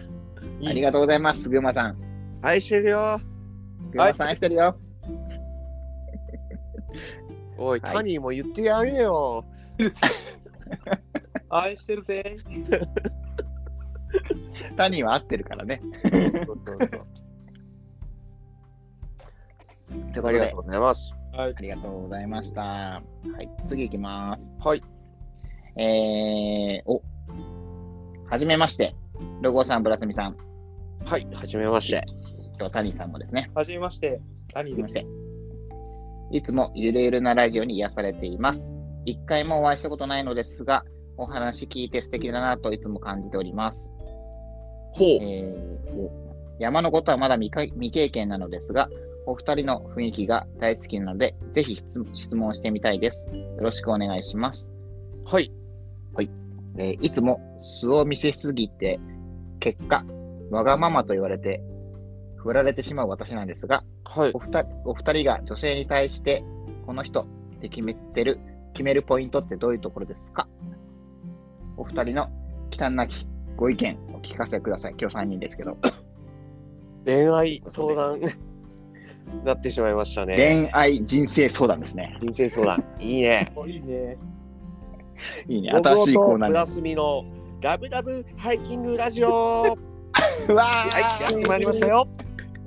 B: りがとうございます、ぐまさん。
A: う愛してるよ
B: ぐまさん愛してるよ。
A: おい、
B: はい
A: タニーも言ってやれよ
D: 愛してるぜ。
B: 他人は合ってるからね。
A: そうそうそう
B: というこ
A: あ
B: と
A: りが
B: で
A: とう、ございます
D: はい
B: あ。りがとうございました。はい、次いきます。
A: はい
B: えー、お、はじめまして。ロゴさん、ブラスミさん、
A: はいはじめまして
B: 今日、谷さんもですね。
D: はじめまして。谷で。
B: すみますせん。いつもゆるゆるなラジオに癒されています。一回もお会いしたことないのですが、お話聞いて素敵だなといつも感じております。
A: ほう
B: えーお山のことはまだ未か未経験なのですが、お二人の雰囲気が大好きなので、ぜひ質質問してみたいです。よろしくお願いします。
A: はい
B: えーいつも素を見せすぎて、結果、わがままと言われて、振られてしまう私なんですが、
A: はい
B: お二お二人が女性に対して、この人って決めてる、決めるポイントってどういうところですかお二人の忌憚なきご意見お聞かせください。今日3人ですけど。
A: 恋愛相談なってしまいましたね
B: 恋愛人生相談ですね。
A: 人生相談いい ね
D: おいいね。
B: いいね。新しいコーナ
A: プ
B: ー
A: ラスミのラブラブハイキングラジオは
B: で。うわ
A: い
B: ー
A: やってまいりましたよ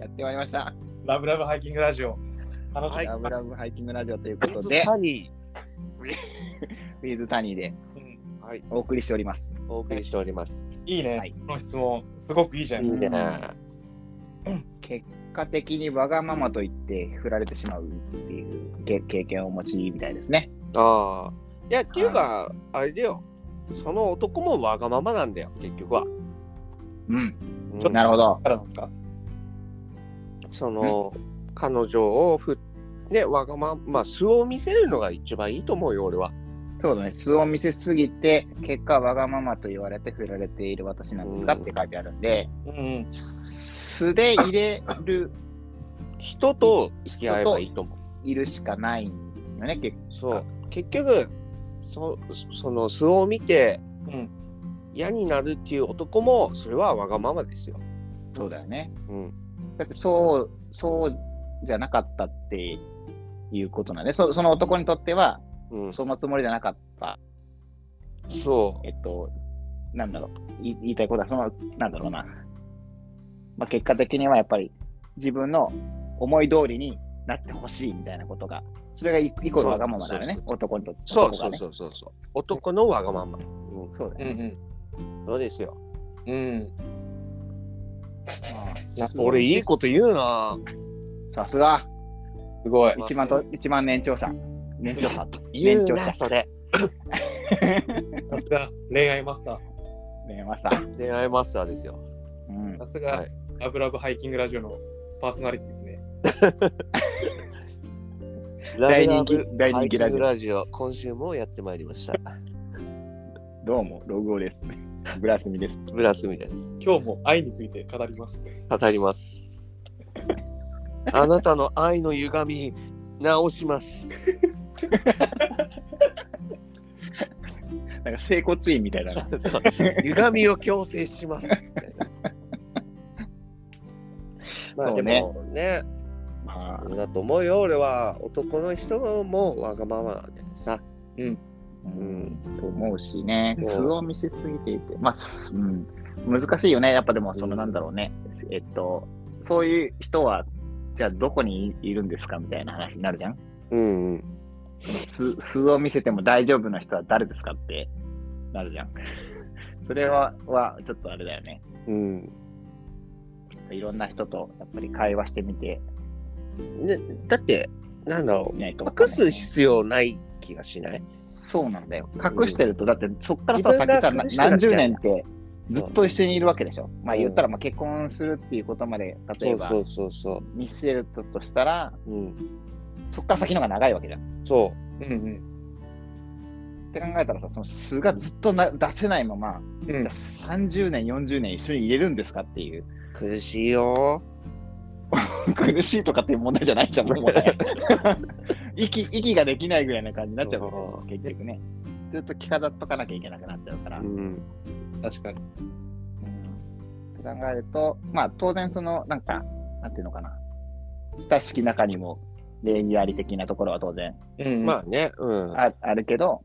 B: やってまいりました。
D: ラブラブハイキングラジオ。楽しみ。
B: ラブラブハイキングラジオというこ
A: ミ
B: と
A: ス
B: で、
A: タニ
B: ウィズタニーで
D: うん
A: ーはい
B: お送りしております。
A: お送りしております
D: いいね、
B: はい
D: この質問。すごくいいじゃ
A: いい
D: ん。
A: ね
B: 結果的にわがままと言って振られてしまうっていう経経験をお持ちみたいですね。
A: ああいやっていうかあれだよその男もわがままなんだよ結局は
B: うん。
A: うん
B: なるほど。
D: からなんですか
A: その彼女をふねわがままあ素を見せるのが一番いいと思うよ俺は
B: そうだね。素を見せすぎて、結果わがままと言われて振られている私なんですかって書いてあるんで、
D: うんうん。
B: 素で入れる、
A: 人と付き合えばいいと思う
B: いるしかないよね、結
A: そう結局そその素を見て
D: うん。
A: 嫌になるっていう男もそれはわがままですよ、
B: 構。そうだよね。
A: うん、
B: だってそう、そうじゃなかったっていうことなんで、そその男にとっては、
A: うん、
B: そのつもりじゃなかった、
A: そう
B: えっと、なんだろう、い言いたいことは、その、なんだろうな。まあ、結果的にはやっぱり自分の思い通りになってほしいみたいなことが、それがイイコールわがままだよね、
A: そう
B: 男にとって。
A: そうそ
B: 男
A: う
B: がね
A: そうそうそう男のわがまま、うん、
B: そうだ
D: う
B: よね。
D: ん
A: そうですよ
D: うん。うん。
B: まあ
A: 俺いいこと言うな
B: さすが、
D: すごい。
B: 一番と、一番年長さん。年長さんと。
A: 言
B: 年
A: う
B: 長
A: な
B: さん。
A: それ
D: さすが恋愛マスター。
B: ね、まさ。
A: 恋愛マスターですよ
B: うん。
D: さす
A: は
D: が
A: い
D: ラブラブハイキングラジオのパーソナリティですね。
B: 大人気
A: ラブ
B: 大
A: ラブ
B: 人気ラジオ
A: ハイキングラジオ今週もやってまいりました
B: どうも、ログオです。ブラスミです。
A: ブラスミです
D: 今日も愛について語ります。
A: 語りますあなたの愛の歪み直し ます
B: なんか整骨院みた いだな。
A: 歪みを矯正 します。まあ
B: そ
A: で
B: うね
A: もね、
B: まあ、
A: だと思うよ、俺は男の人もわがままなんでさ。
B: う、
A: うんん。
B: と思うしね、
A: うん
B: 素を見せすぎていて、まあ、うん、難しいよね。やっぱでも、そのなんだろうね、えっと、そういう人は、じゃあどこにいるんですかみたいな話になるじゃん。
A: うんうん。
B: 素素を見せても大丈夫な人は誰ですかってなるじゃん。 それは、はちょっとあれだよね。
A: うん
B: いろんな人とやっぱり会話してみて
A: ね、だって、なんだろ
B: いないと
A: う、
B: わかん
A: 隠
B: ないね
A: す必要ない気がしない
B: そうなんだよ。隠してると、だってそっからさ、
A: 自分
B: 先
A: が
B: さ、な
A: 隠してな
B: 何
A: くちゃ
B: 十年ってずっと一緒にいるわけでしょ。まあ
A: うん
B: 言ったら、まあ結婚するっていうことまで、例
A: そ
B: え
A: う
B: ば
A: そうそうそ
B: 見据えるとしたら、
A: う。うん。
B: そっから先のが長いわけじゃん。
A: そ
D: うん
B: って考えたらさ、その素がずっとな出せないまま、
D: うん。うん。
B: 30年、40年一緒にいれるんですかっていう、
A: う。苦しいよ。
B: 苦しいとかっていう問題じゃないじゃん、もうね。 息、息ができないぐらいな感じになっちゃうから
A: そ、
B: 結局ね。ずっと着飾っとかなきゃいけなくなっちゃうから。
A: うん。
C: 確かに。
B: って考えると、まあ当然その、なんか、なんていうのかな。親しき中にも礼儀あり的なところは当然
C: うん
A: まあね、うん。
B: ああるけど、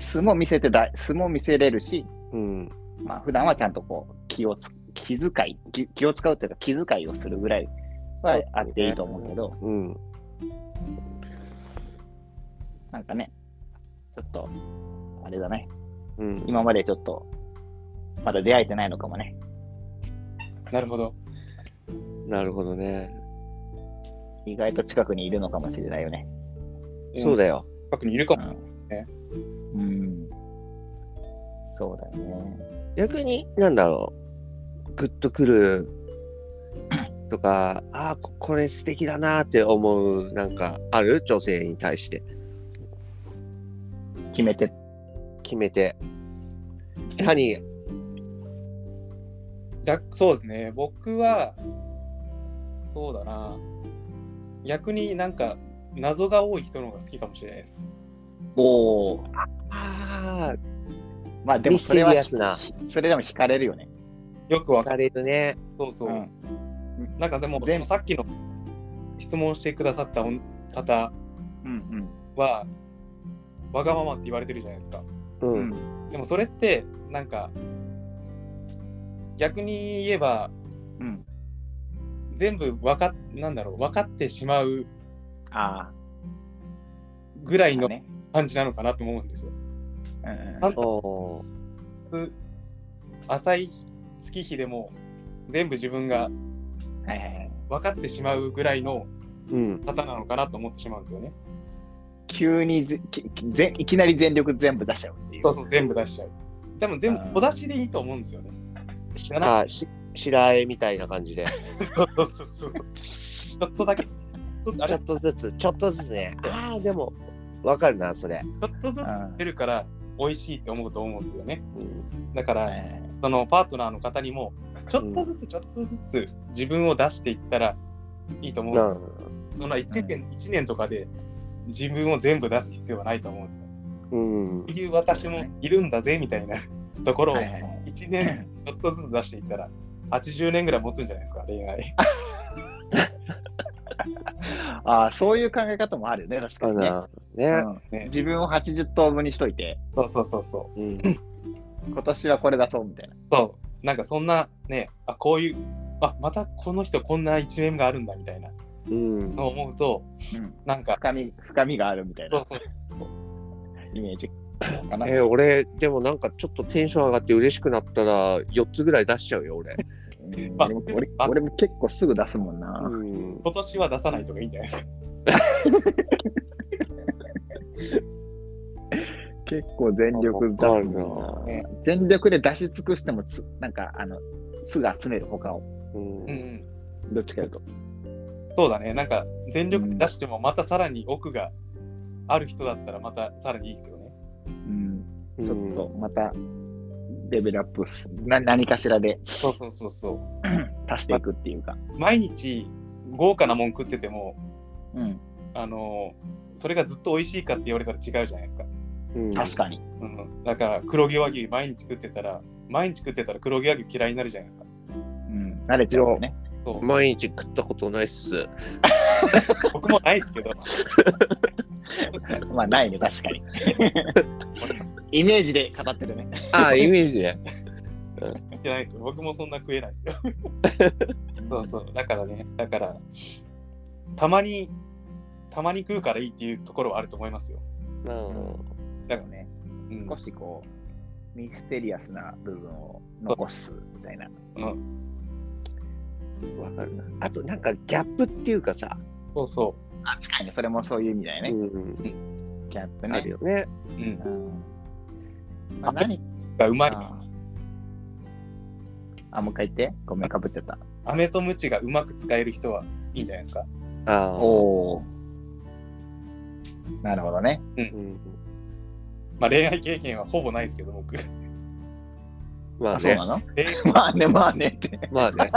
B: 素も見せてだ、素も見せれるし、
A: うん。
B: まあ普段はちゃんとこう気をつ気遣い気、気を使うというか気遣いをするぐらいはあっていいと思うけど、
A: うん。
B: なんかね、ちょっと、あれだね、
A: うん。
B: 今までちょっと、まだ出会えてないのかもね、
C: なるほど。
A: なるほどね。
B: 意外と近くにいるのかもしれないよね。
A: そうだよ。
C: 近くにいるか
B: う
C: も。
B: ん
C: ね
B: うん。そうだよね。
A: 逆に、なんだろう。グッとくるとか、ああ、ここれ素敵だなって思う、なんか、ある女性に対して。
B: 決めて、
A: 決めて。他に、
C: だそうですね。僕は、そうだな。逆になんか、謎が多い人の方が好きかもしれないです。
B: おお。
A: ああ、
B: まあでも
A: ミス
B: そ
A: テリ
B: れは
A: ア、スな。
B: それでも惹かれるよね。
C: よくわ
A: 惹
C: かる。
A: かれるね。
C: そうそう。
B: うん
C: なんかでも、
B: 全
C: そのさっきの質問してくださった方
B: うん
C: は、わがままって言われてるじゃないですか。
A: う。
B: うんん。
C: でもそれってなんか逆に言えば
B: うん。
C: 全部わかっなんだろう分かってしまう
B: あ
C: ぐら
B: あ、
C: いの
B: ね。
C: 感じなのかなと思うんですよ。
B: うんうん
C: なんと
A: おー
C: 浅い月日でも全部自分が
B: はいはいはい。
C: 分かってしまうぐらいの
A: うん。
C: 方なのかなと思ってしまうんですよね。
B: 急にぜききぜいきなり全力全部出しちゃうっていう。
C: そうそう全部出しちゃう。でも全部小出しでいいと思うんですよね。知らな
A: あし白あえみたいな感じで。
C: そうそうそうそう。ちょっとだけ。あれ
A: ちょっとずつ、ちょっとずつね。ああ、でも、わかるな、それ。
C: ちょっとずつ出るから美味しいって思うと思うんですよね。
A: うん。
C: だから、
B: はいはいはい
C: そのパートナーの方にもちょっとずつちょっとずつ自分を出していったらいいと思う、
A: なるほど
C: そんな 1, 年一年とかで自分を全部出す必要はないと思うんですよ。
A: うん
C: こう。いう私もいるんだぜみたいなところを
B: はいはいはい
C: 1年ちょっとずつ出していったら80年ぐらい持つんじゃないですか恋愛。
B: ああ、そういう考え方もあるよね、確か
A: か
B: にね。
A: な。ね。
B: うん
C: ね
B: 自分を80等分にしといて、
C: そうそうそうそう。
A: うん。
B: 今年はこれ出そうみたいな。
C: そうなんかそんなねあこういうあまたこの人こんな一面があるんだみたいな
A: うん。
C: のを思うと
B: うん
C: なんか
B: 深み深みがあるみたい
C: そう
B: な
C: そう
B: イメージかな。
A: えー俺、でもなんかちょっとテンション上がって嬉しくなったら、4つぐらい出しちゃうよ、俺。
B: うん
C: まあ
B: 俺
C: そうい
B: も
C: うと
B: 俺
C: こあ
B: 俺も結構すぐ出すもんな。
A: うん。
C: 今年は出さないとかいいんじゃないですか。
B: 結構全力出すもん
A: わか
B: な
C: る
B: 全力で出し尽くしてもつ、なんか、あの、すぐ集める、他を。
A: うん
C: うんうん
B: どっちかいうと。
C: そうだね、なんか全力で出してもまたさらに奥がある人だったらまたさらにいいですよね。
B: うん。
A: うん
B: ちょっと、また、レベルアップすな、何かしら で
C: そうそうそうそう。
B: 足していくっていうか。
C: 毎日豪華なもん食ってても、
B: うん。
C: あのーそれがずっと美味しいかって言われたら違うじゃないですか。
A: うん
B: 確かに。
C: うん、だから黒毛和牛毎日食ってたら、毎日食ってたら黒毛和牛嫌いになるじゃないですか。
B: うん。慣れちゃうよね。
C: そう
A: 毎日食ったことないっす。
C: 僕もないですけど、
B: まあ、ないね、確か に。イメージで語ってるね。
A: ああ、イメージね。
C: 嫌いですよ。僕もそんな食えないですよ。そうそう。だからね、だから、たまに、たまに食うからいいっていうところはあると思いますよ。
A: うん
C: だ
B: だ
C: か
B: から
C: ら、
B: ね、
C: うん
B: 少しこう、ミステリアスな部分を残すみたいな。
C: うん、
A: わかるな。あと、なんかギャップっていうかさ、
C: そうそ
B: あ、近いね。それもそういう意味だよね。
A: うん、
B: キャップ
A: あ
B: ね
A: る。よね。
C: う。うん
B: うんまあ、
C: あ
B: 何
C: がうまい。
B: か。あ、もう一回言って。ごめん、かぶっちゃった。
C: 飴とムチがうまく使える人はいいんじゃないですか。
A: ああ。
B: おお。なるほどね。
A: うん
C: まあ恋愛経験はほぼないですけど、僕。
A: まあ
B: あ、そう
A: ね
B: な。の
C: 恋愛
B: まあね、まあねって。
A: まあね。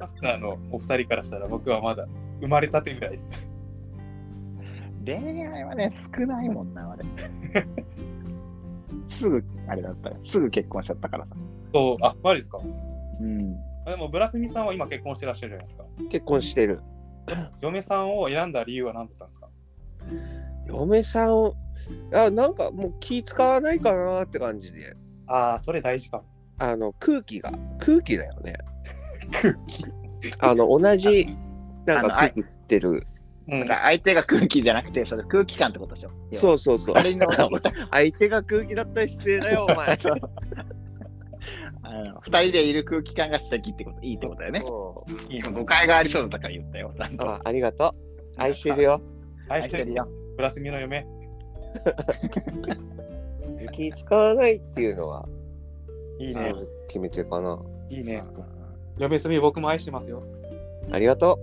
C: マスターのお二人からしたら僕はまだ生まれたてぐらいです。
B: 恋愛はね、少ないもんな、 あれ。すぐ、あれだったよ。すぐ結婚しちゃったからさ。
C: そう、あ、マジですか。
B: うん。
C: あでも、ブラスミさんは今結婚してらっしゃるじゃないですか。
A: 結婚してる。
C: 嫁さんを選んだ理由は何だったんですか
A: 嫁さんを、あなんかもう気使わないかなって感じで、
C: ああ、それ大事かも。
A: あの空気が、空気だよ ね。
C: 空気。
A: あの同じ、なん
B: あの
A: か空気吸ってる。
C: う
B: だ
C: ん
B: か。ら相手が空気じゃなくて、それ空気感ってことでしょ。
A: そうそうそう。
B: あれ の
A: 相手が空気だったら失礼だよ、お前。
B: あの二人でいる空気感が素敵ってこと、いいってことだよね。
A: そう
C: いい
B: 誤解がありそうだから言ったよ、ちゃんと。
A: あありがとう。愛してるよ。
C: 愛
B: 愛
C: し
B: してて
C: る
B: るよ。
C: ブラスミの嫁。
A: 気使わないっていうのは、
C: いい
A: そ
C: ね。
A: う決め手かな。
C: いいね。嫁すみ僕も愛してますよ。
A: ありがと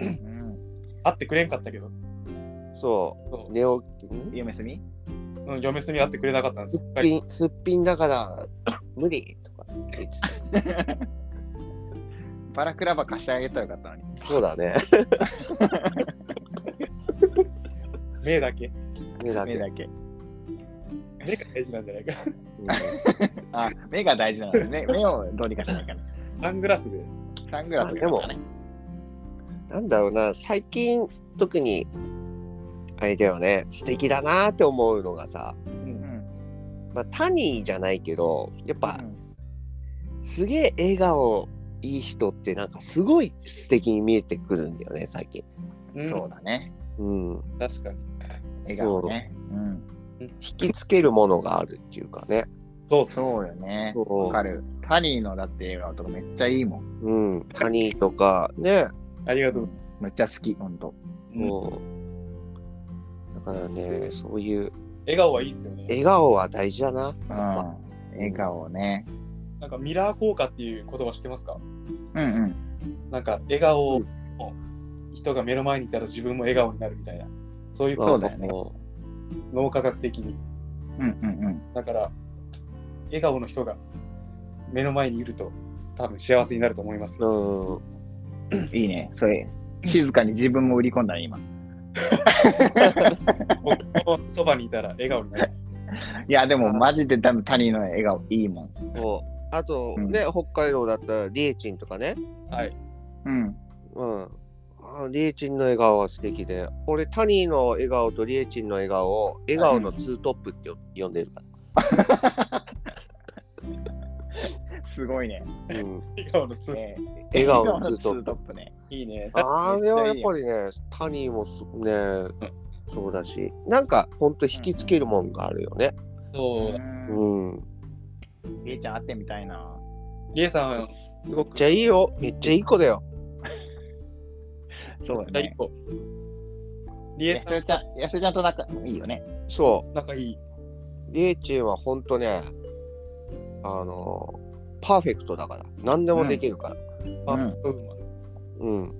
B: うん。
C: 会ってくれんかったけど。
A: う。そう。寝起き。ん
B: 嫁すみ
C: うん、嫁すみ会ってくれなかったんです
A: す
C: よ
A: っ。ぴん、すっぴんだから、無理とか言ってた。
B: パラクラバ貸してあげたらよかったのに。
A: そうだね。
C: 目だけ。
A: 目だ
B: 目
A: け。
B: だけ。
C: 目が大事なんじゃないか。
B: あ、目が大事なのですね。目をどうにかしないから。
C: サングラスで。
B: サングラス
A: あでも
B: ね。
A: うんなんだろうな、最近、特に、あれだよね、素敵だなって思うのがさ、
B: うん。
A: まあ、タニーじゃないけど、やっぱ、
B: うん
A: すげえ笑顔いい人って、なんかすごい素敵に見えてくるんだよね、最近。
C: うん
B: そうだね。
A: うん。
C: 確かに。
B: 笑顔ね。うん。
A: 引きつけるものがあるっていうかね。
C: そうそう。
B: そうよね。
A: そう
B: わかる。タニーのだって笑顔とかめっちゃいいもん。
A: うん。タニーとか、ね。
C: ありがとう。
B: めっちゃ好き、ほんと。
C: うん
A: そう。だからね、そういう、
C: 笑顔はいいですよね。
A: 笑顔は大事だな。
B: うん。笑顔ね。
C: なんかミラー効果っていう言葉知ってますか
B: うんうん。
C: なんか笑顔の人が目の前にいたら自分も笑顔になるみたいな。そういう
B: そうだよね
C: 脳科学的に。
B: うんうんうん。
C: だから、笑顔の人が目の前にいると多分幸せになると思います
A: う
C: よ。
A: ん。
B: いいね。それ、静かに自分も売り込んだね、今。い
C: 僕のそばにいたら笑顔になる。
B: や、で
A: あ
B: も、マジで多分、谷の笑顔いいもん。
A: そう。あと、ね、北海道だったら、リエチンとかね。
C: はい。
B: うん。
A: うん。あリエチンの笑顔は素敵で。俺、タニーの笑顔とリエチンの笑顔を、笑顔のツートップってよ呼んでるか
B: すごいね。
A: ら。うん。
C: 笑顔のつ
B: えー
A: 笑顔のツー
B: ツ
A: トップ
B: ートップね。
C: いいね。
A: あれはやっぱりね、タニーもすね、そうだし、なんかほんと引きつけるもんがあるよね。
C: そうう。
B: ん。
A: うん。
B: りえちゃん会ってみたいな。
C: りえさん、すごく
A: めっちゃいいよ。めっちゃいい子だよ。
B: そうだ
C: 大
B: ね。
C: 好りえ
B: や
C: さ
B: す
C: ん
B: えちゃん、やすえちゃんと仲いいよね。
A: そ
C: 仲いい。
A: う。リエチンはほんとね、あの、パーフェクトだから。何でもできるから。
C: あ
B: うん
C: うん
A: うん。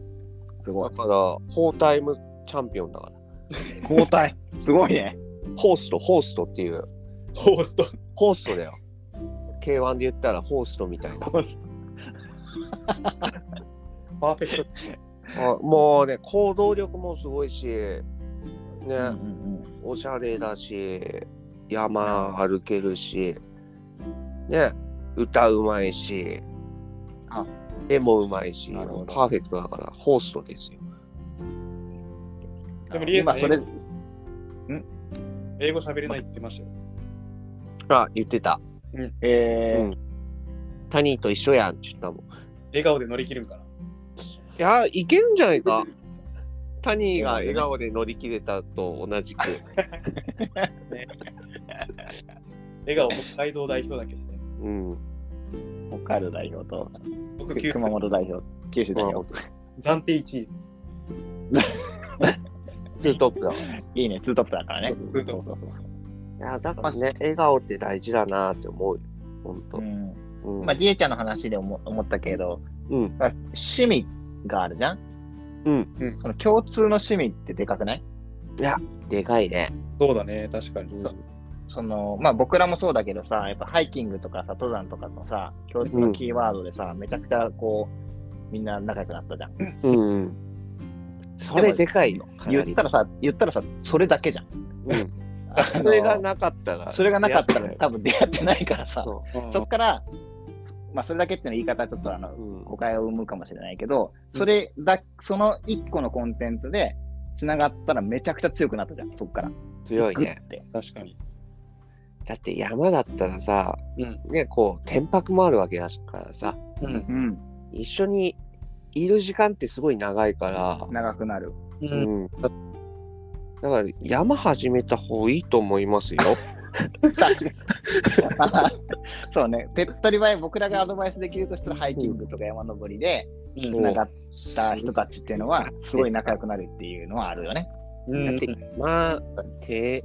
B: すご
A: だ
B: い。
A: から、ホータイムチャンピオンだから。
B: 交代。すごいね。
A: ホースト、ホーストっていう、
C: ホースト。
A: ホーストだよ。K1 で言ったらホーストみたいな。
C: パーフェクト。
A: あもうね、行動力もすごいし、ね、
B: うんうん
A: おしゃれだし山歩けるしね歌うまいし
B: あ
A: 絵もうまいしパ
B: なるほど
A: ーフェクトだからホーストですよ
B: うん
C: でもりえさん
B: 今それ
C: 英、英語喋れないって言ってましたよ。
A: あ言ってた
B: え
A: うん他人と一緒やんって言ったもんい
C: 笑顔で乗り切るんかな。
A: やいけるんじゃないかタニーが笑顔で乗り切れたと同じく、
C: 笑顔、北海道代表だけどね。
A: うん、
B: ー、北海道代表と
C: 僕、九
B: 熊本代表、九州代表。
C: 暫定1位。
A: ツートップだわい
B: いいね、ツートップだからね。
C: ツートップ
B: そうそうそう
A: やだからね笑顔って大事だなって思うよほんと
B: うん
A: うん
B: まあ、りえちゃんの話で思思ったけど、
A: うん
B: まあ趣味があるじゃん。
A: うん
C: うん
B: その共通の趣味ってでかくない
A: いやでかいね
C: そうだね、確かに。
B: その、まあ、僕らもそうだけどさ、やっぱハイキングとかさ、登山とかのさ、共通のキーワードでさ、めちゃくちゃこう、みんな仲良くなったじゃん。
A: うんうんそれでかいよ。か
B: 言
A: な
B: っ
A: り
B: たらさ、言ったらさ、それだけじゃん。
A: うん
B: あの
A: それがなかったら。
B: それがなかったら
A: 出会
B: 多分出会ってないからさ、
A: そ
B: そっから、まあ、それだけっていうのは言い方はちょっとあの
A: ううん
B: 誤解を生むかもしれないけど、それだ、その1個のコンテンツで、つながったらめちゃくちゃ強くなったじゃん、そっから。
A: 強い
B: グ
A: ね。
B: ッて。
C: 確かに。
A: だって山だったらさ、
C: うん
A: ね、こう、天白もあるわけだからさ、
C: うん。
B: うん、
A: 一緒にいる時間ってすごい長いから、
B: 長くな る。
C: う。
A: うんん。だだから山始めた方がいいと思いま すよ。
B: そうね、手っ取り早い、僕らがアドバイスできるとしたら、ハイキングとか山登りで、つ
A: そう
B: ながった人たちっていうのは、すごい仲良くなるっていうのはあるよね。
C: うん
A: だって、まあ、て、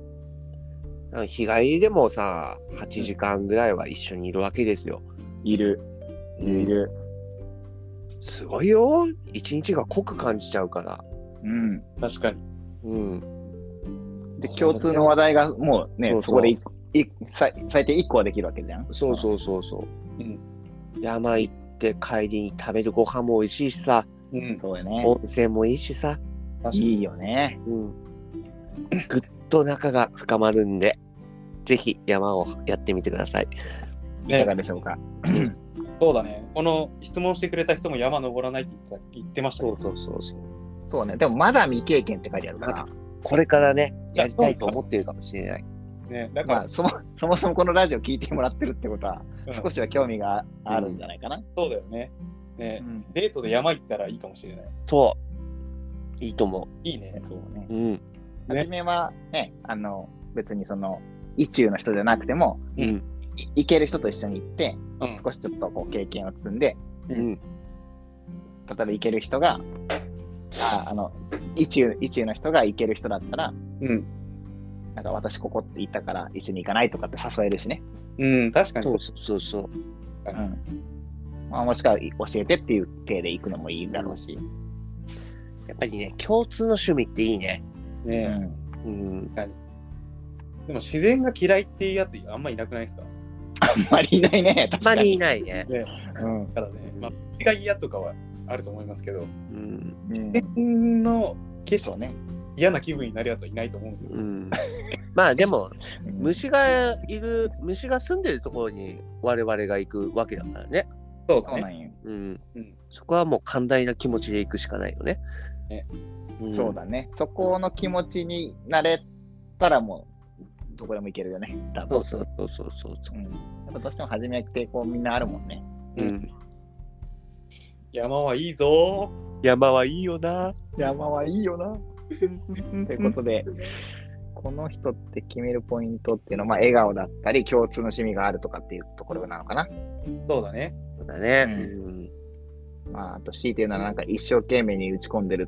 A: あの日帰りでもさ、8時間ぐらいは一緒にいるわけですよ。
B: いる、いる、いる。
A: すごいよ。一日が濃く感じちゃうから。
B: うん。
C: 確かに。
A: うん。
B: で、共通の話題がもうね、そ
A: そうそう
B: こでいい最最低1個はできるわけじゃん。
A: そうそうそうそう。
C: うん
A: 山行って帰りに食べるご飯も美味しいしさ、
C: うん。
B: そうよね。
A: 温泉もいいしさ。
C: 確かに。
B: いいよね。
A: うん。ぐっと仲が深まるんで、ぜひ山をやってみてください。
B: いかがでしょうか。
C: そうだね。この質問してくれた人も山登らないって言ってた言ってましたけど。
A: そうそうそう。
B: そうね。でも、まだ未経験って書いてあるから、
A: これからね、
C: いや
A: やりたいと思ってるかもしれない。
C: ね。だ
B: ま
C: か
B: あ、そもそもそもこのラジオ聞いてもらってるってことは、
C: ら、
B: 少
C: うん
B: しは興味があるんじゃないかな。
C: そうだよね。ね
B: うん
C: デートで山行ったらいいかもしれない。
A: そう。いいと思
C: いいね。
B: そうね。
A: う。うん。
C: ね
B: 初めはね、あの、別にその、意中の人じゃなくても、
A: うん。
B: い行ける人と一緒に行って、
C: うん。
B: 少しちょっとこう経験を積んで、
A: うん。
B: 例えば行ける人が、ああの、意中、意中の人が行ける人だったら、
C: うん。
B: なんか私ここって行ったから一緒に行かないとかって誘えるしね。
C: うん。確かにそう
A: そ
C: う。
A: そうそうそ
B: う
A: う。
B: ん。まあ、もしくは教えてっていう体で行くのもいいだろうし。
A: やっぱりね、共通の趣味っていいね。
B: う
C: ね
B: ん。
A: うん。
C: でも自然が嫌いっていうやつあんまいなくないですか
B: あんまりいない ね。
A: あ
B: 確
A: ま
B: か
A: りい
B: に。
A: ないね。
B: うん。
C: だからね、まあ、気が嫌とかはあると思いますけど、
A: うん。
B: うん
C: 自然の景
B: そう
C: 色
B: ね。
C: 嫌な気分になるやつはいないと思うんですよ。
A: うん。 まあでも、
B: うん
A: 虫がいる、虫が住んでるところに我々が行くわけだからね。
C: そう
B: そ
C: だ
B: う
C: ね
B: な。んよ。
A: うん。
C: うん
A: そこはもう寛大な気持ちで行くしかないよね。
C: ね
A: うん
B: そうだね。そこの気持ちになれたらもう、どこでも行けるよね。多
A: そう
B: 分。
A: そうそうそうそうそうう。
B: ん。やっぱどうしても初めは抵抗みんなあるもんね。
A: うん、
C: 山はいいぞ
A: 山はいいよな。
B: 山はいいよな。 ということで、この人って決めるポイントっていうのは、まあ、笑顔だったり、共通の趣味があるとかっていうところなのかな。
C: ー。そうだね。
A: そうだね。
B: う
A: うん。
B: まあ、あと C っていうのは、なんか一生懸命に打ち込んでる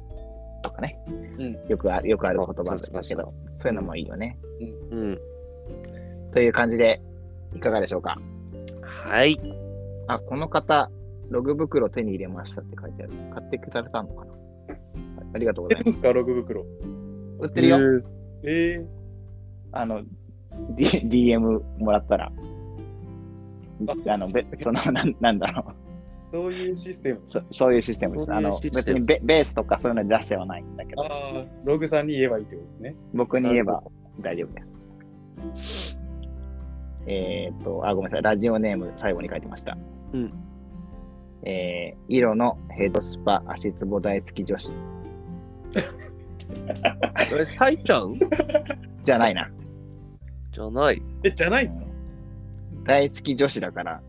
B: とかね。
C: ん
B: よくあよくある言葉だけ
A: そうそうそ
B: ど、そういうのもいいよね。
A: うん。
B: という感じで、いかがでしょうか。
A: はい。
B: あ、この方、ログ袋手に入れましたって書いてある。買ってくれたのかな。はいありがとうご
C: えど
B: ざいうま
C: ですか、ログ袋。
B: す。売ってるよ。
A: うん
C: えー、
B: あの、D、DM もらったら。
C: あそう
B: あの、べそのなん、なんだろう
C: そういうシステム。
B: そ。そういうシステムです。
A: そういう
B: あの、
A: システム
B: 別にベベースとかそういうの出してはないんだけど、
C: ああ、ログさんに言えばいいってことですね。
B: 僕に言えば大丈夫です。えーっと、あ、ごめんなさい。ラジオネーム最後に書いてました。
A: うん。
B: えー、色のヘッドスパ足つぼ大好き女子
A: え、サイちゃん
B: じゃないな。
A: じゃない。
C: え、じゃないですか
B: 大好き女子だから、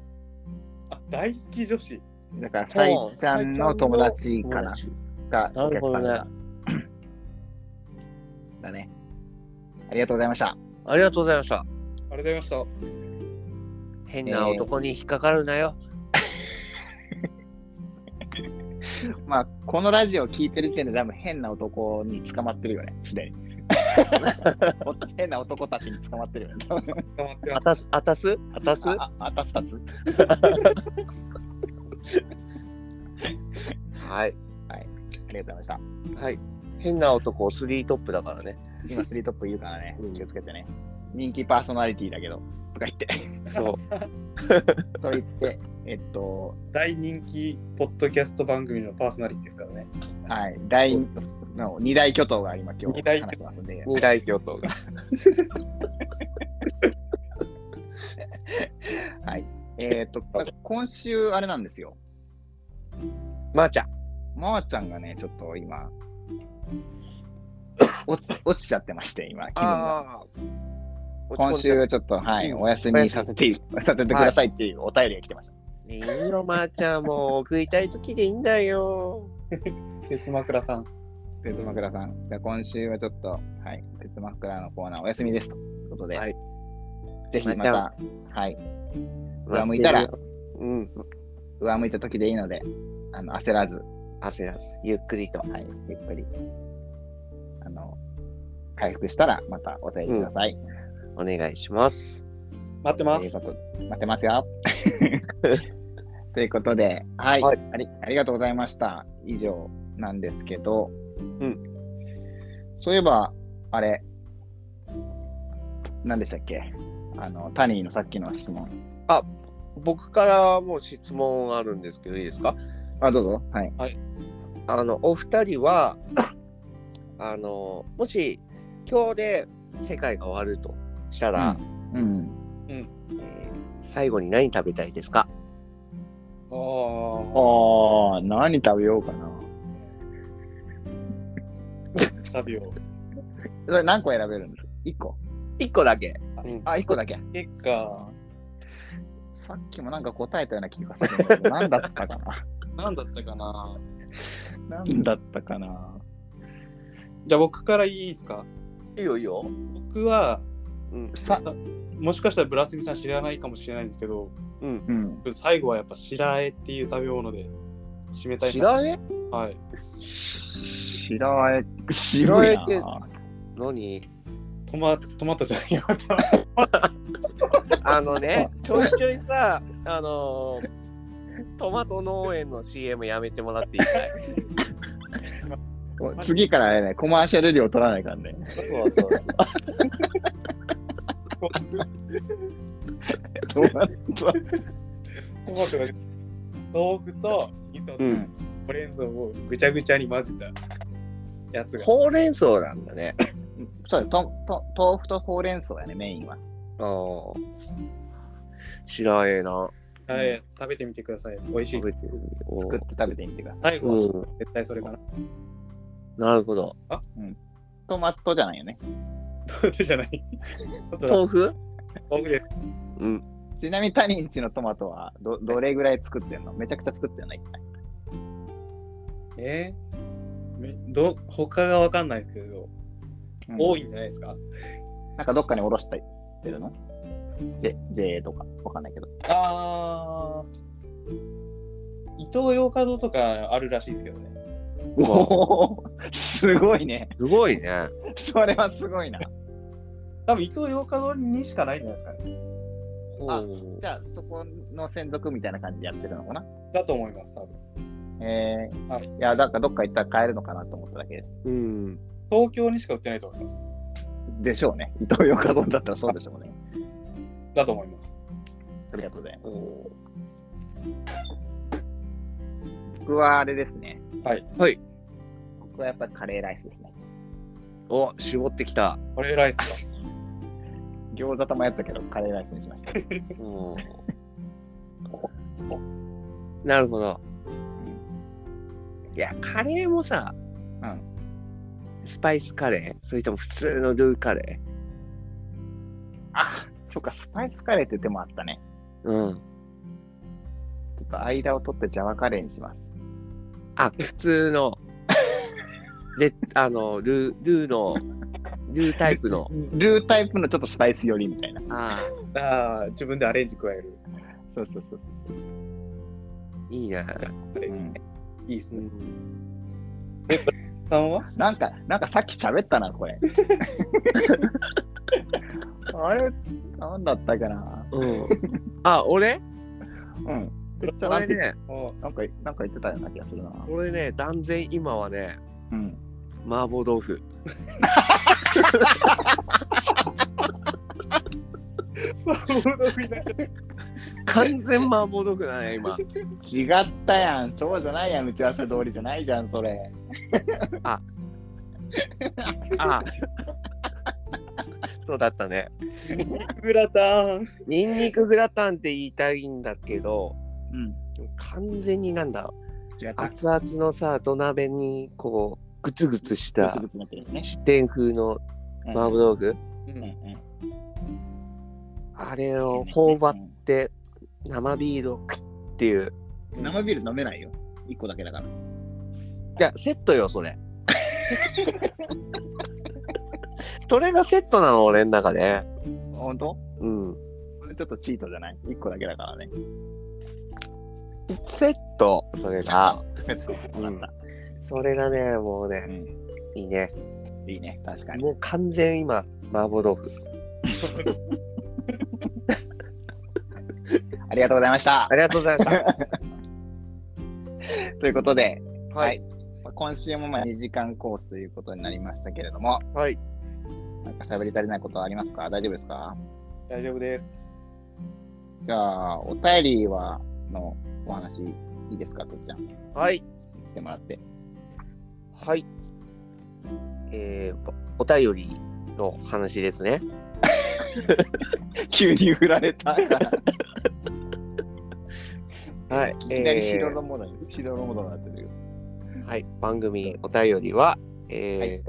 C: あ、大好き女子。
B: だから、
A: ほ
B: サイ
A: う
B: ちゃんの友達かな
A: 友。達
B: が
A: な
B: お
A: る
B: 客
A: ほ
B: さん
A: どね
B: が。。だね。ありがとうございました。
A: ありがとうございました。
C: ありがとうございました。
A: 変な男に引っかかるなよ。
B: まあ、このラジオを聞いてる時点で多分変な男に捕まってるよね、すでに。変な男たちに捕まってるよね。多分
C: 捕まってま
A: あたす、あたす、あたす。
B: あ、ああたすたつ。
A: はい。
B: ありがとうございました。
A: はい。変な男、スリートップだからね。
B: 今、スリートップ言うからね
A: う、ん
B: 気をつけてね。人気パーソナリティだけど、とか言って。
A: そう。
B: と言って、えっと、
C: す。大人気ポッドキャスト番組のパーソナリティですからね。
B: はい、大、の二大巨頭が今今日
D: 二大巨
B: 話してますんで、
A: 二大巨頭が。
B: はい。えっ、と、今週あれなんですよ。
A: まー、ちゃん。
B: まわちゃんがね、ちょっと今、落ち落ちちゃってまして、今、気分が。
A: ああ。
B: 今週ちょっと、はい、お休みさせて、させてくださいっていうお便りが来てました。
A: いいよ、まー、ちゃん。もう食いたい時でいいんだよ。
C: 鉄枕さん。
B: 鉄枕さん。じゃあ今週はちょっと、はい、鉄枕のコーナーお休みですということで、
A: はい
B: ぜひま
A: ま
B: た、はい、上向いたら、
A: うん、
B: 上向いた時でいいので、あの焦らず、
A: 焦らず、ゆっくりと。
B: はい、ゆっくり、あの、回復したらまたお便りください。
A: お願いします。
C: 待ってま
B: というこ
C: す。
B: とで待ってます よ。ということで、はい、
A: は
B: あり、ありがとうございました。以上なんですけど、
A: ん
B: そういえば、あれ、何でしたっけあの、タニーのさっきの質問。
A: 僕からもう質問あるんですけど、いいですか
B: あ、どうぞ。はい。
A: あの、お二人は、 あの、もし今日で世界が終わるとしたら、
B: うん。
A: えー最後に何食べたいですか
C: あー
B: ああ、何食べようかな。
C: 旅を。
B: それ何個選べるんですか ?1 個。
A: 一個だけ。
B: あ、1個だけ。
C: 結果、
B: さっきもなんか答えたような気がするんだけど、何だったかな
C: 何だったかな。
B: 何だったかな
C: じゃあ僕からいいですか
A: いいよ、いいよ。
C: 僕は、
A: うん。
B: さ、
C: もしかしたらブラスミさん知らないかもしれないんですけど、
A: うん。
B: うん。
C: 僕最後はやっぱ白あえっていう食べ物で締めたいな。
A: 白え
C: はい。
B: 白あえ、白
A: 白あ
B: あ
A: え
B: え
A: っ
B: ってて、
A: 何
C: トマトマトじゃないよ。
A: あの ね、ちょいちょいさ、あのートマト農園の CM やめてもらっていいかい
B: 次からあれね、コマーシャル料取らないからね。
A: そうそう。
B: どうなった
C: トマトが豆腐と味噌
A: う
C: と
A: ん
C: ほうれん草をぐちゃぐちゃに混ぜたやつが。
A: ほうれん草なんだね。
B: そうだとと豆腐とほうれん草やね、メインは。
A: ああ。白えな。
C: はい、食べてみてください。美味しい
A: 食。べてるお
B: 作って食べてみてください。
C: 最後
A: う
C: は
A: ん。
C: 絶対それかな。
A: なるほど。
B: トマトじゃないよね。
C: 豆腐じゃない。あとは
A: 豆腐
C: 豆腐で
A: うん。
B: ちなみに他人家のトマトはどどれぐらい作ってんのめちゃくちゃ作ってんの一回
C: えーめど他がわかんないですけど、
B: うん
C: 多いんじゃないですか
B: なんかどっかにおろしたりしてるので ?JA とかわかんないけど。
C: あー伊東洋華堂とかあるらしいですけどね。
A: わ
B: おおすごいね。
A: すごいね。
B: それはすごいな。
C: 多分伊東洋華堂にしかないんじゃないですかね。
B: あ
A: うん
B: じゃあそこの専属みたいな感じでやってるのかな
C: だと思います、多分。
B: えー
C: はい
B: い、や、だからどっか行ったら買えるのかなと思っただけです。
A: うん。
C: 東京にしか売ってないと思います。
B: でしょうね。 伊藤洋華丼だったらそうでしょうね。
C: だと思います。
B: ありがとうございます。
A: お
B: 僕はあれですね。
C: はい。
A: はい。
B: 僕はやっぱりカレーライスですね。
A: お、絞ってきた。
C: これライスか。
B: 餃子と迷ったけど、カレーライスにしました。
A: うん。なるほど。いや、カレーもさ、
B: うん
A: スパイスカレーそれとも普通のルーカレ
B: あ、そっか、スパイスカレーって手もあったね。
A: ーうん。
B: ちょっと間を取ってジャワカレーにします。
A: あ、普通の。で、あの、ルー、ルーの、ルータイプの。
B: ルータイプのちょっとスパイス寄りみたいな。
A: ああ、
C: ああ、自分でアレンジ加える。
B: そうそうそう。
A: いいな。
C: あれです
B: う
C: ね
B: ん。
C: いいです
A: う
C: ね。
A: ん
C: さんは
B: なんか、なんかさっき喋ったな、こ れ。あれ、なんだったかな。
A: うん。あ、俺
B: うん。めっちゃなん
A: 俺
B: て、
A: ね、
C: お
B: なんか、なんか言ってたような気がするな。
A: 俺ね、断然今はね、
B: うん。
A: 麻婆豆腐。
C: 豆腐になっちゃっ
A: 完全麻婆豆腐だね、今。
B: 違ったやん。そうじゃないやん。打ち合わせ通りじゃないじゃん、それ。
D: ああ、
A: そうだったね。
C: グラタン。
A: ニンニクグラタンって言いたいんだけど、
B: うん。
A: 完全になんだ、
B: 違った。
A: 熱々のさ、土鍋にこう、グツグツし
B: グ
A: た
B: ツグツなってですね。
A: 四天風の
B: うん
A: 麻婆豆腐、
C: う
B: うん
C: ん
B: うん。
A: あれを頬張って、生ビールをクッっていう。
B: 生ビール飲めないよ。一個だけだから。
A: いや、セットよ、それ。それがセットなの、俺の中で。
B: ほんと
A: うん。
B: これちょっとチートじゃない一個だけだからね。
A: セット、それが。
B: えっと、わかっ
A: それがね、もう
B: た。う
A: ね、
B: ん。
A: いいね。
B: いいね。確かに。
A: もう完全今、麻婆豆腐。
B: ありがとうございました
A: あ。りがとうございました。
B: ということで、
A: は
B: はいい。まあ今週もまあ2時間コースということになりましたけれども、
A: はい。
B: なんか喋り足りないことはありますか大丈夫ですか
C: 大丈夫です。
B: じゃあ、お便りは、のお話いいですかとっちゃん。し
A: はい。
B: てもらって。
A: はい。えー、おお便りの話ですね。
B: 急に振られた。
A: はい。
B: いきなり
A: え
B: ヒロ
A: ー
B: ロモドに、ヒロロモドになってるよ。
A: はい、番組お便りは、えー
B: はい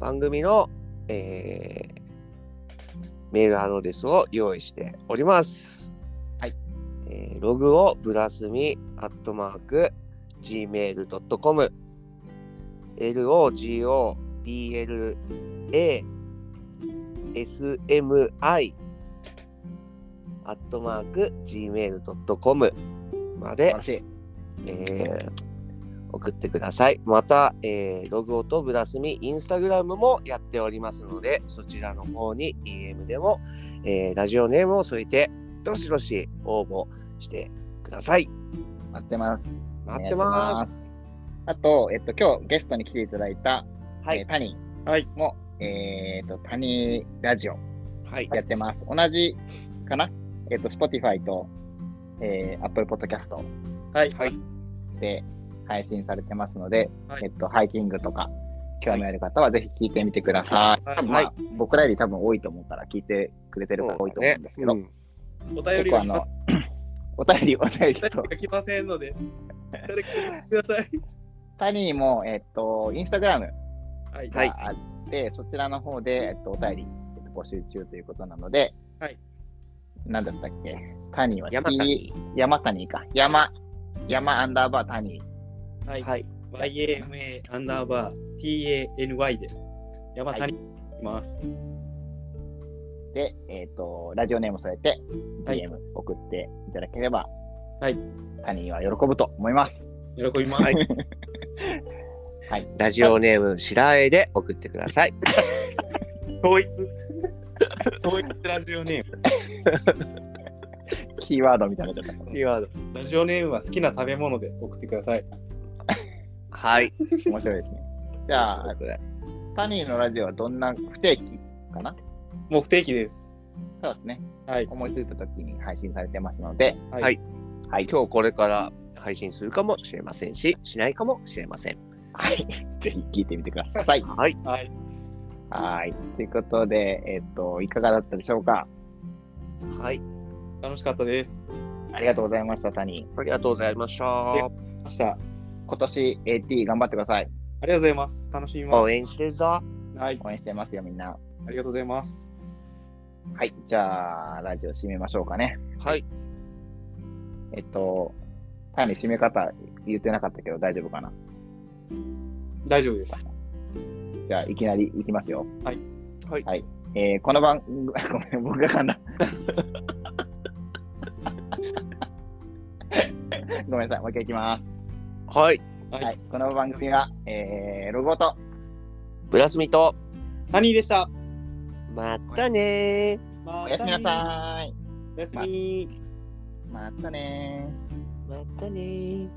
A: 番組の、えーメールアドレスを用意しております。
B: はい
A: えーログをブラスミアットマーク gmail.com logoblasmi アットマーク gmail.com ま
B: 素
A: で
B: 晴らしい。
A: えー送ってください。また、えーログオとブラスミ、インスタグラムもやっておりますので、そちらの方に DM でも、えーラジオネームを添えて、どしどし応募してください。
B: 待ってます。
A: 待ってます。
B: あと、えっと、今日ゲストに来ていただいた、
A: は
B: えー
A: い。
B: タニ
C: はい
B: ーも、えーっと、タニーラジオ
A: はい。
B: やってます。同じかなえっと、Spotify と、えー、Apple Podcast
C: はい。
A: はい。
B: で配信されてますので、
C: はい
B: えっと、ハイキングとか、興味ある方はぜひ聞いてみてください。
C: はい
B: 多分まあ僕らより多分多いと思うから、聞いてくれてる方多いと思うんですけど、
A: うん
C: お便
B: 結
C: り
B: 構
C: が
B: あ
C: 来ま
B: の、お便り、お便り
C: お便
B: と
C: り、が来ませんので、誰か送ってください。
B: タニーも、えっと、インスタグラム
C: はい。
A: はい
B: があって、そちらの方で、えっと、お便り、えっと、募集中ということなので、
C: はい。
B: なんだったっけタニーは
A: 山谷。
B: T 山谷か。山、山アンダーバータニー。
C: はい。
A: はい。
C: YAMA アンダーバー TANY で山谷います。
B: で、えっ、と、ラジオネーム添えて、
C: はい
B: DM 送っていただければ、
C: はい。
B: タニーは喜ぶと思います。
C: 喜びます。
A: ラジオネーム、白江で送ってください。
C: 統一。統一ラジオネーム。
B: キーワードみたいになっちゃった。
A: キーワード。
C: ラジオネームは好きな食べ物で送ってください。
A: はい。
B: 面白い ですね。じゃあ、
A: それ
B: タニーのラジオはどんな不定期かな
C: もう不定期です。
B: そうですね。
C: はい。
B: 思いついた時に配信されてますので、
C: はい
B: はい。
A: 今日これから配信するかもしれませんし、しないかもしれません。
B: はい。 ぜひ聞いてみてください。
A: はい。
C: はい。
B: はい。ということで、えっ、と、いかがだったでしょうか
A: はい。
C: 楽しかったです。
B: ありがとうございました、タニー。
A: ありがとうございました。
C: 明日。あり
B: 今年 AT 頑張ってください。
C: がとうございます。楽しみま
A: 応援してるぞ。
C: す。はい。
B: 応援してますよ、みんな。
C: ありがとうございます。
B: はい。じゃあ、ラジオ締めましょうかね。
A: はい。
B: えっと、単に締め方言ってなかったけど大丈夫かな。
C: 大丈夫です。
B: じゃあ、いきなりいきますよ。
C: はい。
A: はい
B: えーこの番、 ごめん、僕が噛んだ。 ごめんなさい、もう一回いきます。
A: はい。
C: はい
B: はい。この番組は、えー、ロゴと、
A: ブラスミと、
C: タニーでした。
A: またねー。
C: ま
B: おやすみな
C: たね
B: さーい。
C: おやすみ。
B: またねー。
A: またねー。